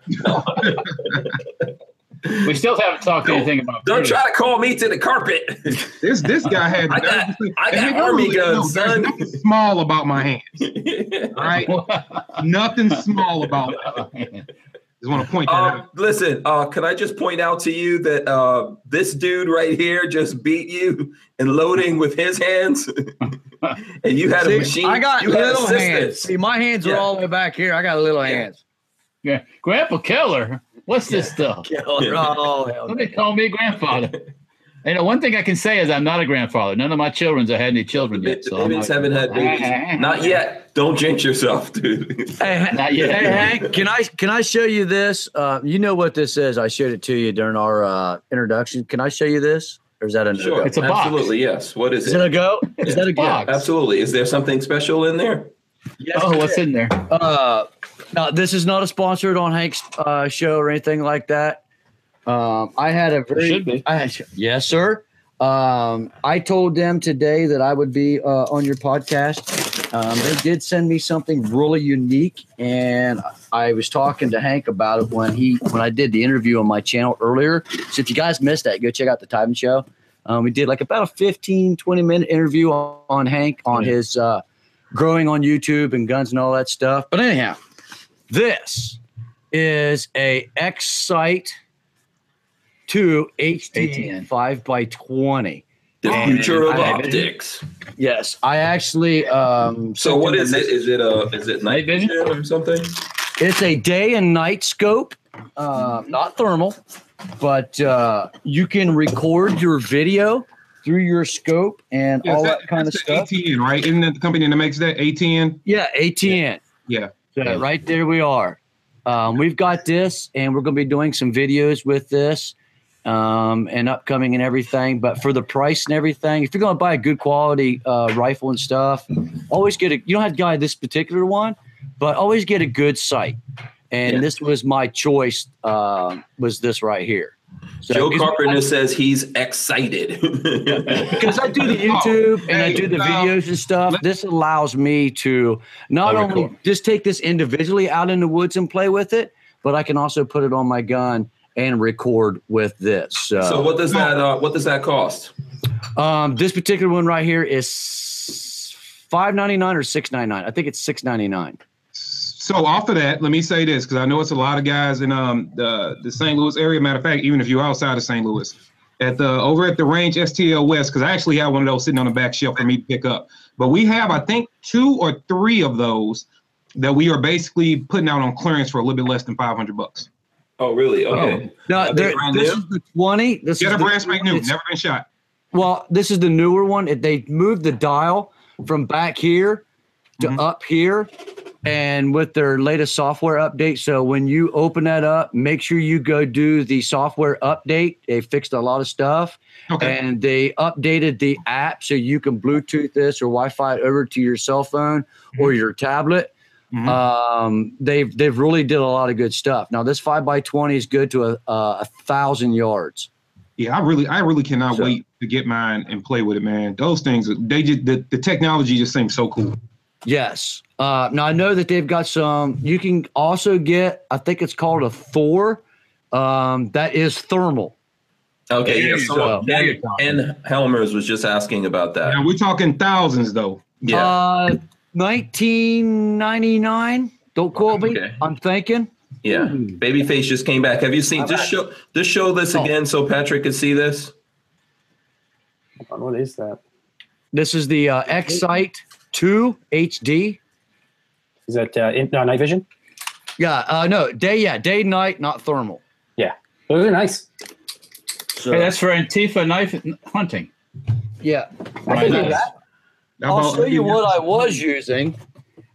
C: We still haven't talked
B: Don't-
C: anything about.
B: Don't
C: Brutus.
B: try to call me to the carpet. (laughs)
E: This this guy had.
B: I got-
E: nerves.
B: I got
E: And he
B: army
E: literally- no,
B: guns,
E: there's
B: son.
E: nothing small about my hand. All right,
C: (laughs)
B: (laughs)
E: nothing small about. It. Just want to point that out.
B: Um, listen, uh, can I just point out to you that uh, this dude right here just beat you in loading with his hands, (laughs) and you had a
A: See,
B: machine.
A: I got
B: you had
A: little hands.
B: assistants.
A: See, my hands are
B: Yeah.
A: all the way back here. I got little
B: Yeah.
A: hands.
C: Yeah. Grandpa Keller, what's this stuff?
B: Yeah.
A: Oh, hell
C: Somebody call me grandfather. You know, one thing I can say is I'm not a grandfather. None of my children's have had any children
B: The
C: yet. So I'm
B: babies
C: not-
B: haven't had
A: (laughs)
B: babies. Not yet. Don't jinx yourself, dude.
A: Hey, Han-
C: Not yet.
A: hey, Hank, (laughs) can I can I show you this? Uh, you know what this is? I showed it to you during our uh, introduction. Can I show you this? Or is that a no
B: Sure.
A: go?
C: It's a box.
B: Absolutely, yes. What is
A: Is it
B: it?
A: a go? Is that a go?
C: Box.
B: Absolutely. Is there something special in there?
A: Yes,
C: Oh,
A: it
C: what's
A: is.
C: in there?
A: Uh, no, this is not a sponsored on Hank's uh, show or anything like that. Um, I had a very
C: Should be.
A: I had, yes, sir. Um, I told them today that I would be uh, on your podcast. Um, they did send me something really unique, and I was talking to Hank about it when he when I did the interview on my channel earlier. So if you guys missed that, go check out the Titan Show. Um, we did like about a 15, 20 minute interview on, on Hank on
C: Yeah.
A: his uh, growing on YouTube and guns and all that stuff. But anyhow, this is a X Sight 2
C: ATN.
A: HD 5 by 20.
B: The
A: Oh,
B: future of
A: I have it.
B: optics.
A: Yes, I actually. Um,
B: So what is it? Is it a is it night
C: Night vision?
B: vision or something?
A: It's a day and night scope, uh, not thermal, but uh, you can record your video through your scope and
E: Yeah,
A: all
E: that-
A: that, kind of
E: that's
A: stuff.
E: ATN, right? Isn't that the company that makes that ATN?
A: Yeah, ATN.
E: Yeah.
A: So right there we are. Um, we've got this, and we're going to be doing some videos with this um, and upcoming and everything. But for the price and everything, if you're going to buy a good quality uh, rifle and stuff, always get a. You don't have to buy this particular one, but always get a good sight. And
B: Yeah.
A: this was my choice. Uh, was this right here? So,
B: Joe
A: because-
B: Carpenter says he's excited. (laughs)
A: because I do the YouTube and I do the videos and stuff. This allows me to not
C: Oh,
A: only
C: record.
A: just take this individually out in the woods and play with it, but I can also put it on my gun and record with this.
B: so
A: So,
B: what does that uh, what does that cost?
A: um, this particular one right here is five ninety nine or six ninety nine. I think it's six ninety nine.
E: So off of that, let me say this because I know it's a lot of guys in um the the St. Louis area. Matter of fact, even if you're outside of St. Louis, at the over at the range STL West, because I actually have one of those sitting on the back shelf for me to pick up. But we have, I think, two or three of those that we are basically putting out on clearance for a little bit less than five hundred bucks.
B: Oh really? Okay.
A: No,
B: Are they
A: there-
B: brand
A: this
B: new?
A: is the twenty. This
E: Get
A: is
E: a
A: the-
E: brand spanking new,
A: it's-
E: never been shot.
A: Well, this is the newer one. It- They moved the dial from back here to
E: Mhm.
A: up here. And with their latest software update. So when you open that up, make sure you go do the software update. They fixed a lot of stuff
E: Okay.
A: and they updated the app so you can Bluetooth this or Wi Fi it over to your cell phone or your tablet.
E: Mhm.
A: Um, they've they've really did a lot of good stuff. Now this five by twenty is good to a, a, a thousand yards.
E: Yeah, I really, I really cannot
A: So-
E: wait to get mine and play with it, man. Those things, they just the, the technology just seems so cool.
A: Yes. Uh, now I know that they've got some. You can also get. I think it's called a Thor. Um, that is thermal.
B: Okay.
C: There
B: Yeah.
C: you
B: So
C: go. There you
B: ben,
C: go.
B: and Helmers was just asking about that.
E: And we're talking thousands though.
B: Yeah.
A: Uh, 1999. Don't quote me.
B: Okay.
A: I'm thinking.
B: yeah. Babyface just came back. Have you seen?
D: How
B: Just show just show this
A: hmm. Oh.
B: again so Patrick can see this.
D: Hold on, What is that?
A: This is the uh, Excite 2 HD.
D: Is that uh, in, no, night vision?
A: Yeah. Uh, no. Day. Yeah. Day. Night. Not thermal.
D: Those are nice.
A: So,
C: Hey, that's for Antifa knife hunting.
A: yeah.
C: Right.
D: do
C: Nice.
E: How
A: I'll
E: about-
A: show you what I was using,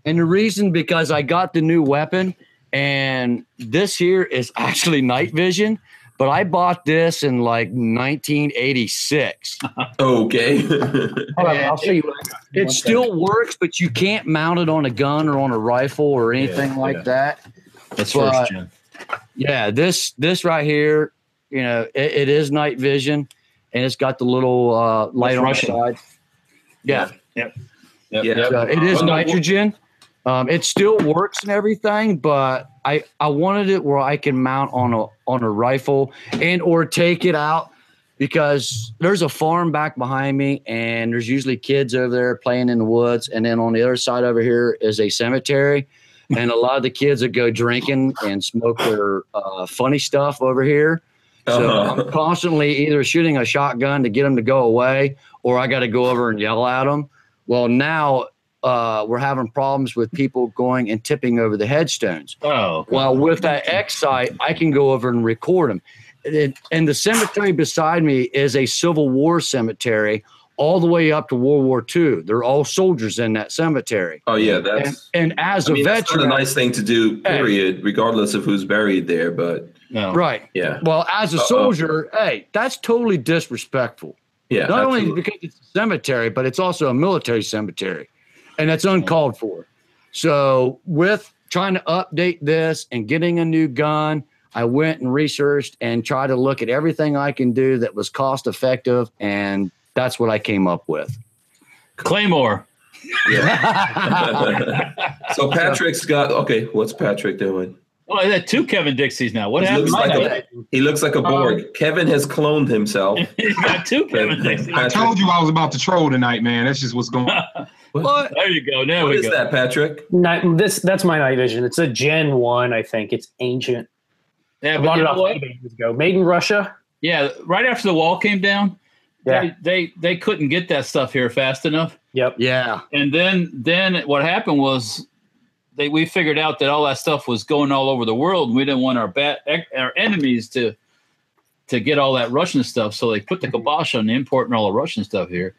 A: and the reason because I got the new weapon, and this here is actually night vision, but I bought this in like
C: (laughs)
A: 1986.
B: Okay. (laughs)
D: Hold on,
A: Yeah.
D: I'll show you. what I got.
A: It
D: One
A: still works, but you can't mount it on a gun or on a rifle or anything like
C: yeah.
A: that.
C: That's
A: But-
C: first gen.
A: Yeah, this this right here, you know, it, it is night vision, and it's got the little uh, light on
C: Russian.
A: the side. Yeah.
C: Yep. Yep,
B: Yeah.
C: yep.
A: So uh, it is
C: Well, no,
A: nitrogen. Um, it still works and everything, but I, I wanted it where I can mount on a on a rifle and or take it out because there's a farm back behind me and there's usually kids over there playing in the woods and then on the other side over here is a cemetery and a lot of the kids that go drinking and smoke their uh, funny stuff over here. So
B: Uh-huh.
A: I'm constantly either shooting a shotgun to get them to go away, or I got to go over and yell at them. Well, now uh, we're having problems with people going and tipping over the headstones.
C: Oh,
A: Well, with that X site, I can go over and record them. And, and the cemetery beside me is a Civil War cemetery, all the way up to World War II. They're all soldiers in that cemetery.
B: Oh yeah,
A: And,
B: that's.
A: and as
B: I mean,
A: a
B: that's
A: veteran,
B: not a nice thing to do.
A: Hey.
B: Period. Regardless of who's buried there, but
C: no.
A: right?
B: yeah,
A: Well, as a
B: Uh-oh.
A: soldier, hey, that's totally disrespectful.
B: yeah.
A: Not
B: absolutely.
A: only because it's a cemetery, but it's also a military cemetery, and that's uncalled for. So, with trying to update this and getting a new gun, I went and researched and tried to look at everything I can do that was cost effective, and that's what I came up with. (laughs)
B: (laughs)
C: Claymore.
B: so Patrick's got okay. What's Patrick doing?
C: Well, I Oh, had two Kevin Dixies now. What
B: He
C: happened?
B: looks
C: to
B: like
C: that?
B: a he looks like a Borg. Kevin has cloned himself.
C: (laughs) He's got two Kevin Dixies.
E: I
B: Patrick,
E: told you I was about to troll tonight, man. That's just what's
C: (laughs)
E: going on.
A: But
C: There you go. There
B: what
C: we
B: is
C: go.
B: that, Patrick?
D: Night, this that's my night vision. It's a Gen One, I think. It's ancient.
C: Yeah,
D: I
C: but
D: bought
C: you
D: it
C: know
D: off
C: what?
D: eBay years ago. Made in Russia.
C: Yeah, right after the wall came down,
D: Yeah.
C: they, they they couldn't get that stuff here fast enough.
D: Yep.
A: yeah,
C: And then then what happened was they we figured out that all that stuff was going all over the world. And we didn't want our bat our enemies to to get all that Russian stuff, so they put the
B: Mm-hmm.
C: kibosh on importing all the Russian stuff here,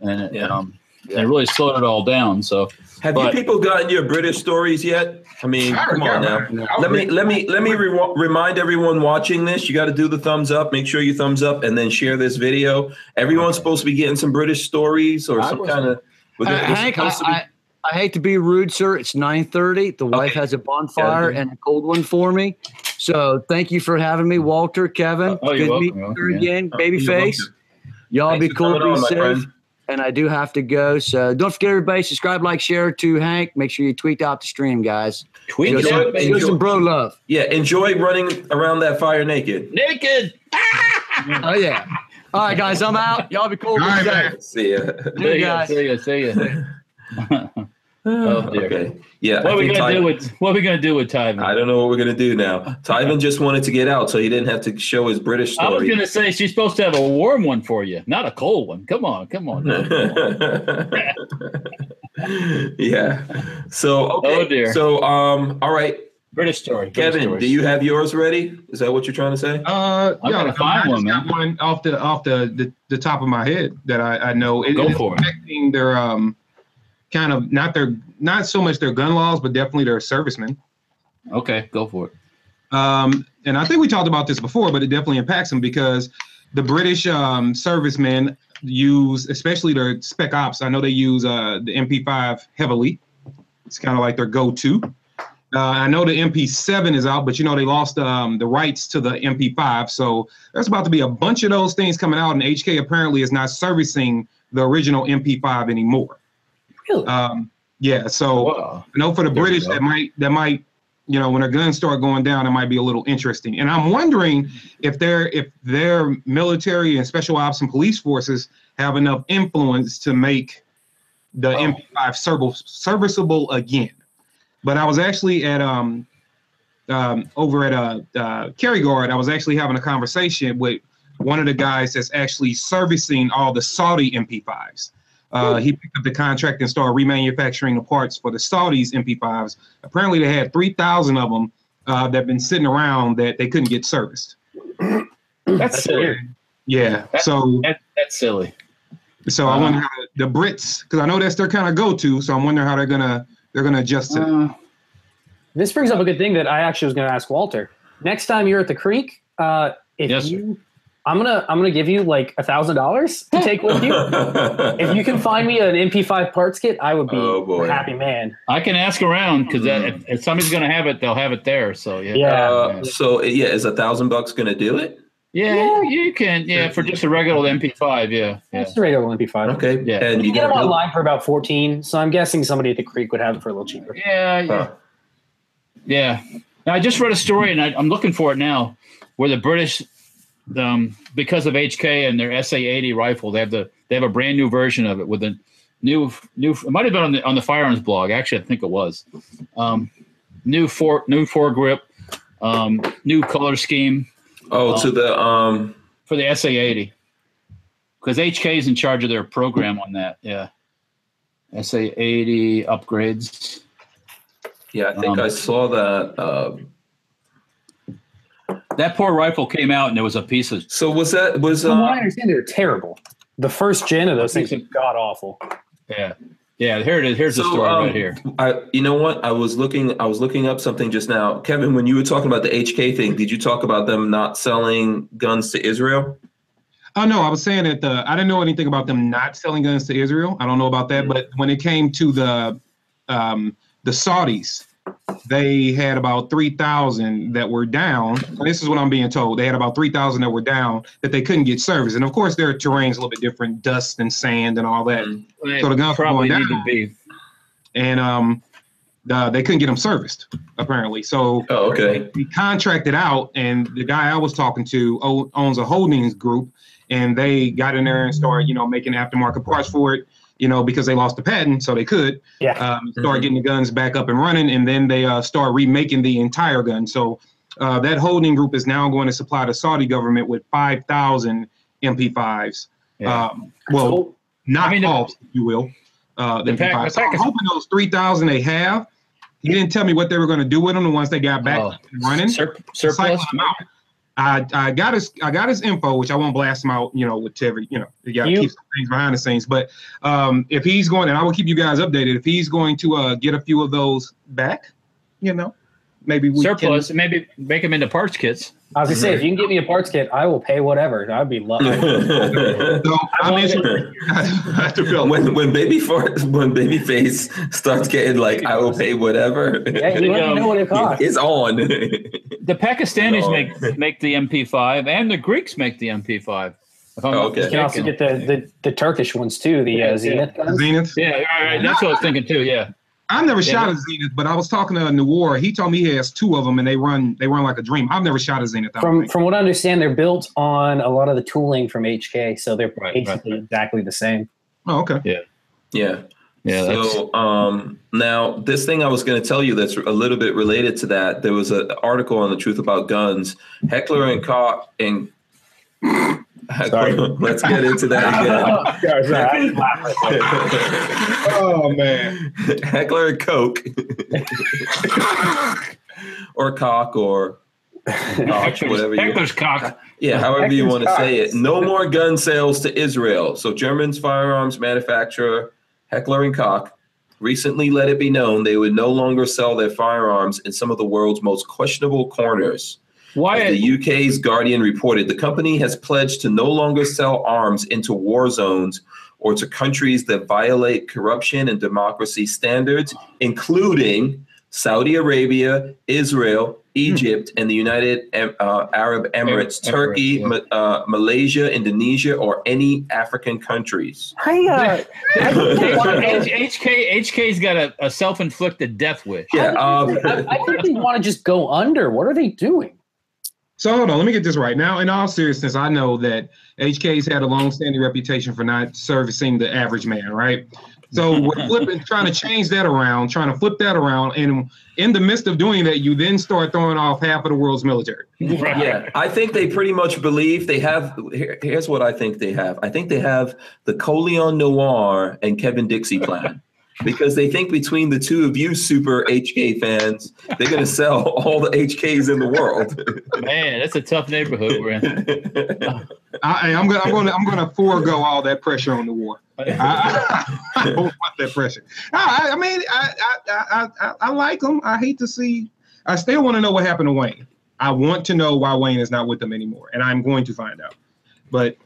C: and it,
B: Yeah.
C: um, it really slowed it all down. So
B: Have
C: But-
B: you people gotten your British stories yet? I mean,
E: I
B: come on
E: forgot.
B: now.
E: I was-
B: Let me let me let me re- remind everyone watching this. You got to do the thumbs up. Make sure you thumbs up and then share this video. Everyone's supposed to be getting some British stories or
C: I
B: some
C: wasn't.
B: kind of.
A: Uh, Hank, I, I, I hate to be rude, sir. It's nine thirty. The wife
B: Okay.
A: has a bonfire
B: Yeah.
A: and a cold one for me. So, thank you for having me, Walter, Kevin.
C: Oh, you're
A: Good
C: welcome.
A: meeting
C: You're
A: you
C: welcome,
A: again,
B: Oh,
A: baby
B: you're
A: face.
B: welcome.
A: Y'all
B: Thanks
A: be
B: for
A: cool,
B: coming
A: be
B: on, my
A: safe.
B: friend.
A: And I do have to go. So don't forget, everybody, subscribe, like, share to Hank. Make sure you tweet out the stream, guys.
C: tweet
A: Show
B: Enjoy-
A: some,
C: that
A: show some bro love.
B: Yeah, enjoy running around that fire naked.
C: naked.
A: Oh, yeah. All right, guys, I'm out. Y'all be cool.
E: All
A: be
E: right,
A: safe.
E: man.
B: See ya.
A: Hey,
C: See ya,
A: guys.
C: see ya, see
B: (laughs)
C: ya. (laughs) oh dear.
B: Okay. Yeah.
C: What
B: I
C: are we
B: think
C: gonna
B: Ty-
C: do with what are we gonna do with time?
B: I don't know what we're gonna do
C: (laughs)
B: now. Tyven just wanted to get out, so he didn't have to show his British
C: I was
B: story.
C: gonna say she's supposed to have a warm one for you, not a cold one. Come on, come on.
B: (laughs) Mm-hmm. yeah. So okay.
C: Oh, dear.
B: So um. All right,
C: British story. British
B: Kevin.
C: stories.
B: Do you have yours ready? Is that what you're trying to say?
E: Uh,
C: I'm
E: yeah,
C: gonna
E: I
C: find
E: just
C: one,
E: got
C: man.
E: one off the off the, the, the top of my head that I, I know.
C: Go for it.
E: affecting Their um, kind of not their not so much their gun laws, but definitely their servicemen.
C: Okay, go for it.
E: Um, and I think we talked about this before, but it definitely impacts them because the British um, servicemen use, especially their spec ops. I know they use uh, the MP5 heavily. It's kind of like their go-to. Uh, I know the MP7 is out, but you know they lost um, the rights to the MP5, so there's about to be a bunch of those things coming out. And HK apparently is not servicing the original MP5 anymore.
D: Really?
E: Um, yeah, so.
C: Wow.
E: I know for the
C: There we
E: British,
C: go.
E: that might that might you know when their guns start going down, it might be a little interesting. And I'm wondering if their if their military and special ops and police forces have enough influence to make the
C: Wow.
E: MP5 serviceable, serviceable again. But I was actually at um, um over at uh, uh Kerryguard. I was actually having a conversation with one of the guys that's actually servicing all the Saudi MP5s. Uh, he picked up the contract and started remanufacturing the parts for the Saudis MP5s. Apparently, they had 3,000 of them uh, that been sitting around that they couldn't get serviced.
C: That's silly.
E: Yeah. So,
C: That, that's silly.
E: so I wonder how the Brits, because I know that's their kind of go-to. So I'm wondering how they're gonna they're gonna adjust to. that.
C: Uh,
D: This brings up a good thing that I actually was going to ask Walter. Next time you're at the creek, uh, if
C: Yes, sir.
D: you, I'm gonna I'm gonna give you like a thousand dollars to take with Uh,
B: (laughs)
D: you. If you can find me an MP5 parts kit, I would be
B: Oh, boy.
D: a happy man.
C: I can ask around because if, if somebody's going to have it, they'll have it there. So Hmm. yeah,
D: Yeah.
B: Uh, so yeah, is a thousand bucks gonna do it?
C: Yeah,
D: Yeah.
C: you can. Yeah, for just a regular MP5. Yeah, yeah.
D: It's the regular MP5.
B: Okay.
C: Yeah.
B: And
D: You
B: you
D: get them
B: got
D: online for about 14, so I'm guessing somebody at the creek would have it for a little cheaper.
C: Yeah, yeah.
B: Huh.
C: yeah. Now, I just read a story, and I, I'm looking for it now, where the British, um, because of HK and their SA-80 rifle, they have the they have a brand new version of it with a new new. It might have been on the on the firearms blog. Actually, I think it was um, new fore new foregrip, um, new color scheme
B: Oh, to the um.
C: for the SA-80. Because HK is in charge of their program on that. Yeah, SA-80 upgrades.
B: Yeah, I think
C: Um,
B: I saw that. Uh,
C: That poor rifle came out, and there was a piece of
B: so was that was
D: From what I
B: uh,
D: understand, they're terrible. The first gen of those
C: Piece
D: things
C: of-
D: is god awful.
C: Yeah. Yeah, here it is. Here's the
B: So,
C: story
B: um,
C: right here.
B: I you know what I was looking I was looking up something just now. Kevin, when you were talking about the HK thing, did you talk about them not selling guns to Israel?
E: Oh no, I was saying that the I didn't know anything about them not selling guns to Israel. I don't know about that, but when it came to the um, the Saudis, they had about three thousand that were down. And this is what I'm being told. They had about three thousand that were down that they couldn't get service, and of course their terrain's a little bit different, dust and sand and all
B: Mm.
E: that.
C: Mm.
E: so the guns were
C: probably
E: going
C: need to
E: down.
C: be.
E: And um, uh, they couldn't get them serviced apparently. So
B: Oh, okay.
E: we contracted out, and the guy I was talking to o- owns a holdings group, and they got in there and started, you know, making aftermarket parts for it, you know, because they lost the patent, so they could.
D: Yeah.
E: Um, start
B: Mhm.
E: getting the guns back up and running, and then they uh, start remaking the entire gun. So uh, that holding group is now going to supply the Saudi government with 5,000 MP5s.
C: Yeah.
E: Um, well, not
C: I mean, the-
E: all, if you will. Uh, the
C: The pack-
E: MP5.
C: the
E: so I'm
C: package-
E: hoping those 3,000 they have. He didn't tell me what they were going to do with them. The ones they got back
C: Oh.
E: up and running.
C: Sur-
E: Cycle
C: surplus.
E: him out. I, I got his I got his info, which I won't blast him out, you know, with every you know, you gotta
D: You-
E: keep some things behind the scenes. But um if he's going and I will keep you guys updated, if he's going to uh get a few of those back, you know, maybe we
C: Surplus. Maybe make them into parts kits.
D: I was gonna say, if you can get me a parts kit, I will pay whatever. I'd
B: (laughs)
D: be lucky.
E: can so I'm
D: want it.
C: (laughs)
E: interested (laughs) I have to feel
B: when when baby fart, when baby face starts getting like I will pay whatever.
D: yeah, you already know what it costs.
B: it's on. (laughs)
C: The Pakistanis
B: No.
C: make make the MP5, and the Greeks make the MP5. If I'm not
B: Oh, Okay.
D: You can also
C: mistaken.
D: get the, the, the Turkish ones too, the uh, Zenith guns.
E: Zenith.
C: yeah, all right. That's what I was thinking too. Yeah.
E: I've never
C: Yeah.
E: shot a Zenith, but I was talking to Nawar. He told me he has two of them and they run they run like a dream. I've never shot a Zenith. I don't
D: From
E: think.
D: from what I understand, they're built on a lot of the tooling from HK, so they're
C: Right, right,
D: basically exactly the same.
E: oh, okay.
B: yeah.
C: Yeah. that's-
B: So um, now this thing I was going to tell you that's a little bit related to that. There was an article on the truth about guns. Heckler and Koch and
D: Sorry.
B: (laughs) let's get into that
C: (laughs)
B: again.
E: Oh man.
B: (laughs) Heckler and Coke or Cock or Koch,
C: Heckler's,
B: whatever you
C: Heckler's cock.
B: Yeah, however you
D: Heckler's
B: want to say it. No more gun sales to Israel. So German's firearms manufacturer Heckler and Koch recently let it be known they would no longer sell their firearms in some of the world's most questionable corners. As
C: Why?
B: the UK's Guardian reported, the company has pledged to no longer sell arms into war zones or to countries that violate corruption and democracy standards, including Saudi Arabia, Israel, Egypt, and the United Hmm. Em- uh, Arab Emirates,
C: Emirates,
B: Turkey,
C: yeah.
B: Ma- uh, Malaysia, Indonesia, or any African countries.
G: I, uh,
B: (laughs)
C: H- HK HK's got a, a self inflicted death wish.
B: Yeah, um,
D: I, I think they want to just go under. What are they doing?
E: So hold on, let me get this right. Now, in all seriousness, I know that HK's had a long-standing reputation for not servicing the average man, right? So we're flipping, trying to change that around, trying to flip that around, and in the midst of doing that, you then start throwing off half of the world's military.
B: yeah, I think they pretty much believe they have. Here, here's what I think they have. I think they have the Coleon Noir and Kevin Dixie plan
E: (laughs)
B: because they think between the two of you super HK fans, they're going to sell all the HKs in the (laughs)
C: Man, that's a tough neighborhood we're in.
B: world.
E: I, I'm gonna, I'm gonna, I'm gonna forego all that pressure on the war. (laughs) I, (laughs) I, I don't want that pressure. I, I- I mean, I, I, I, I, I like them. I hate to see. I still want to know what happened to Wayne. I want to know why Wayne is not with them anymore, and I'm going to find out. But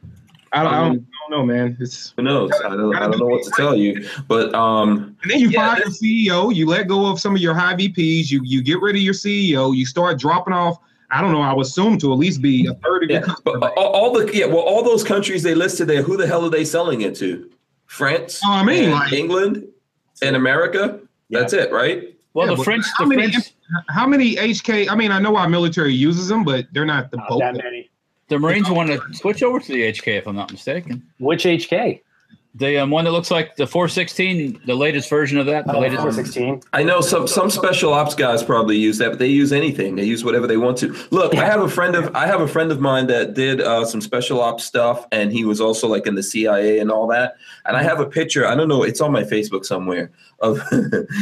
E: I, don't- I, don't, I don't know, man. It's
B: Who knows? I don't, I don't know what to tell you. But um,
E: and then you
B: Yeah,
E: fire E your CEO, you let go of some of your high VPs, you you get rid of your CEO, you E start dropping off I don't know. I would assume to at least be a third of
B: Yeah,
E: the
B: but all, all the yeah, well, all those countries they listed there, who the hell are they selling it to? France,
E: Oh, I mean,
B: and
E: like-
B: England, and America. That's it, right?
C: Well,
E: Yeah,
C: the
E: but
C: French,
E: how
C: the
E: many-
C: French,
E: How many HK? I mean, I know our military uses them, but they're not the
C: Oh,
D: Not
E: bulk.
D: that
E: of-
D: many.
C: the Marines want to switch over to the HK, if I'm not mistaken.
D: Which HK?
C: The um, one that looks like the 416, the latest version of that. The
D: Oh,
C: latest.
D: 416.
B: I know some some special ops guys probably use that, but they use anything. They use whatever they want to. Look, I have a friend of I have a friend of mine that did uh, some special ops stuff, and he was also like in the CIA and all that. And I have a picture. I don't know. It's on my Facebook somewhere. Of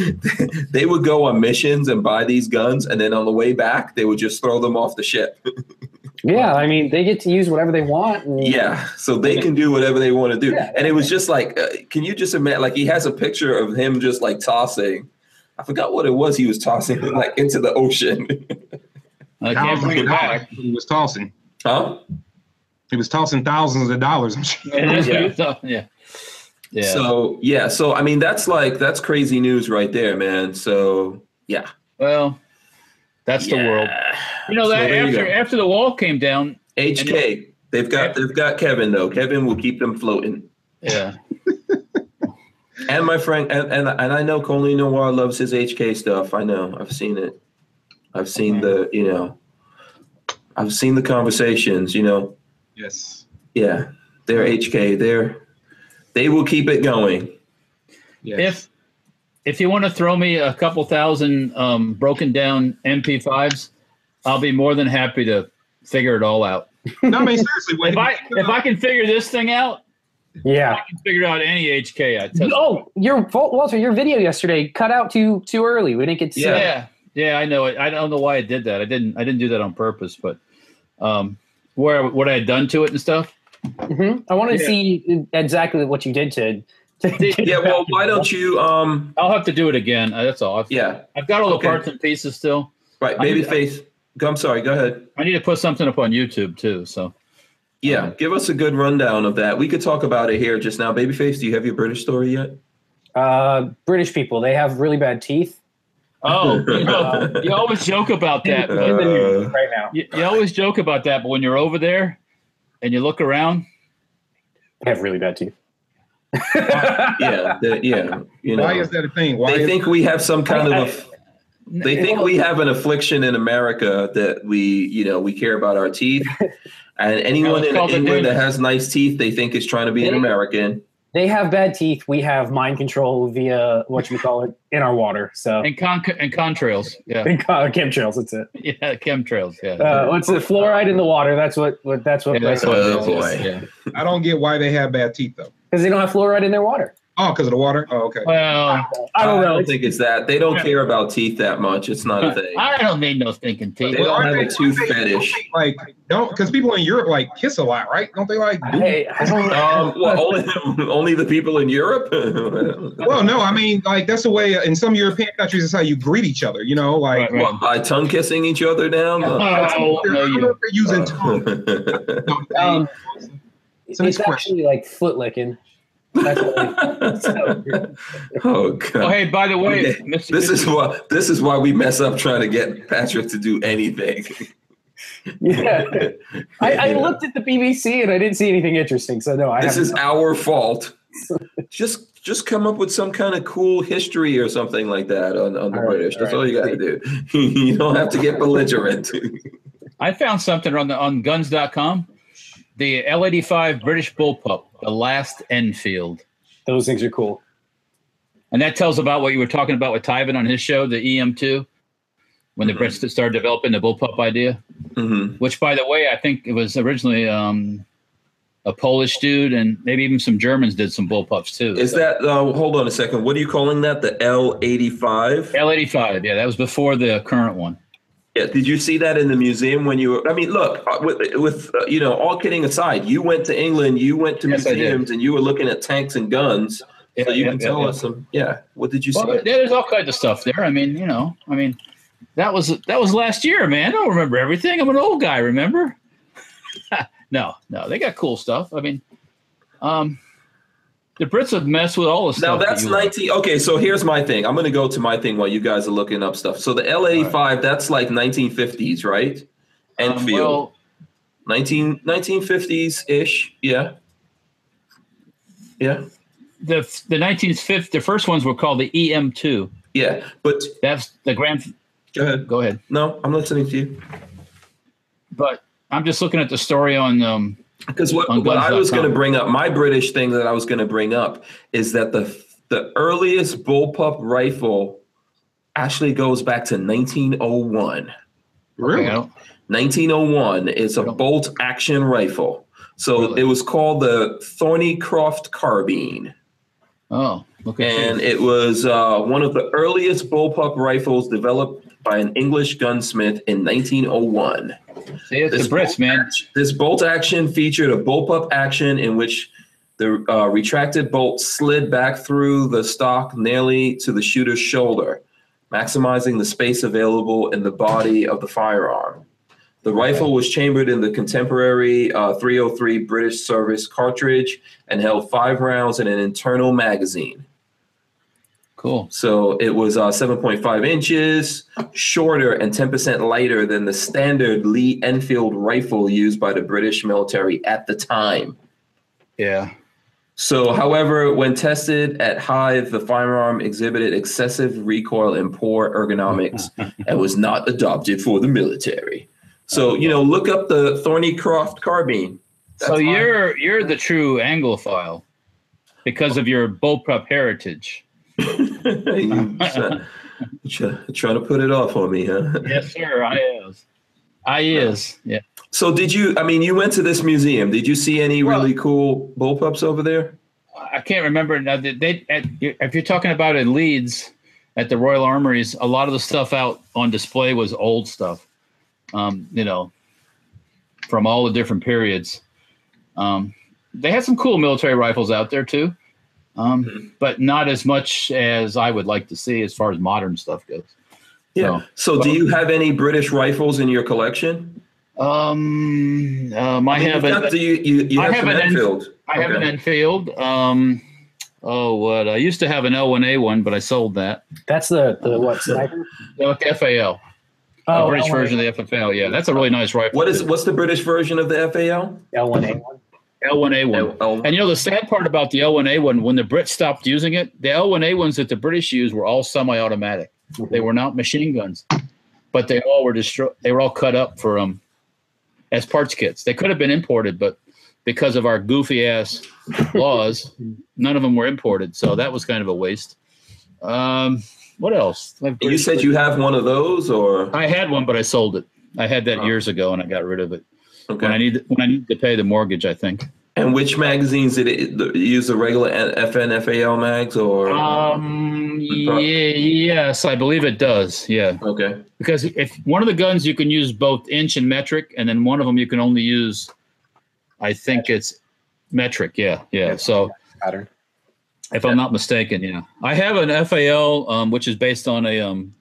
B: (laughs) they would go on missions and buy these guns, and then on the way back, they would just throw them off the ship.
D: Yeah, I mean, they get to use whatever they want. and-
B: Yeah, so they can do whatever they want to do.
D: Yeah.
B: And it was just like, uh, can you just imagine? Like, he has a picture of him just like tossing. I forgot what it was he was tossing, (laughs) like into the ocean. (laughs)
C: I can't
E: Thousands
C: bring
E: of
C: it (laughs)
E: dollars
C: back.
E: he was tossing.
B: huh?
E: He was tossing thousands of dollars. (laughs) I'm sure.
C: yeah. yeah.
B: So, yeah, so I mean, that's like, that's crazy news right there, man. So, yeah.
C: well, that's the
B: Yeah.
C: world. You know, that
B: So there you
C: after
B: go.
C: after the wall came down,
B: HK. They've got they've got Kevin though. Kevin will keep them floating.
C: yeah,
B: And my friend and and, and I know Colleen Noir loves his HK stuff. I know. I've seen it. I've seen the, you know, I've seen the conversations, you know.
E: Yes.
B: Yeah, they're HK. They're they will keep it going.
E: yes.
C: if if you want to throw me a couple thousand um, broken down MP5s, I'll be more than happy to figure it all out.
E: no, I mean seriously,
C: (laughs)
E: when
C: If I if I can figure this thing out,
D: Yeah.
C: I can figure out any HK. I tell you.
D: Oh, your Walter, your video yesterday cut out too too early. We didn't get to see
B: Yeah.
D: it.
C: yeah, yeah, I know it. I don't know why I did that. I didn't. I didn't do that on purpose, but um, where what I had done to it and stuff.
D: Mhm. I want to
C: Yeah.
D: see exactly what you did to. to
B: Yeah. Well, why don't you? Um.
C: I'll have to do it again. Uh, That's all. I've,
B: Yeah.
C: I've got all the
B: Okay.
C: parts and pieces still.
B: Right.
C: I need-
B: Babyface. go- I'm sorry. Go ahead.
C: I need to put something up on YouTube too. So
B: Yeah.
C: Um,
B: Give us a good rundown of that. We could talk about it here just now. Babyface, do you have your British story yet?
D: uh, British people, they have really bad teeth.
C: Oh, you, know,
B: (laughs)
C: you always joke about that. but-
B: Uh,
D: right now,
C: you, you always joke about that, but when you're over there and you look around,
D: they have really bad teeth.
B: yeah. the- yeah. You
E: why
B: know.
E: is that a thing? Why
B: They
E: is,
B: think we have some kind
D: I-
B: of. a they think
C: (laughs)
B: we have an affliction in America that we, you know, we care about our teeth, and anyone in
C: called the
B: England that
C: news.
B: has nice teeth, they think is trying to be an
D: They-
B: American.
D: (laughs) They have bad teeth. We have mind control via what you call it in our water. So
C: and con and contrails, yeah, (laughs)
D: and uh, chemtrails. That's it.
C: yeah, chemtrails, yeah.
D: Uh, what's it? Fluoride in the water. That's what. what that's what.
C: yeah,
D: Because
C: that's what
B: Oh,
C: it is.
B: boy.
C: Yeah.
E: I don't get why they have bad teeth though.
D: they don't have fluoride in their water.
E: Oh, because of the water. Oh, okay.
C: Well,
D: I don't know.
B: think it's that. They don't
C: Yeah.
B: care about teeth that much. It's not a thing.
C: I don't need no stinking teeth.
B: They don't
E: aren't
B: have a
E: they-
B: tooth
E: aren't they-
B: fetish.
E: Like, don't because people in Europe like kiss a lot, right? Don't they like? Do
D: Hey, I don't know. (laughs)
B: Um, well, only only the people in Europe. (laughs)
E: Well, no, I mean, like that's the way uh, in some European countries. It's how you greet each other. You know, like
C: Right, right.
B: what, by tongue kissing each other now. Uh,
D: (laughs)
B: Oh,
C: Oh,
B: (laughs)
E: they're,
C: no,
E: I don't
C: you.
E: know if they're using tongue.
D: Um,
E: It's
D: it's
E: an expression.
D: actually like foot licking. That's what
B: oh
C: Oh,
B: god.
C: hey, by the way,
B: Okay. (laughs)
C: Mr.
B: This is why this is why we mess up trying to get Patrick to do anything.
D: (laughs)
B: (laughs)
D: yeah. I, I looked at the BBC and I didn't see anything interesting. So no, I
B: This
D: haven't.
B: is our
C: (laughs)
B: fault. Just just come up with some kind of cool history or something like that on, on the
D: All right,
B: British.
D: all
B: That's
D: right.
B: all you got to do. (laughs) you don't have to get belligerent. (laughs)
C: I found something on the on guns.com. The L85 British bullpup, the last Enfield.
D: Those things are cool.
C: And that tells about what you were talking about with Tyvin on his show, the EM2, when the
B: Mhm.
C: Brits started developing the bullpup idea,
B: Mhm.
C: which, by the way, I think it was originally um, a Polish dude and maybe even some Germans did some bullpups too.
B: Is that uh, hold on a second? What are you calling that? The L eighty five?
C: L85? Yeah, that was before the current one.
B: Yeah. Did you see that in the museum when you were? I mean, look, uh, with, with uh, you know, all kidding aside, you went to England, you went to
C: Yes, I did.
B: museums, and you were looking at tanks and guns.
C: Yeah,
B: So you
C: yeah,
B: can
C: yeah,
B: tell
C: yeah.
B: us some. Yeah. What did you
C: Well,
B: see?
C: yeah, there's all kinds of stuff there. I mean, you know, I mean, that was that was last year, man. I don't remember everything. I'm an old guy, remember? (laughs) no, no, they got cool stuff. I mean, um, the Brits have messed with all the
B: Now
C: stuff. that
B: that's
C: you like.
B: 19. Okay, so here's my thing. I'm going to go to my thing while you guys are looking up stuff. So the L85, that's like 1950s, right? Enfield.
C: Um, well,
B: 19, 1950s ish. Yeah. Yeah.
C: the the 1950 the first ones were called the EM2.
B: Yeah. But
C: That's the grand.
B: go ahead.
C: Go ahead.
B: No, I'm listening to you.
C: But I'm just looking at the story on um,
B: Because what,
C: On
B: what I was
C: guns.com.
B: going to bring up, my British thing that I was going to bring up is that the the earliest bullpup rifle actually goes back to 1901.
E: Really?
C: you know,
B: 1901. It's a
C: Yeah.
B: bolt action rifle. So
C: Really?
B: it was called the Thornycroft carbine.
C: oh look at
B: And
C: you.
B: it was uh, one of the earliest bullpup rifles developed by an English gunsmith in 1901.
C: See, it's
B: this
C: the Brits, man.
B: This bolt action featured a bullpup action in which the uh, retracted bolt slid back through the stock nearly to the shooter's shoulder, maximizing the space available in the body of the firearm. The rifle was chambered in the contemporary uh, 303 British service cartridge and held five rounds in an internal magazine.
C: Cool.
B: So it was uh, 7.5 inches shorter and 10% lighter than the standard Lee Enfield rifle used by the British military at the time.
C: Yeah.
B: So, however, when tested at Hive, the firearm exhibited excessive recoil and poor ergonomics and was not adopted for the military. So, you know, look up the Thornycroft carbine. That's
C: so
B: fine.
C: you're you're the true Anglophile because of your bull prep heritage.
B: You try- (laughs) try- trying to put it off on me,
C: (laughs)
B: huh?
C: Yes, sir. I is. I is. Yeah.
B: So did you? I mean, you went to this museum. Did you see any
C: Well-
B: really cool bullpups over there?
C: I can't remember now. Did they at, if you're talking about in Leeds at the Royal Armories, a lot of the stuff out on display was old stuff. Um, you know, from all the different periods. Um, they had some cool military rifles out there too,
B: Mm-hmm.
C: um, but not as much as I would like to see as far as modern stuff goes.
B: Yeah. So do you have any British rifles in your collection?
C: Um, um, I,
B: mean,
C: have
B: you've
C: an
B: got the- you, you, you
C: I
B: have
C: have
B: some
C: an Enf-
B: Enfield.
C: I have an
B: Okay.
C: Enfield. Um, oh, what I used to have an L1A1, but I sold that.
D: That's the, the what? Sniper? Oh,
C: Yeah, like the FAL.
B: Oh,
C: the British
D: L1A1.
C: version of the FFL. Yeah, that's a really nice rifle.
B: What is what's the British version of the FAL?
D: L1A1.
C: L1A1?
B: Oh,
C: And you know the sad part about the L1A1 when the Brits stopped using it, the L1A1s that the British used were all semi-automatic. They were not machine guns, but they all were destroyed. They were all cut up for um as parts kits. They could have been imported, but because of our goofy ass laws, none of them were imported. So that was kind of a waste. Um, what else? Like
B: you
C: British-
B: said you have one of those, or
C: I had one, but I sold it. I had that
B: Oh.
C: years ago, and I got rid of it.
B: okay.
C: when I need when I need to pay the mortgage. I think.
B: and which magazines did it the, use the regular FN FAL mags or?
C: Um. Yeah, yes, I believe it does. Yeah,
B: okay.
C: because if one of the guns you can use both inch and metric, and then one of them you can only use, I think it's metric. Yeah, yeah. So
D: Pattern.
C: if I'm not mistaken, yeah, I have an FAL, um, which is based on a um,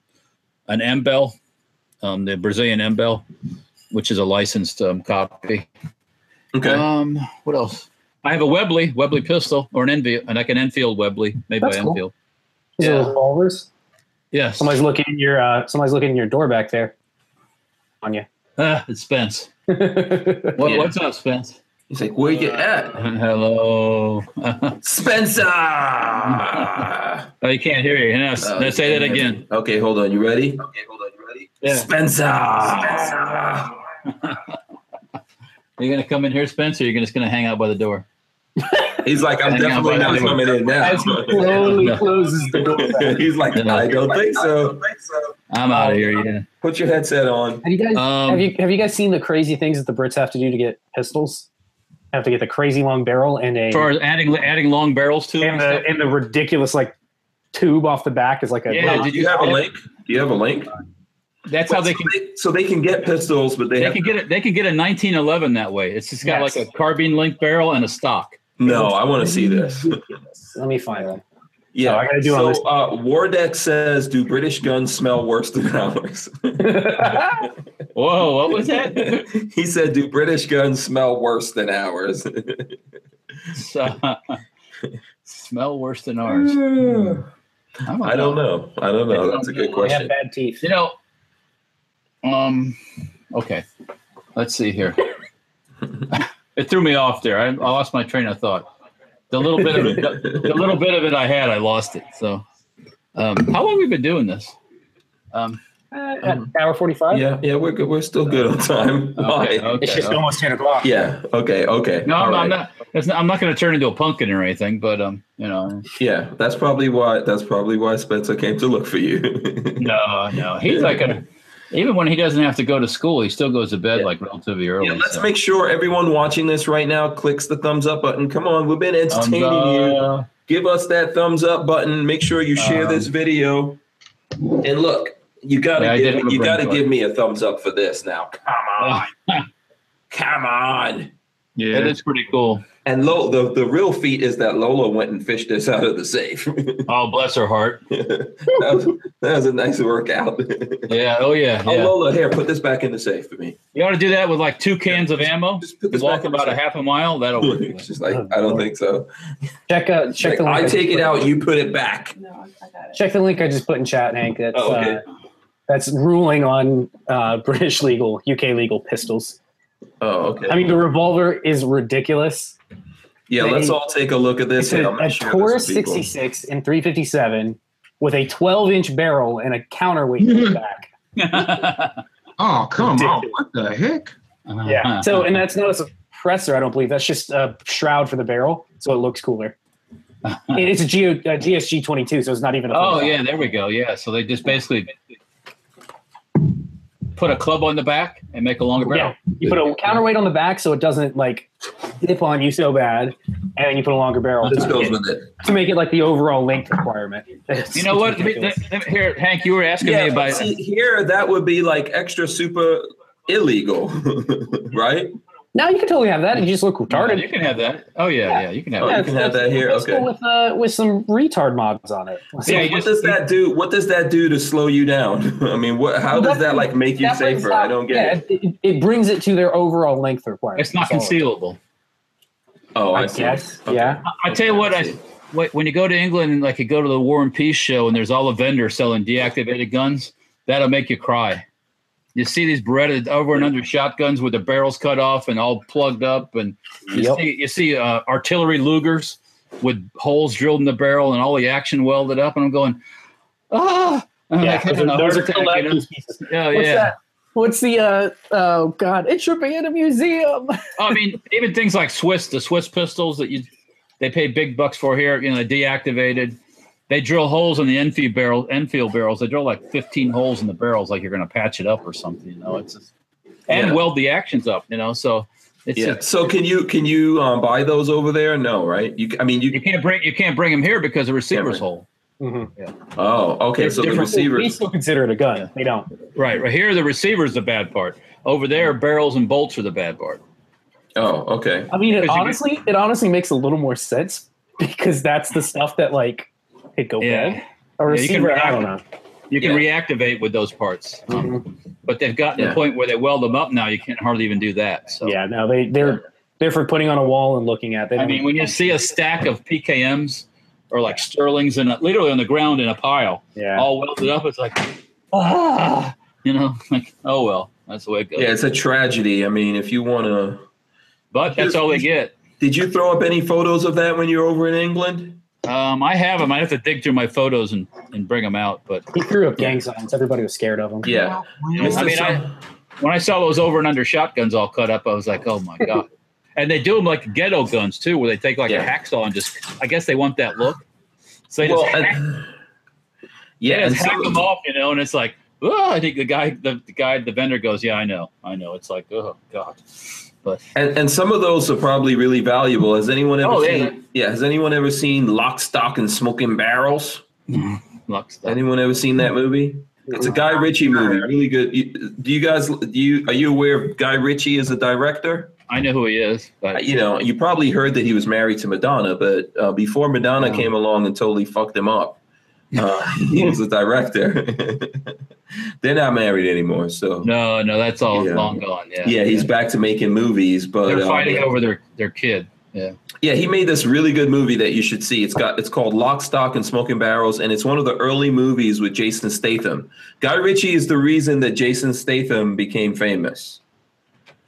C: an M bell, um, the Brazilian M bell, which is a licensed um, copy.
B: Okay.
C: Um, what else? I have a Webley, Webley pistol, or an Enfield, and like an Enfield Webley, made by
D: That's cool.
C: Enfield.
D: These
C: Yeah.
D: are revolvers.
C: Yes,
D: Somebody's looking in your uh, somebody's looking in your door back
C: (laughs)
D: there. On you.
C: Ah, it's Spence. What,
B: Yeah.
C: What's up, Spence?
B: He's like, where you at,
C: Hello. (laughs) oh,
B: Spencer?
C: (laughs) you can't hear you. No, s-
B: Oh,
C: no, say that
B: yeah.
C: again.
B: Okay, hold on. You ready? Okay, hold on. You ready?
C: Yeah.
B: Spencer.
C: You're gonna come in here, Spence, or you're just gonna hang out by the door?
B: He's like, I'm
C: Hang on,
B: definitely
C: wait,
B: not
C: wait.
B: coming in now.
D: As he slowly closes the door.
B: (laughs)
D: back.
B: He's like, I don't think so.
C: I'm out of here. Yeah.
B: Put your headset on.
D: Have you guys have
C: Um,
D: you have you guys seen the crazy things that the Brits have to do to get pistols? Have to get the crazy long barrel and a
C: as far as adding adding long barrels to it.
D: and the and the ridiculous like tube off the back is like a
C: Yeah,
B: Do you have a link? Do you have a link?
C: that's how they can
B: So they can get pistols, but they,
C: they
B: have
C: can get it. They can get a 1911 that way. It's just got
D: Yes.
C: like a carbine link barrel and a stock.
B: no. I want to see
C: (laughs)
B: this.
D: Let me find them.
B: Yeah,
D: Oh, I gotta do all
B: so
D: this.
B: uh, Wardeck says, "Do British guns smell worse than
C: (laughs)
B: ours?"
C: Whoa, what was that?
B: (laughs)
C: (laughs)
B: he said, "Do British guns smell worse than ours?"
C: So, (laughs) smell worse than ours. I'm
B: I don't know. I don't know. That's a good
D: They have
B: question.
D: bad teeth.
C: You know, um, okay. Let's
B: (laughs)
C: see here. it threw me off there. I, I lost my train of thought. The little bit of it, the,
B: (laughs)
C: the little bit of it I had, I lost it. So, um, how long have we been doing this? Um,
D: Uh, at hour 45?
B: Yeah, yeah, we're good. We're still good on time.
C: (laughs) okay,
B: Why?
D: It's
C: okay.
D: just almost 10 o'clock.
B: Yeah. Okay. Okay.
C: No,
B: All
C: I'm,
B: right.
C: I'm not. It's not I'm not going to turn into a pumpkin or anything. But um, you know,
B: Yeah, that's probably why. That's probably why Spencer came to look for
C: (laughs)
B: you.
C: no, no. He's like a. Even when he doesn't have to go to school, he still goes to bed like relatively early.
B: Yeah, let's
C: so.
B: make sure everyone watching this right now clicks the thumbs up button. Come on, we've been
C: Thumbs
B: entertaining you.
C: up.
B: Give us that thumbs up button. Make sure you share
C: Um,
B: this video. And look, you gotta
C: Yeah, I did
B: give
C: have a
B: you
C: brain
B: gotta
C: fart. Oh.
B: give me a thumbs up for this now. Come on, (laughs) come on.
E: Yeah.
C: That is pretty cool.
B: And Lo, the, the real feat is that Lola went and fished this out of the safe. (laughs) that,
C: Oh, bless her heart.
B: was, that was a nice
C: (laughs)
B: workout.
C: Yeah. Oh, yeah.
B: Oh,
C: yeah.
B: Lola, here, put this back in the safe for me.
C: You ought to do that with like two cans of ammo.
B: Just put
C: You
B: this
C: walk
B: back in
C: about
B: the
C: a
B: safe.
C: half a mile.
B: (laughs)
C: That'll work.
B: She's like, I don't think so.
D: Check, uh,
B: Like,
D: check the link.
B: I
D: just
B: take it
D: put-
B: out, you put it back.
G: No, I I got it.
D: Check the link I just put in chat, Hank. That's,
B: Oh, okay.
D: uh, that's ruling on uh, (laughs) British legal, UK legal pistols.
B: Oh, okay.
D: I mean, the revolver is ridiculous.
B: yeah,
D: they-
B: let's all take a look at this.
D: It's
B: Here,
D: a,
B: I'm gonna
D: a
B: share this
D: Taurus
B: with people.
D: 66 and 357 with a 12 inch barrel and a counterweight
C: (laughs)
D: in the back.
E: Oh, come on.
D: Ridiculous.
E: What the heck?
D: Yeah.
C: Uh-huh.
D: So, and that's not a suppressor, I don't believe. That's just a shroud for the barrel, so it
C: (laughs)
D: looks cooler. And it's a, Geo, a GSG 22, so it's not even a.
C: (laughs) Oh
D: 45.
C: yeah, there we go. Yeah. So they just basically put a club on the back and make a longer barrel.
D: Yeah. You put a counterweight on the back so it doesn't like dip on you so bad, and then you put a longer barrel
B: This
D: to,
B: goes
D: it,
B: with it.
D: to make it like the overall length requirement. (laughs) It's-
C: You know
D: it's
C: what? Let me-
D: ridiculous.
C: let- let me- Here, Hank, you were asking
B: Yeah,
C: me
B: but
C: about.
B: see, here that would be like extra super illegal, (laughs) right?
D: No, you can totally have that. You just look retarded.
C: You can have that. Oh yeah, yeah. You can have
B: Oh,
C: that.
B: you can have that here.
D: Let's go
B: Okay.
D: With uh, with some retard mods on it.
C: Yeah, you
B: what
C: just-
B: does that do? What does that do to slow you down? (laughs) I mean, what? How
D: Well,
B: does
D: that-
B: that like make you
D: That brings
B: safer?
D: out-
B: I don't get
D: (laughs) yeah,
B: it.
D: it. It brings it to their overall length requirement.
C: It's not
D: That's all it is.
C: concealable.
B: Oh, I,
D: I
B: see.
D: guess.
B: Okay.
D: Yeah.
C: I tell you what, I wh- when you go to England and like you go to the War and Peace show and there's all the vendors selling deactivated guns, that'll make you cry. You see these breaded over and under shotguns with the barrels cut off and all plugged up, and you
D: Yep.
C: see you see uh, artillery Lugers with holes drilled in the barrel and all the action welded up, and I'm going, ah, and I'm
D: Yeah,
C: like
D: those
C: having a
D: are-
C: heart
D: those are
C: attack,
D: collab
C: you know?
D: piece pieces.
C: Yeah,
D: What's
C: yeah.
D: that? What's the uh oh god, it should be in a museum.
C: I mean, even things like Swiss, the Swiss pistols that you they pay big bucks for here, you know, they're deactivated. They drill holes in the Enfield barrel, Enfield barrels. They drill like 15 holes in the barrels, like you're going to patch it up or something. You know, it's just, and
B: Yeah.
C: weld the actions up. You know, so it's
B: Yeah.
C: just,
B: So can you can you um, buy those over there? No, right? You. c- I mean,
C: you
B: you.
C: can't bring you can't bring them here because the receiver's
B: right.
C: hole.
B: Oh, okay.
C: There's
B: So the
C: different-
B: receiver.
D: They still consider it a gun. They don't.
C: Right, right here the receiver's the bad part. Over there, barrels and bolts are the bad part.
B: Oh, okay.
D: I mean, it
C: Because you
D: honestly, it honestly makes a little more sense because that's the stuff that like could go
C: Yeah.
D: bad. A
C: Yeah, you can
D: receiver, I
C: react.
D: don't know.
C: You can
B: Yeah.
C: reactivate with those parts, um,
B: Mm-hmm.
C: but they've gotten to
B: Yeah.
C: the point where they weld them up now. You can't hardly even do that. So
D: Yeah, no, they they're they're for putting on a wall and looking at. They
C: I
D: don't-
C: mean, when you see a stack of PKMs or like Sterlings in a, literally on the ground in a pile,
D: yeah.
C: all welded up, it's like, ah, you know, (laughs) like, oh well, that's the way it goes.
B: Yeah, it's a tragedy. I mean, if you want to.
C: But that's all they get.
B: Did you throw up any photos of that when you were over in England?
C: Um, I have them. I have to dig through my photos and, and bring them out. But
D: He threw up gang signs. Everybody was scared of him.
B: Yeah. Mr.
C: I mean, I, when I saw those over and under shotguns all cut up, I was like, oh
B: (laughs)
C: my god. And they do them like ghetto guns too, where they take like a
B: Yeah.
C: hacksaw and just, I guess they want that look. So they just
B: well,
C: hack
B: and-
C: Yeah,
B: yeah, and
C: hack them
B: so,
C: off, you know, and it's like, oh, I think the guy, the, the guy, the vendor goes, yeah, I know, I know. It's like, oh god, but
B: and, and some of those are probably really valuable. Has anyone ever
C: Oh, yeah.
B: seen? Yeah. Has anyone ever seen Lock, Stock, and Smoking Barrels?
C: luck stuff.
B: Anyone ever seen that movie? It's a Guy Ritchie movie. Really good. You- Do you guys? Do you are you aware of Guy Ritchie as a director? Uh,
C: I know who he is, but
B: You know, you probably heard that he was married to Madonna, but uh, before Madonna
C: Yeah.
B: came along and totally fucked him up, uh, (laughs) he was a director. (laughs) They're not married anymore, so
C: no, no, that's all
B: Yeah.
C: long gone. Yeah,
B: yeah, he's back to making movies. But
C: they're
B: uh,
C: fighting over their their kid. Yeah,
B: Yeah, he made this really good movie that you should see. It's got it's called Lock, Stock, and Smoking Barrels, and it's one of the early movies with Jason Statham. Guy Ritchie is the reason that Jason Statham became famous.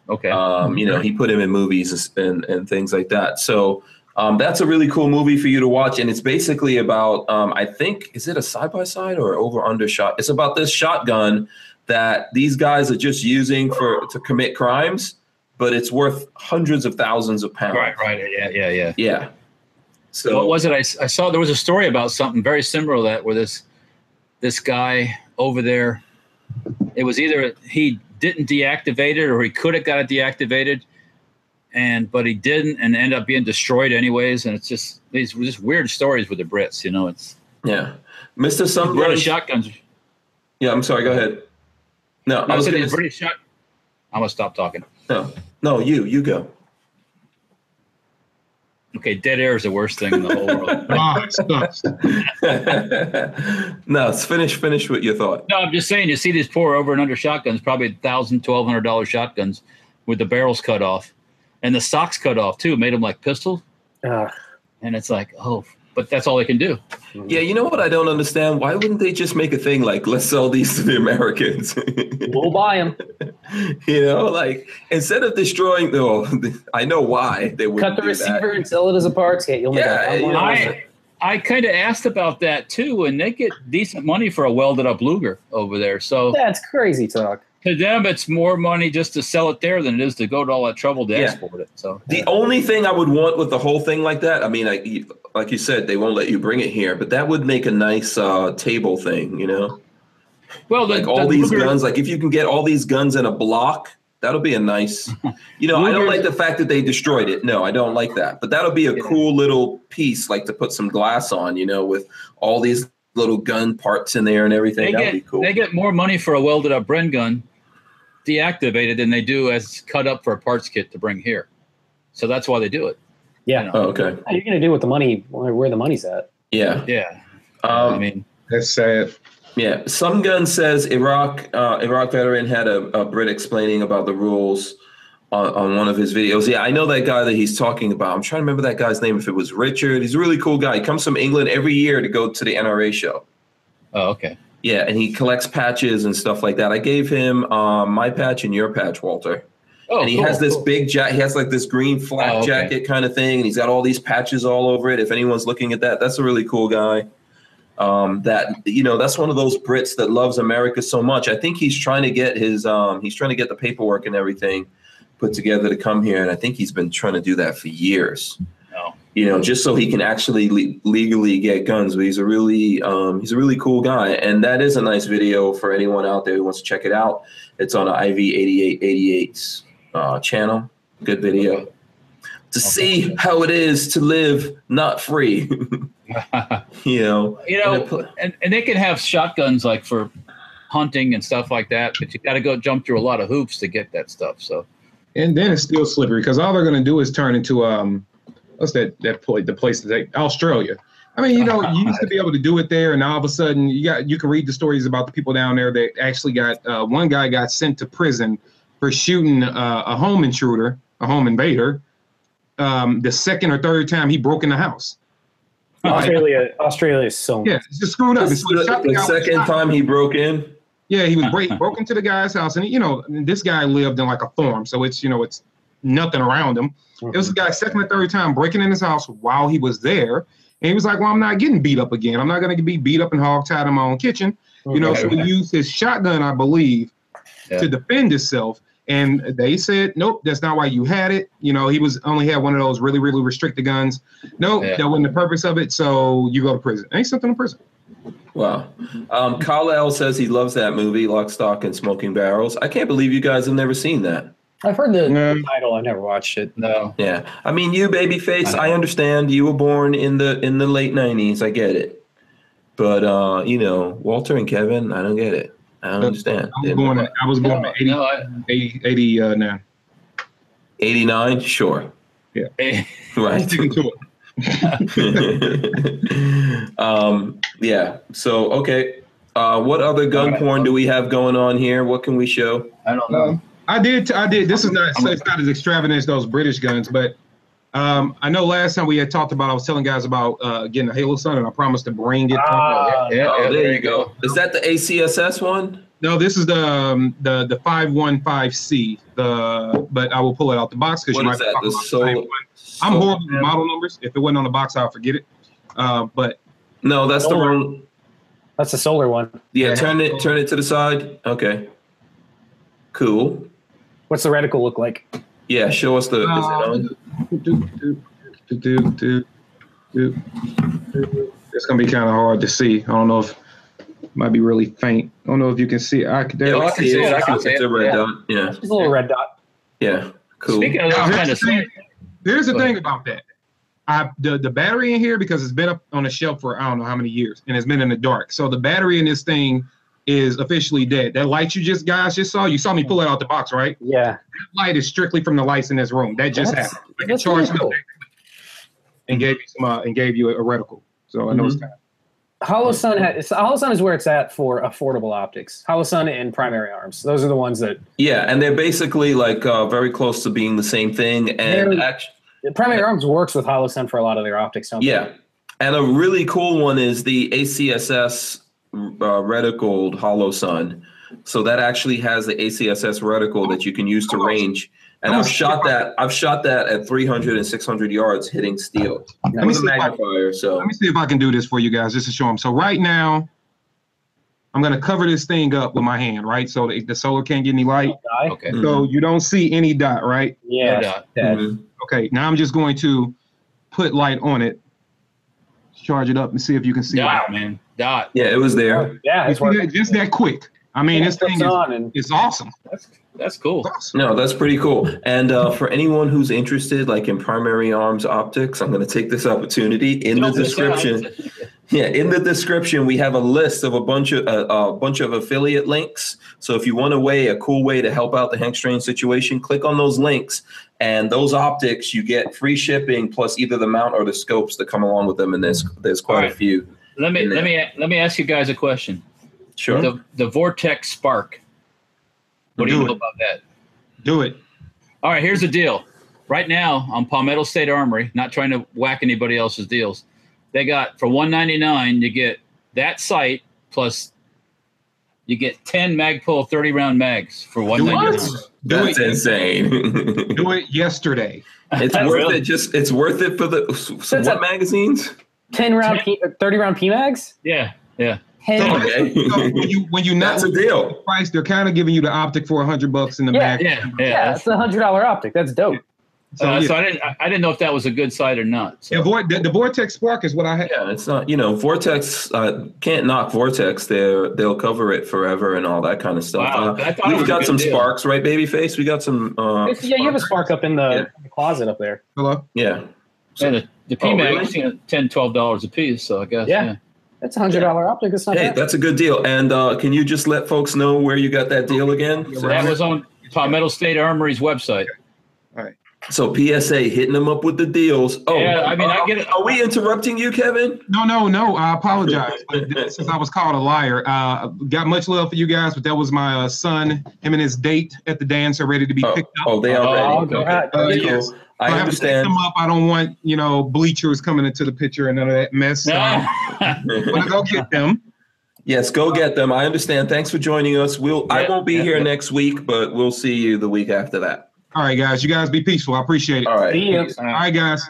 C: Okay.
B: Um, you know, he put him in movies and, and things like that. So um, that's a really cool movie for you to watch. And it's basically about, um, I think, is it a side by side or over under shot? It's about this shotgun that these guys are just using for to commit crimes, but it's worth hundreds of thousands of pounds.
C: right. Right. Yeah. Yeah. Yeah.
B: Yeah. So
C: what was it? I, s- I saw there was a story about something very similar to that, where this this guy over there, it was either he didn't deactivate it or he could have got it deactivated, and but he didn't, and ended up being destroyed anyways. And it's just these were just weird stories with the Brits, you know. It's
B: yeah, Mister
C: British
B: Sunburns.
C: shotguns.
B: Yeah, I'm sorry. Go ahead. No, I
C: No, I
B: was
C: said
B: going
C: the British shot. I'm gonna stop talking.
B: no, no. You, you go. (laughs)
C: Okay, dead air is the worst thing in the whole
E: (laughs)
C: world.
E: Ah, it sucks.
B: no, it's finish. Finish with your thought.
C: No, I'm just saying, you see these poor over and under shotguns, probably thousand, twelve hundred dollar shotguns with the barrels cut off and the socks cut off too, made them like pistols.
D: Ugh.
C: And it's like, oh, but that's all they can do.
B: Yeah, you know what I don't understand? Why wouldn't they just make a thing like let's sell these to the Americans? (laughs)
D: we'll buy them.
B: you know, like instead of destroying the. Well, (laughs) I know why they would
D: Cut the receiver and sell it as a parts kit. You'll make
B: Yeah,
D: a
B: you know,
C: I I kind of asked about that too, and they get decent money for a welded up Luger over there. So
D: That's crazy talk.
C: to them, it's more money just to sell it there than it is to go to all that trouble to
B: Yeah.
C: export it. So
B: The only thing I would want with the whole thing like that, I mean, I, like you said, they won't let you bring it here, but that would make a nice uh, table thing, you know?
C: well, the,
B: like
C: the
B: all these
C: Luger-
B: guns. Like if you can get all these guns in a block, that'll be a
C: (laughs)
B: nice. You know, I don't like the fact that they destroyed it. No, I don't like that. But that'll be a cool little piece, like to put some glass on. You know, with all these little gun parts in there and
C: they
B: everything. That'd
C: get
B: be cool.
C: they get more money for a welded up Bren gun deactivated than they do as cut up for a parts kit to bring here. So that's why they do it.
D: Yeah.
C: You know?
B: oh, okay.
D: You're gonna do with the money where the
C: (laughs)
D: money's at.
B: Yeah.
C: Yeah.
B: Um,
C: I mean,
E: That's sad.
B: Yeah, some gun says Iraq uh, Iraq veteran had a, a Brit explaining about the rules on, on one of his videos. Yeah, I know that guy that he's talking about. I'm trying to remember that guy's name. If it was Richard, he's a really cool guy. He comes from England every year to go to the NRA show.
C: oh, okay.
B: Yeah, and he collects patches and stuff like that. I gave him um, my patch and your patch, Walter.
C: Oh,
B: and he
C: cool,
B: has this
C: cool.
B: big jacket. He has like this green flak
C: Oh, okay.
B: jacket kind of thing, and he's got all these patches all over it. If anyone's looking at that, that's a really cool guy. Um, that you know, that's one of those Brits that loves America so much. I think he's trying to get his um, he's trying to get the paperwork and everything put together to come here, and I think he's been trying to do that for years.
C: No.
B: You know, just so he can actually le- legally get guns. But he's a really um, he's a really cool guy, and that is a nice video for anyone out there who wants to check it out. It's on IV8888's uh, channel. Good video. To see how it is to live not free, (laughs) you know.
C: (laughs)
B: And it
C: you know,
B: put-
C: and, and they can have shotguns like for hunting and stuff like that, but you got to go jump through a lot of hoops to get that stuff. So
E: And then it's still slippery because all they're going to do is turn into um, what's that that place? The place that they, Australia. I mean, you know, you used to be able to do it there, and all of a sudden, you got you can read the stories about the people down there that actually got uh, one guy got sent to prison for shooting uh, a home intruder, a home invader. Um, the second or third time he broke in the house.
D: Australia, Australia is so.
E: Yeah, it's just screwed up.
B: the,
E: It's shot guy
B: the
E: with
B: second
E: shot.
B: time he broke in,
E: Yeah, he was break, broke into the guy's house, and you know, this guy lived in like a farm, so it's you know, it's nothing around him. It was a guy second or third time breaking in his house while he was there. And he was like, Well, I'm not getting beat up again. I'm not going to be beat up and hogtied in my own kitchen. You know, so he used his shotgun, I believe,
C: Yeah.
E: to defend himself. And they said, Nope, that's not why you had it. You know, he was only had one of those really, really restricted guns. Nope,
C: Yeah.
E: that wasn't the purpose of it. So you go to prison. Ain't something in prison.
B: Wow. Um, Kyle L says he loves that movie, Lock, Stock, and Smoking Barrels. I can't believe you guys have never seen that.
D: I've heard the,
E: Yeah.
D: the title. I've never watched it.
C: no,
B: Yeah. I mean, you, babyface, I understand you were born in the in the late '90s. I get it. But uh, you know, Walter and Kevin, I don't get it. I don't understand.
E: I was born at, I was born
C: no,
E: at 80,
C: I,
E: 80, 80 uh, now.
B: '89, sure,
C: eh,
B: right?
E: Sticking (laughs) to it.
B: um, yeah. So okay. Uh, what other gun porn do we have going on here? What can we show?
C: (laughs) I don't
B: Um,
C: know.
E: I did. I did. This is not. So it's not as extravagant as those British guns, but um, I know last time we had talked about. I was telling guys about uh, getting a Halo Sun, and I promised to bring it.
D: Ah,
C: Yeah,
B: oh,
C: yeah,
B: there, you go. Is that the ACSS one?
E: No, this is the um, the the five one five C. The but I will pull it out the box because you
B: What is
E: might be
B: that?
E: talking
B: The
E: about the same
B: solar.
E: one. I'm horrible with model numbers. If it wasn't on the box, I'll forget it. Uh, but
B: No, that's the
D: Solar.
B: wrong.
D: That's the solar one.
B: Yeah,
E: Yeah.
B: turn it turn it to the side. Okay. Cool.
D: What's the reticle look like?
B: Yeah, show us the.
E: Uh,
B: is it on?
E: it's gonna be kind of hard to see. I don't know if might be really faint. I don't know if you can see. I could.
B: Yeah, I can see it. I can see the red
D: Yeah.
B: dot. Yeah,
D: It's a little red dot.
B: yeah. Cool.
C: Speaking of
E: Now,
C: those
E: here's
B: (laughs)
C: kind
E: the
C: of
E: thing- Here's the
C: Go
E: thing about that. I the, the battery in here because it's been up on the shelf for I don't know how many years and it's been in the dark. So the battery in this thing is officially dead. That light you just guys just saw, you saw me pull it out the box, right?
D: Yeah.
E: That light is strictly from the lights in this room. That just
D: That's-
E: happened. Like it
D: That's really
E: charged up
D: cool.
E: and gave you some uh, and gave you a, a reticle. So I know
D: Mm-hmm.
E: it's kind of
D: HoloSun, ha- it's, HoloSun is where it's at for affordable optics. HoloSun and Primary Arms. Those are the ones that
B: yeah, and they're basically like uh, very close to being the same thing. And
D: Very-
B: act-
D: Primary Arms works with HoloSun for a lot of their optics. Don't they?
B: yeah, and a really cool one is the ACSS uh, reticle Hollow Sun. So that actually has the ACSS reticle that you can use to range. And I've shot that. I've shot that at 300 and 600 yards hitting steel
E: Let me
B: with a
E: see if I-
B: magnifier. So
E: Let me see if I can do this for you guys just to show them. So right now, I'm gonna cover this thing up with my hand, right? So the, the solar can't get any light.
D: Die?
C: okay.
B: Mhm.
D: Mm-hmm.
E: So you don't see any dot, right?
D: Yeah.
C: No doubt.
D: yeah.
B: Mhm.
E: Okay, now I'm just going to put light on it, charge it up, and see if you can see.
C: Dot, man. Dot.
B: Yeah, it was there.
D: Oh, yeah,
E: it. You
D: it's
E: see that?
D: working.
E: Just that quick. I mean,
D: Yeah,
E: this
D: it
E: thing
D: comes
E: is
D: on and
E: it's awesome.
C: That's that's cool.
E: It's awesome.
B: No, that's pretty cool. And uh, for anyone who's interested, like in primary arms optics, I'm going to take this opportunity in the
C: Don't miss out.
B: description. Yeah, in the description, we have a list of a bunch of a a bunch of affiliate links. So if you want a way, a cool way to help out the Hank Strain situation, click on those links. And those optics, you get free shipping plus either the mount or the scopes that come along with them. And there's there's quite a
C: Right.
B: few.
C: Let me let me let me ask you guys a question.
B: Sure.
C: The the Vortex Spark. What do you
E: Do
C: know
E: it.
C: about that?
E: Do it.
C: All right, here's the deal. Right now on Palmetto State Armory, not trying to whack anybody else's deals. They got for 199, you get that sight plus you get 10 Magpul 30 round mags for
E: Do it.
C: 199.
E: Do
B: that's
E: it.
B: insane.
C: (laughs)
E: Do it yesterday.
B: it's
D: That's
B: worth
C: really-
B: it. Just it's worth it for the so
D: That's
B: what
D: a-
B: magazines?
D: 10 round, P, 30 round PMAGs?
C: Yeah, yeah.
D: 10
E: So-
B: Okay.
E: So when you when you not
B: That's a
E: with
B: deal.
E: the price, they're kind of giving you the optic for hundred bucks in the
D: Yeah,
E: back.
C: Yeah, yeah.
D: Yeah, it's the hundred dollar optic. That's dope.
E: So,
C: uh,
E: yeah.
C: So I didn't, I, I didn't know if that was a good sight or not. So.
E: Yeah, Vor- the, the vortex spark is what I had.
B: Yeah, it's not you know Vortex uh, can't knock Vortex. They are they'll cover it forever and all that kind of stuff.
C: Wow, I
B: uh,
C: thought it was
B: we've
C: a
B: got
C: good
B: some
C: deal.
B: sparks, right, Babyface? We got some. Uh,
D: It's- yeah, you have a
B: sparks.
D: spark up in the,
B: Yeah.
D: the closet up there.
E: Hello.
B: yeah.
C: Yeah, the, the
B: Oh,
C: PMAG,
B: really?
C: I've seen it 10 dollars a piece. So I guess.
D: Yeah.
C: Yeah.
D: That's a hundred dollar optic. That's not
B: Hey,
D: bad.
B: that's a good deal. And uh, can you just let folks know where you got that deal again?
E: Yeah,
B: So,
C: That was on Palmetto State Armory's website.
B: so PSA hitting them up with the deals. Oh,
C: Yeah, I mean, I
B: uh,
C: get it.
B: Are we interrupting you, Kevin?
E: No, no, no. I apologize. but th- since I was called a liar, uh, got much love for you guys, but that was my uh, son, him and his date at the dance are ready to be
B: Oh,
E: picked up.
B: oh, they
C: Oh,
B: are
D: go
B: ready.
D: ahead.
E: Uh,
B: That's
E: yes.
B: cool. I
E: So have to pick
B: understand.
E: them up. I don't want you know bleachers coming into the picture and none of that mess. So
C: No. (laughs)
E: I'm gonna go get them.
B: Mhm. Yes, go get them. I understand. Thanks for joining us. We'll I
C: Yeah,
B: won't be
C: yeah.
B: here next week, but we'll see you the week after that.
E: All right, guys. You guys be peaceful. I appreciate it.
B: All right.
D: See ya.
E: All right, guys.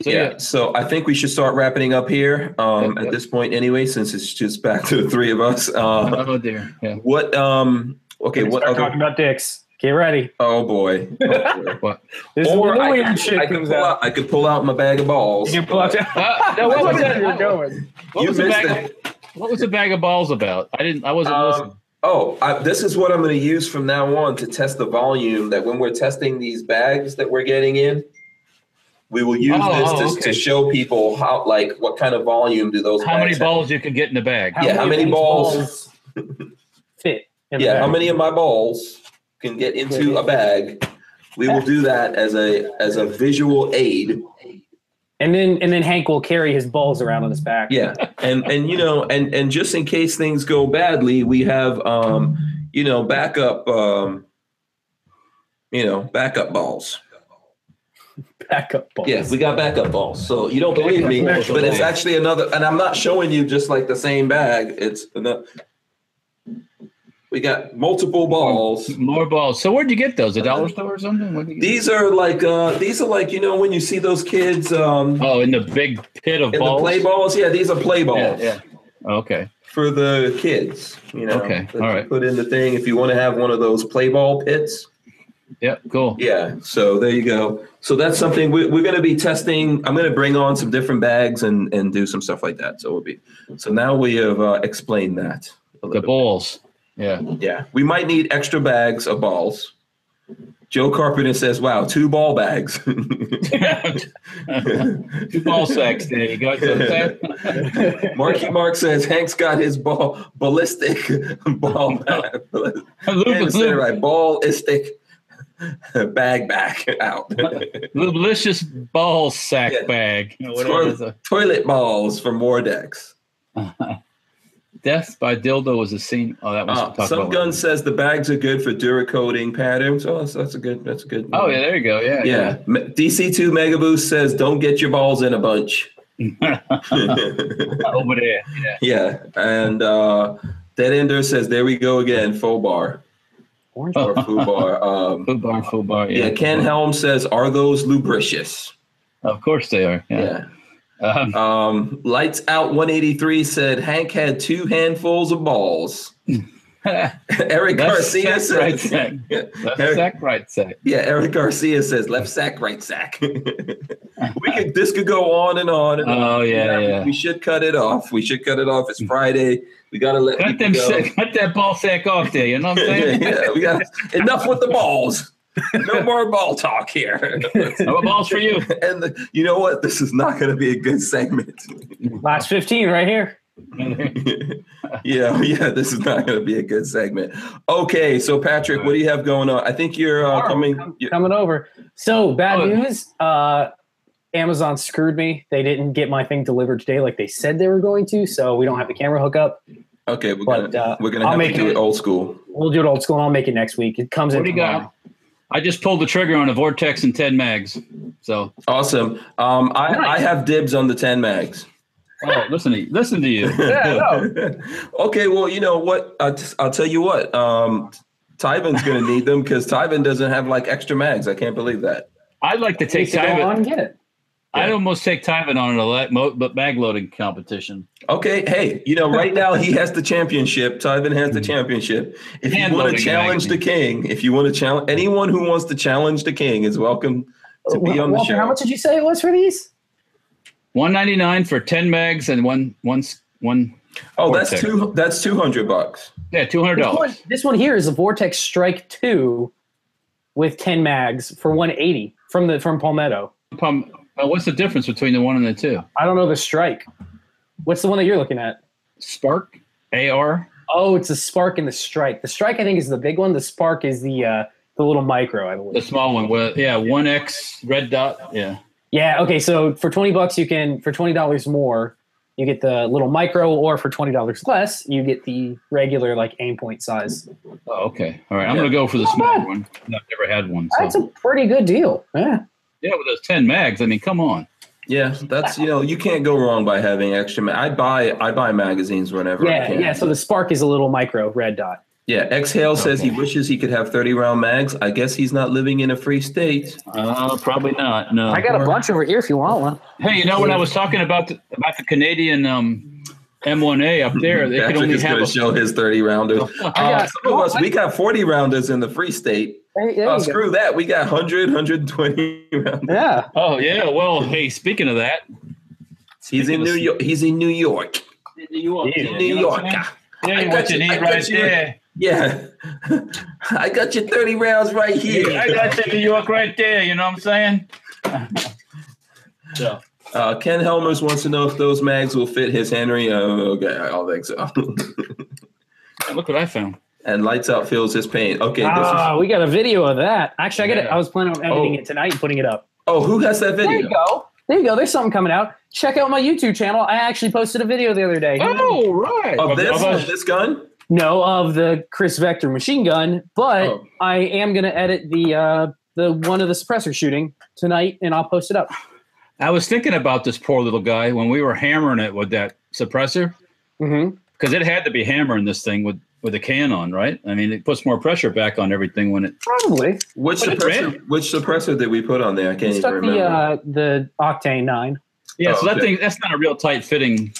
C: So,
B: yeah. So I think we should start wrapping up here um,
C: Yep,
B: at
C: yep.
B: this point, anyway, since it's just back to the three of us. Uh,
C: Oh dear. (laughs) Yeah.
B: what? Um, okay.
D: We're
B: What?
D: start
B: Other,
D: talking about dicks. Get ready.
B: oh
C: (laughs)
B: boy. Oh, boy.
D: This is
B: or
D: where the
B: I,
D: weird
B: could-
D: shit
B: I could
D: comes
B: pull
D: out.
B: out. I could pull out my bag of balls.
D: You
B: (laughs)
D: pull out.
C: Uh, no, what was
D: Where
C: that?
D: you're going.
C: What
B: You
C: was, the
B: missed
C: bag of,
B: it.
C: what was the bag of balls about? I didn't. I wasn't
B: Um,
C: listening.
B: Oh, I, this is what I'm going to use from now on to test the volume. That when we're testing these bags that we're getting in, we will use
C: Oh,
B: this
C: oh,
B: to,
C: okay.
B: to show people how, like, what kind of volume do those
C: How
B: bags
C: many
B: have.
C: balls you could get in the bag?
B: Yeah, how many
D: of these
B: balls?
D: fit? in the
B: yeah,
D: bag?
B: how many of my balls can get into a bag? We will do that as a as a visual aid.
D: And then and then Hank will carry his balls around on his back.
B: Yeah, and and you know, and and just in case things go badly, we have um, you know, backup um, you know, backup balls.
D: backup balls.
B: Yes, we got backup balls. So you don't believe me,
C: Backup balls.
B: but it's actually another. And I'm not showing you just like the same bag. It's another. We got multiple balls.
C: More balls. So where'd you get those? A dollar store or something? Where'd you get-
B: These are like uh, these are like you know when you see those kids um,
C: oh, in the big pit of
B: in
C: balls.
B: the play balls. Yeah, these are play balls
C: Yeah, yeah. Okay.
B: for the kids. You know,
C: Okay,
B: that
C: all
B: you
C: right.
B: Put in the thing if you want to have one of those play ball pits.
C: Yep. Cool.
B: Yeah, so there you go. So that's something we, we're going to be testing. I'm going to bring on some different bags and and do some stuff like that. So we'll be. So now we have uh, explained that. A
C: The
B: little
C: balls. Yeah.
B: bit. Yeah, we might need extra bags of balls. Joe Carpenter says, "Wow, two ball bags."
C: (laughs)
B: (laughs)
C: Two ball sacks. There you (laughs) go. You know what I'm saying?
B: Marky Mark says Hank's got his ball ballistic (laughs) ball back.
C: Lou-
B: Can't say it
C: Lou-
B: right. Ballistic (laughs) bag back (laughs) out.
C: Lublicious ball sack
B: Yeah.
C: bag. You know, whatever it is. uh,
B: Toilet, toilet balls for more decks.
C: Death by dildo was a scene. Oh, that was
B: Uh, some gun says the bags are good for duracoating patterns. Oh, that's, that's a good. That's a good.
C: Oh yeah, there you go. Yeah,
B: Yeah. DC two Mega Boost says don't get your balls in a bunch. (laughs)
C: (laughs) over there. Yeah,
B: yeah, and uh, Dead Ender says there we go again. Faux bar
D: Orange
B: or foo bar. Um,
C: full bar, full bar. (laughs) Yeah,
B: Yeah, Ken Helm says, "Are those lubricious?"
C: Of course they are. Yeah.
B: Yeah.
C: (laughs) Um,
B: Um, Lights out 183 said Hank had two handfuls of balls. (laughs) Eric
C: Left
B: Garcia
C: sack, right
B: says,
C: sack. left
B: Eric,
C: sack, right sack.
B: (laughs) yeah, Eric Garcia says left sack, right sack. (laughs) we could this could go on and on. And on.
C: Oh yeah,
B: We-
C: yeah.
B: We should cut it off. We should cut it off. It's Friday. We gotta let
C: Cut
B: people
C: them,
B: go.
C: sack, cut that ball sack off there. You know what I'm
B: (laughs)
C: saying?
B: yeah, we got enough with the balls. No more ball talk here. (laughs)
C: No balls for you.
B: and the, you know what? This is not going to be a good segment.
D: Last 15 right here.
B: (laughs) yeah, yeah, this is not going to be a good segment. Okay, so Patrick, what do you have going on? I think you're uh,
D: Tomorrow,
B: coming.
D: com-
B: you-
D: coming over. So bad
C: Oh.
D: news. Uh, Amazon screwed me. They didn't get my thing delivered today, like they said they were going to. So we don't have the camera hookup.
B: Okay, we're
D: But,
B: gonna
D: uh,
B: we're gonna
D: I'll
B: have to
D: make
B: do
D: it-
B: it old school.
D: We'll do it old school. and I'll make it next week. It comes
C: What
D: in.
C: do you got?
D: tomorrow.
C: I just pulled the trigger on a vortex and ten mags. So
B: Awesome. Um, I, I
D: Nice.
B: have dibs on the ten mags.
C: oh, listen to you. Listen
B: (laughs)
C: to you.
D: Yeah,
B: okay, well, you know what? i t- I'll tell you what. Um, Tyvin's gonna need them because Tyvin doesn't have like extra mags. I can't believe that.
C: I'd like to
D: You
C: take
D: should go on
C: Tyvin.
D: and get it.
C: I'd almost take Tyvin on a le- mo- but mag loading competition.
B: Okay, hey, you know, right now he has the championship. Tyvin has the championship. If you
C: Hand
B: want to
C: loading
B: challenge the king, if you want to challenge anyone who wants to challenge the king is welcome to be on the
D: Walter,
B: show.
D: how much did you say it was for these?
C: One ninety nine for ten mags and one one s- one.
B: Oh, that's
C: Vortex.
B: two. That's two hundred bucks.
C: Yeah, two hundred
D: This one,
C: dollars.
D: this one here is a Vortex Strike Two with 10 mags for 180 from the from Palmetto.
C: Pump. Uh, what's the difference between the one and the two?
D: I don't know the strike. What's the one that you're looking at?
C: Spark AR.
D: Oh, it's the spark and the strike. The strike, I think, is the big one. The spark is the uh, the little micro, I
C: The
D: believe.
C: small one. Well, yeah, one X red dot. Yeah.
D: Yeah. Okay. So for twenty bucks, you can for twenty dollars more, you get the little micro, or for twenty dollars less, you get the regular like aim point size.
C: Oh, okay. All right. I'm
B: Yeah.
C: gonna go for the
D: Not
C: small
D: bad.
C: one. I've never had one.
D: That's
C: So.
D: a pretty good deal. Yeah.
C: yeah, with those ten mags. I mean, come on.
B: Yeah, that's you know you can't go wrong by having extra. Ma- I buy I buy magazines whenever I
D: Yeah.
B: can.
D: Yeah. So the spark is a little micro red dot.
B: yeah, exhale says he
C: Okay.
B: wishes he could have thirty round mags. I guess he's not living in a free state.
C: Uh, probably not. No.
D: I got a bunch over here if you want one.
C: Hey, you know when I was talking about the, about the Canadian um, M1A (laughs) up there, they could
B: Patrick
C: only
B: is
C: have
B: going to
C: a,
B: show his thirty
C: (laughs)
B: rounders. Uh,
D: got-
B: some of us we got forty rounders in the free state.
D: Hey, there
B: Oh,
D: you go.
B: screw that. We got 100, 120 rounders.
D: Yeah.
C: Oh yeah. Well, hey, speaking of that,
B: He's in New York. He's in New York.
C: New York.
B: In New York.
C: Yeah,
B: I
C: you
B: got
C: what you
B: you- I
C: need
B: got
C: right
B: you.
C: there.
B: Yeah, (laughs) I got your thirty rounds right here.
C: I got you, New York, right there. You know what I'm saying? so,
B: Uh, Ken Helmers wants to know if those mags will fit his Henry. Uh, okay, I don't think so. (laughs)
C: look what I found.
B: and lights out feels his pain. Okay. This is,
C: Uh,
D: Ah, we got a video of that. Actually, I got it.
C: Yeah.
D: I was planning on editing
B: Oh.
D: it tonight and putting it up.
B: oh, who has that
D: There
B: video?
D: you go. There you go. There's something coming out. Check out my YouTube channel. I actually posted a video the other day.
B: Oh.
C: right.
B: Of this, of this gun?
D: No, of the Chris Vector machine gun, but
B: Oh.
D: I am going to edit the uh, the one of the suppressor shooting tonight, and I'll post it up.
C: I was thinking about this poor little guy when we were hammering it with that suppressor
D: Mm-hmm.
C: because it had to be hammering this thing with with a can on, right? I mean, it puts more pressure back on everything when it.
D: Probably.
B: Which
C: But it's red.
B: suppressor? Which suppressor did we put on there? I can't even
D: Stuck
B: remember.
D: the uh, the Octane nine.
C: Yeah,
B: Oh,
C: so that
B: okay.
C: thing that's not a real tight fitting.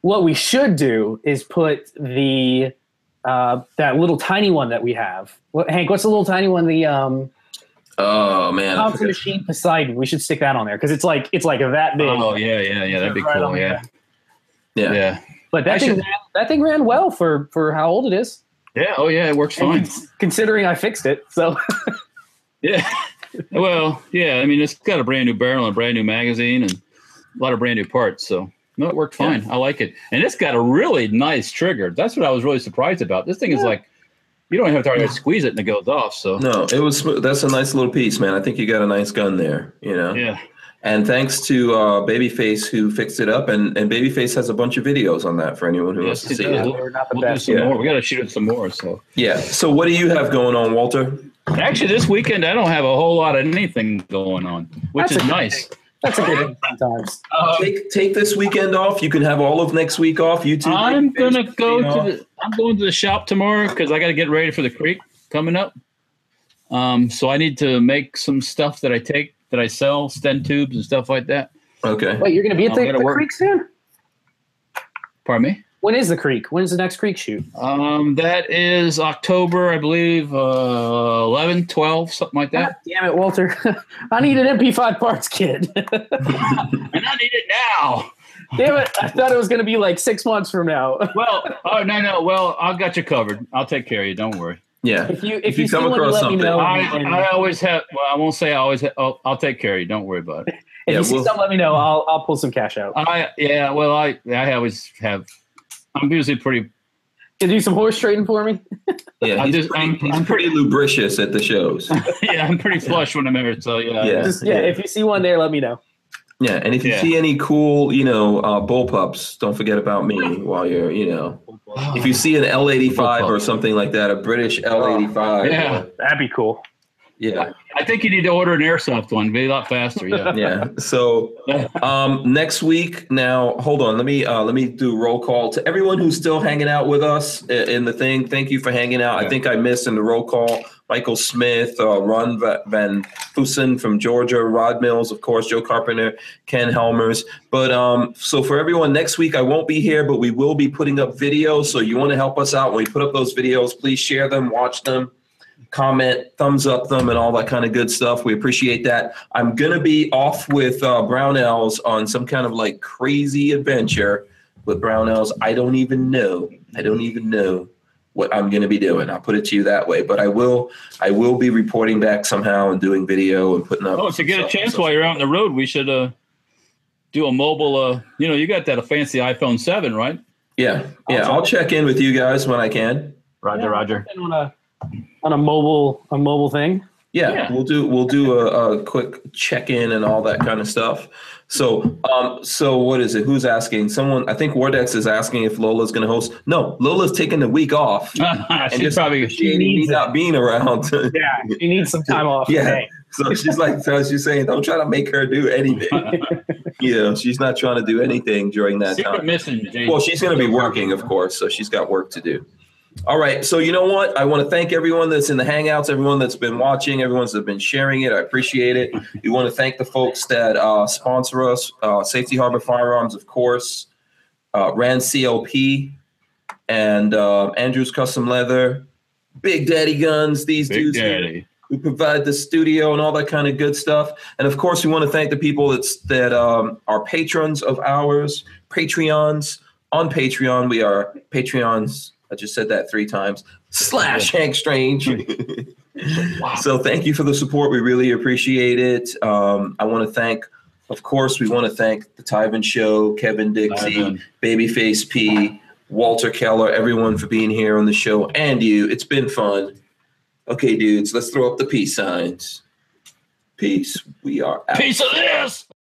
D: What we should do is put the uh, that little tiny one that we have. What, Hank, what's the little tiny one? The um,
B: oh man, I
D: Thompson
B: forgot.
D: machine Poseidon. We should stick that on there because it's like it's like that big.
C: Oh yeah, yeah, yeah. That'd be
D: Right
C: cool.
D: on
C: Yeah.
B: yeah.
C: yeah, yeah,
D: But that
C: I
D: thing
C: should-
D: ran, that thing ran well for for how old it is.
C: Oh yeah, it works
D: And
C: fine.
D: cons- considering I fixed it,
C: (laughs)
D: so
C: Yeah. (laughs) Well, yeah. I mean, it's got a brand new barrel and a brand new magazine and a lot of brand new parts. So no, it worked fine. I like it, and it's got a really nice trigger. That's what I was really surprised about. This thing is like, you don't have to hardly squeeze it and it goes off. So
B: No, it was smooth. That's a nice little piece, man. I think you got a nice gun there. You know.
C: yeah,
B: And thanks to uh, Babyface who fixed it up, and, and Babyface has a bunch of videos on that for anyone who wants
C: yes,
B: to
C: it
B: see
D: (laughs)
C: does.
B: it.
C: We'll,
D: They're not the
C: we'll do
D: best,
C: some
B: yeah.
C: more. We got to shoot it some more. So
B: Yeah. So what do you have going on, Walter?
C: actually, this weekend I don't have a whole lot of anything going on, which
D: That's a
C: is
D: good
C: nice.
D: that's a good thing sometimes.
C: Um,
B: take take this weekend off. You can have all of next week off. You too.
C: I'm
B: Babyface,
C: gonna go
B: you know.
C: to the, I'm going to the shop tomorrow because I got to get ready for the creek coming up. Um, so I need to make some stuff that I take that I sell, stent tubes and stuff like that.
B: Okay.
D: Wait, you're going to be at
C: I'm
D: the,
C: gonna
D: the
C: Oh, work.
D: creek soon?
C: Pardon me.
D: When is the creek? When's the next creek shoot?
C: Um, that is October, I believe, uh, 11, 12, something like
D: God
C: that.
D: damn it, Walter! (laughs) I need an MP5 parts kit. (laughs)
C: and I need it now.
D: Damn it! I thought it was going to be like six months from now. (laughs)
C: Well, oh no, no. Well, I've got you covered. I'll take care of you. Don't worry.
B: Yeah.
D: If you if,
B: If
D: you,
B: you come
D: see one,
B: across
D: let me
B: something-
D: know.
C: I,
D: and-
C: I always have. Well, I won't say I always. Ha- oh, I'll, I'll take care of you. Don't worry about it.
D: if
B: Yeah,
D: you see
B: we'll-
D: some, let me know. I'll I'll pull some cash out.
C: I yeah, well, I I always have. I'm usually pretty. (laughs)
D: Can you do some horse trading for me?
B: Yeah.
C: I
B: He's,
C: just-
B: pretty,
C: I'm-
B: he's
C: I'm
B: pretty lubricious at the
C: (laughs)
B: shows.
C: Yeah, I'm pretty flush when I'm here. So yeah,
B: Yeah.
D: Just yeah,
B: yeah.
D: If you see one there, let me know.
B: Yeah. And if you
C: Yeah.
B: see any cool, you know, uh, bullpups, don't forget about me while you're, you know,
C: Oh.
B: if you see an L85 or something like that, a British L85.
C: Yeah.
D: That'd be cool.
B: Yeah.
C: I think you need to order an airsoft one. Be a lot
B: (laughs)
C: faster. Yeah.
B: yeah so um next week now hold on let me uh let me do roll call to everyone who's still hanging out with us i- in the thing thank you for hanging out i
C: Yeah.
B: think i missed in the roll call michael smith uh ron Va- van fusen from georgia rod mills of course joe carpenter ken helmers but um so for everyone next week i won't be here but we will be putting up videos so you want to help us out when we put up those videos please share them watch them comment, thumbs up them, and all that kind of good stuff. We appreciate that. I'm going to be off with uh, Brownells on some kind of like crazy adventure with Brownells. I don't even know. I don't even know what I'm going to be doing. I'll put it to you that way, but I will I will be reporting back somehow and doing video and putting up
C: Oh, to get a
B: some
C: chance
B: stuff.
C: while you're out on the road, we should uh do a mobile. Uh, you know, you got that a fancy iPhone seven, right?
B: Yeah. Yeah, I'll check in with you guys when I can.
C: Roger, (laughs) Roger.
D: On a on a mobile a mobile thing.
B: yeah,
C: Yeah.
B: we'll do we'll do a, a quick check in and all that kind of stuff. So um so what is it? Who's asking? Someone I think Wardex is asking if Lola's gonna host. No, Lola's taking the week off.
C: She's
B: just
C: probably.
B: She
D: needs
B: needs (laughs) not being around.
D: Yeah, you need some time off.
B: Yeah.
D: Hey,
B: (laughs) so she's like so she's saying, don't try to make her do (laughs) anything. you know, she's not trying to do anything during that
C: Secret
B: time.
C: mission. Jay.
B: Well, she's going to be working, of course, so she's got work to do. All right, so you know what? I want to thank everyone that's in the Hangouts, everyone that's been watching, everyone that's been sharing it. I appreciate it. We want to thank the folks that uh, sponsor us uh, Safety Harbor Firearms, of course, uh, Rand CLP, and uh, Andrew's Custom Leather, Big Daddy Guns, these
C: Big
B: dudes here
C: Daddy.
B: who provide the studio and all that kind of good stuff. And of course, we want to thank the people that's, that um, are patrons of ours, Patreons. On Patreon, we are Patreons. I just said that three times. Slash Hank Strange. So thank you for the support. We really appreciate it. Um, I want to thank, of course, we want to thank the Tyven Show, Kevin Dixie,
C: Tyven.
B: Babyface P, Walter Keller, everyone for being here on the show, and you. It's been fun. Okay, dudes, let's throw up the peace signs. Peace. We are out.
C: Piece of this.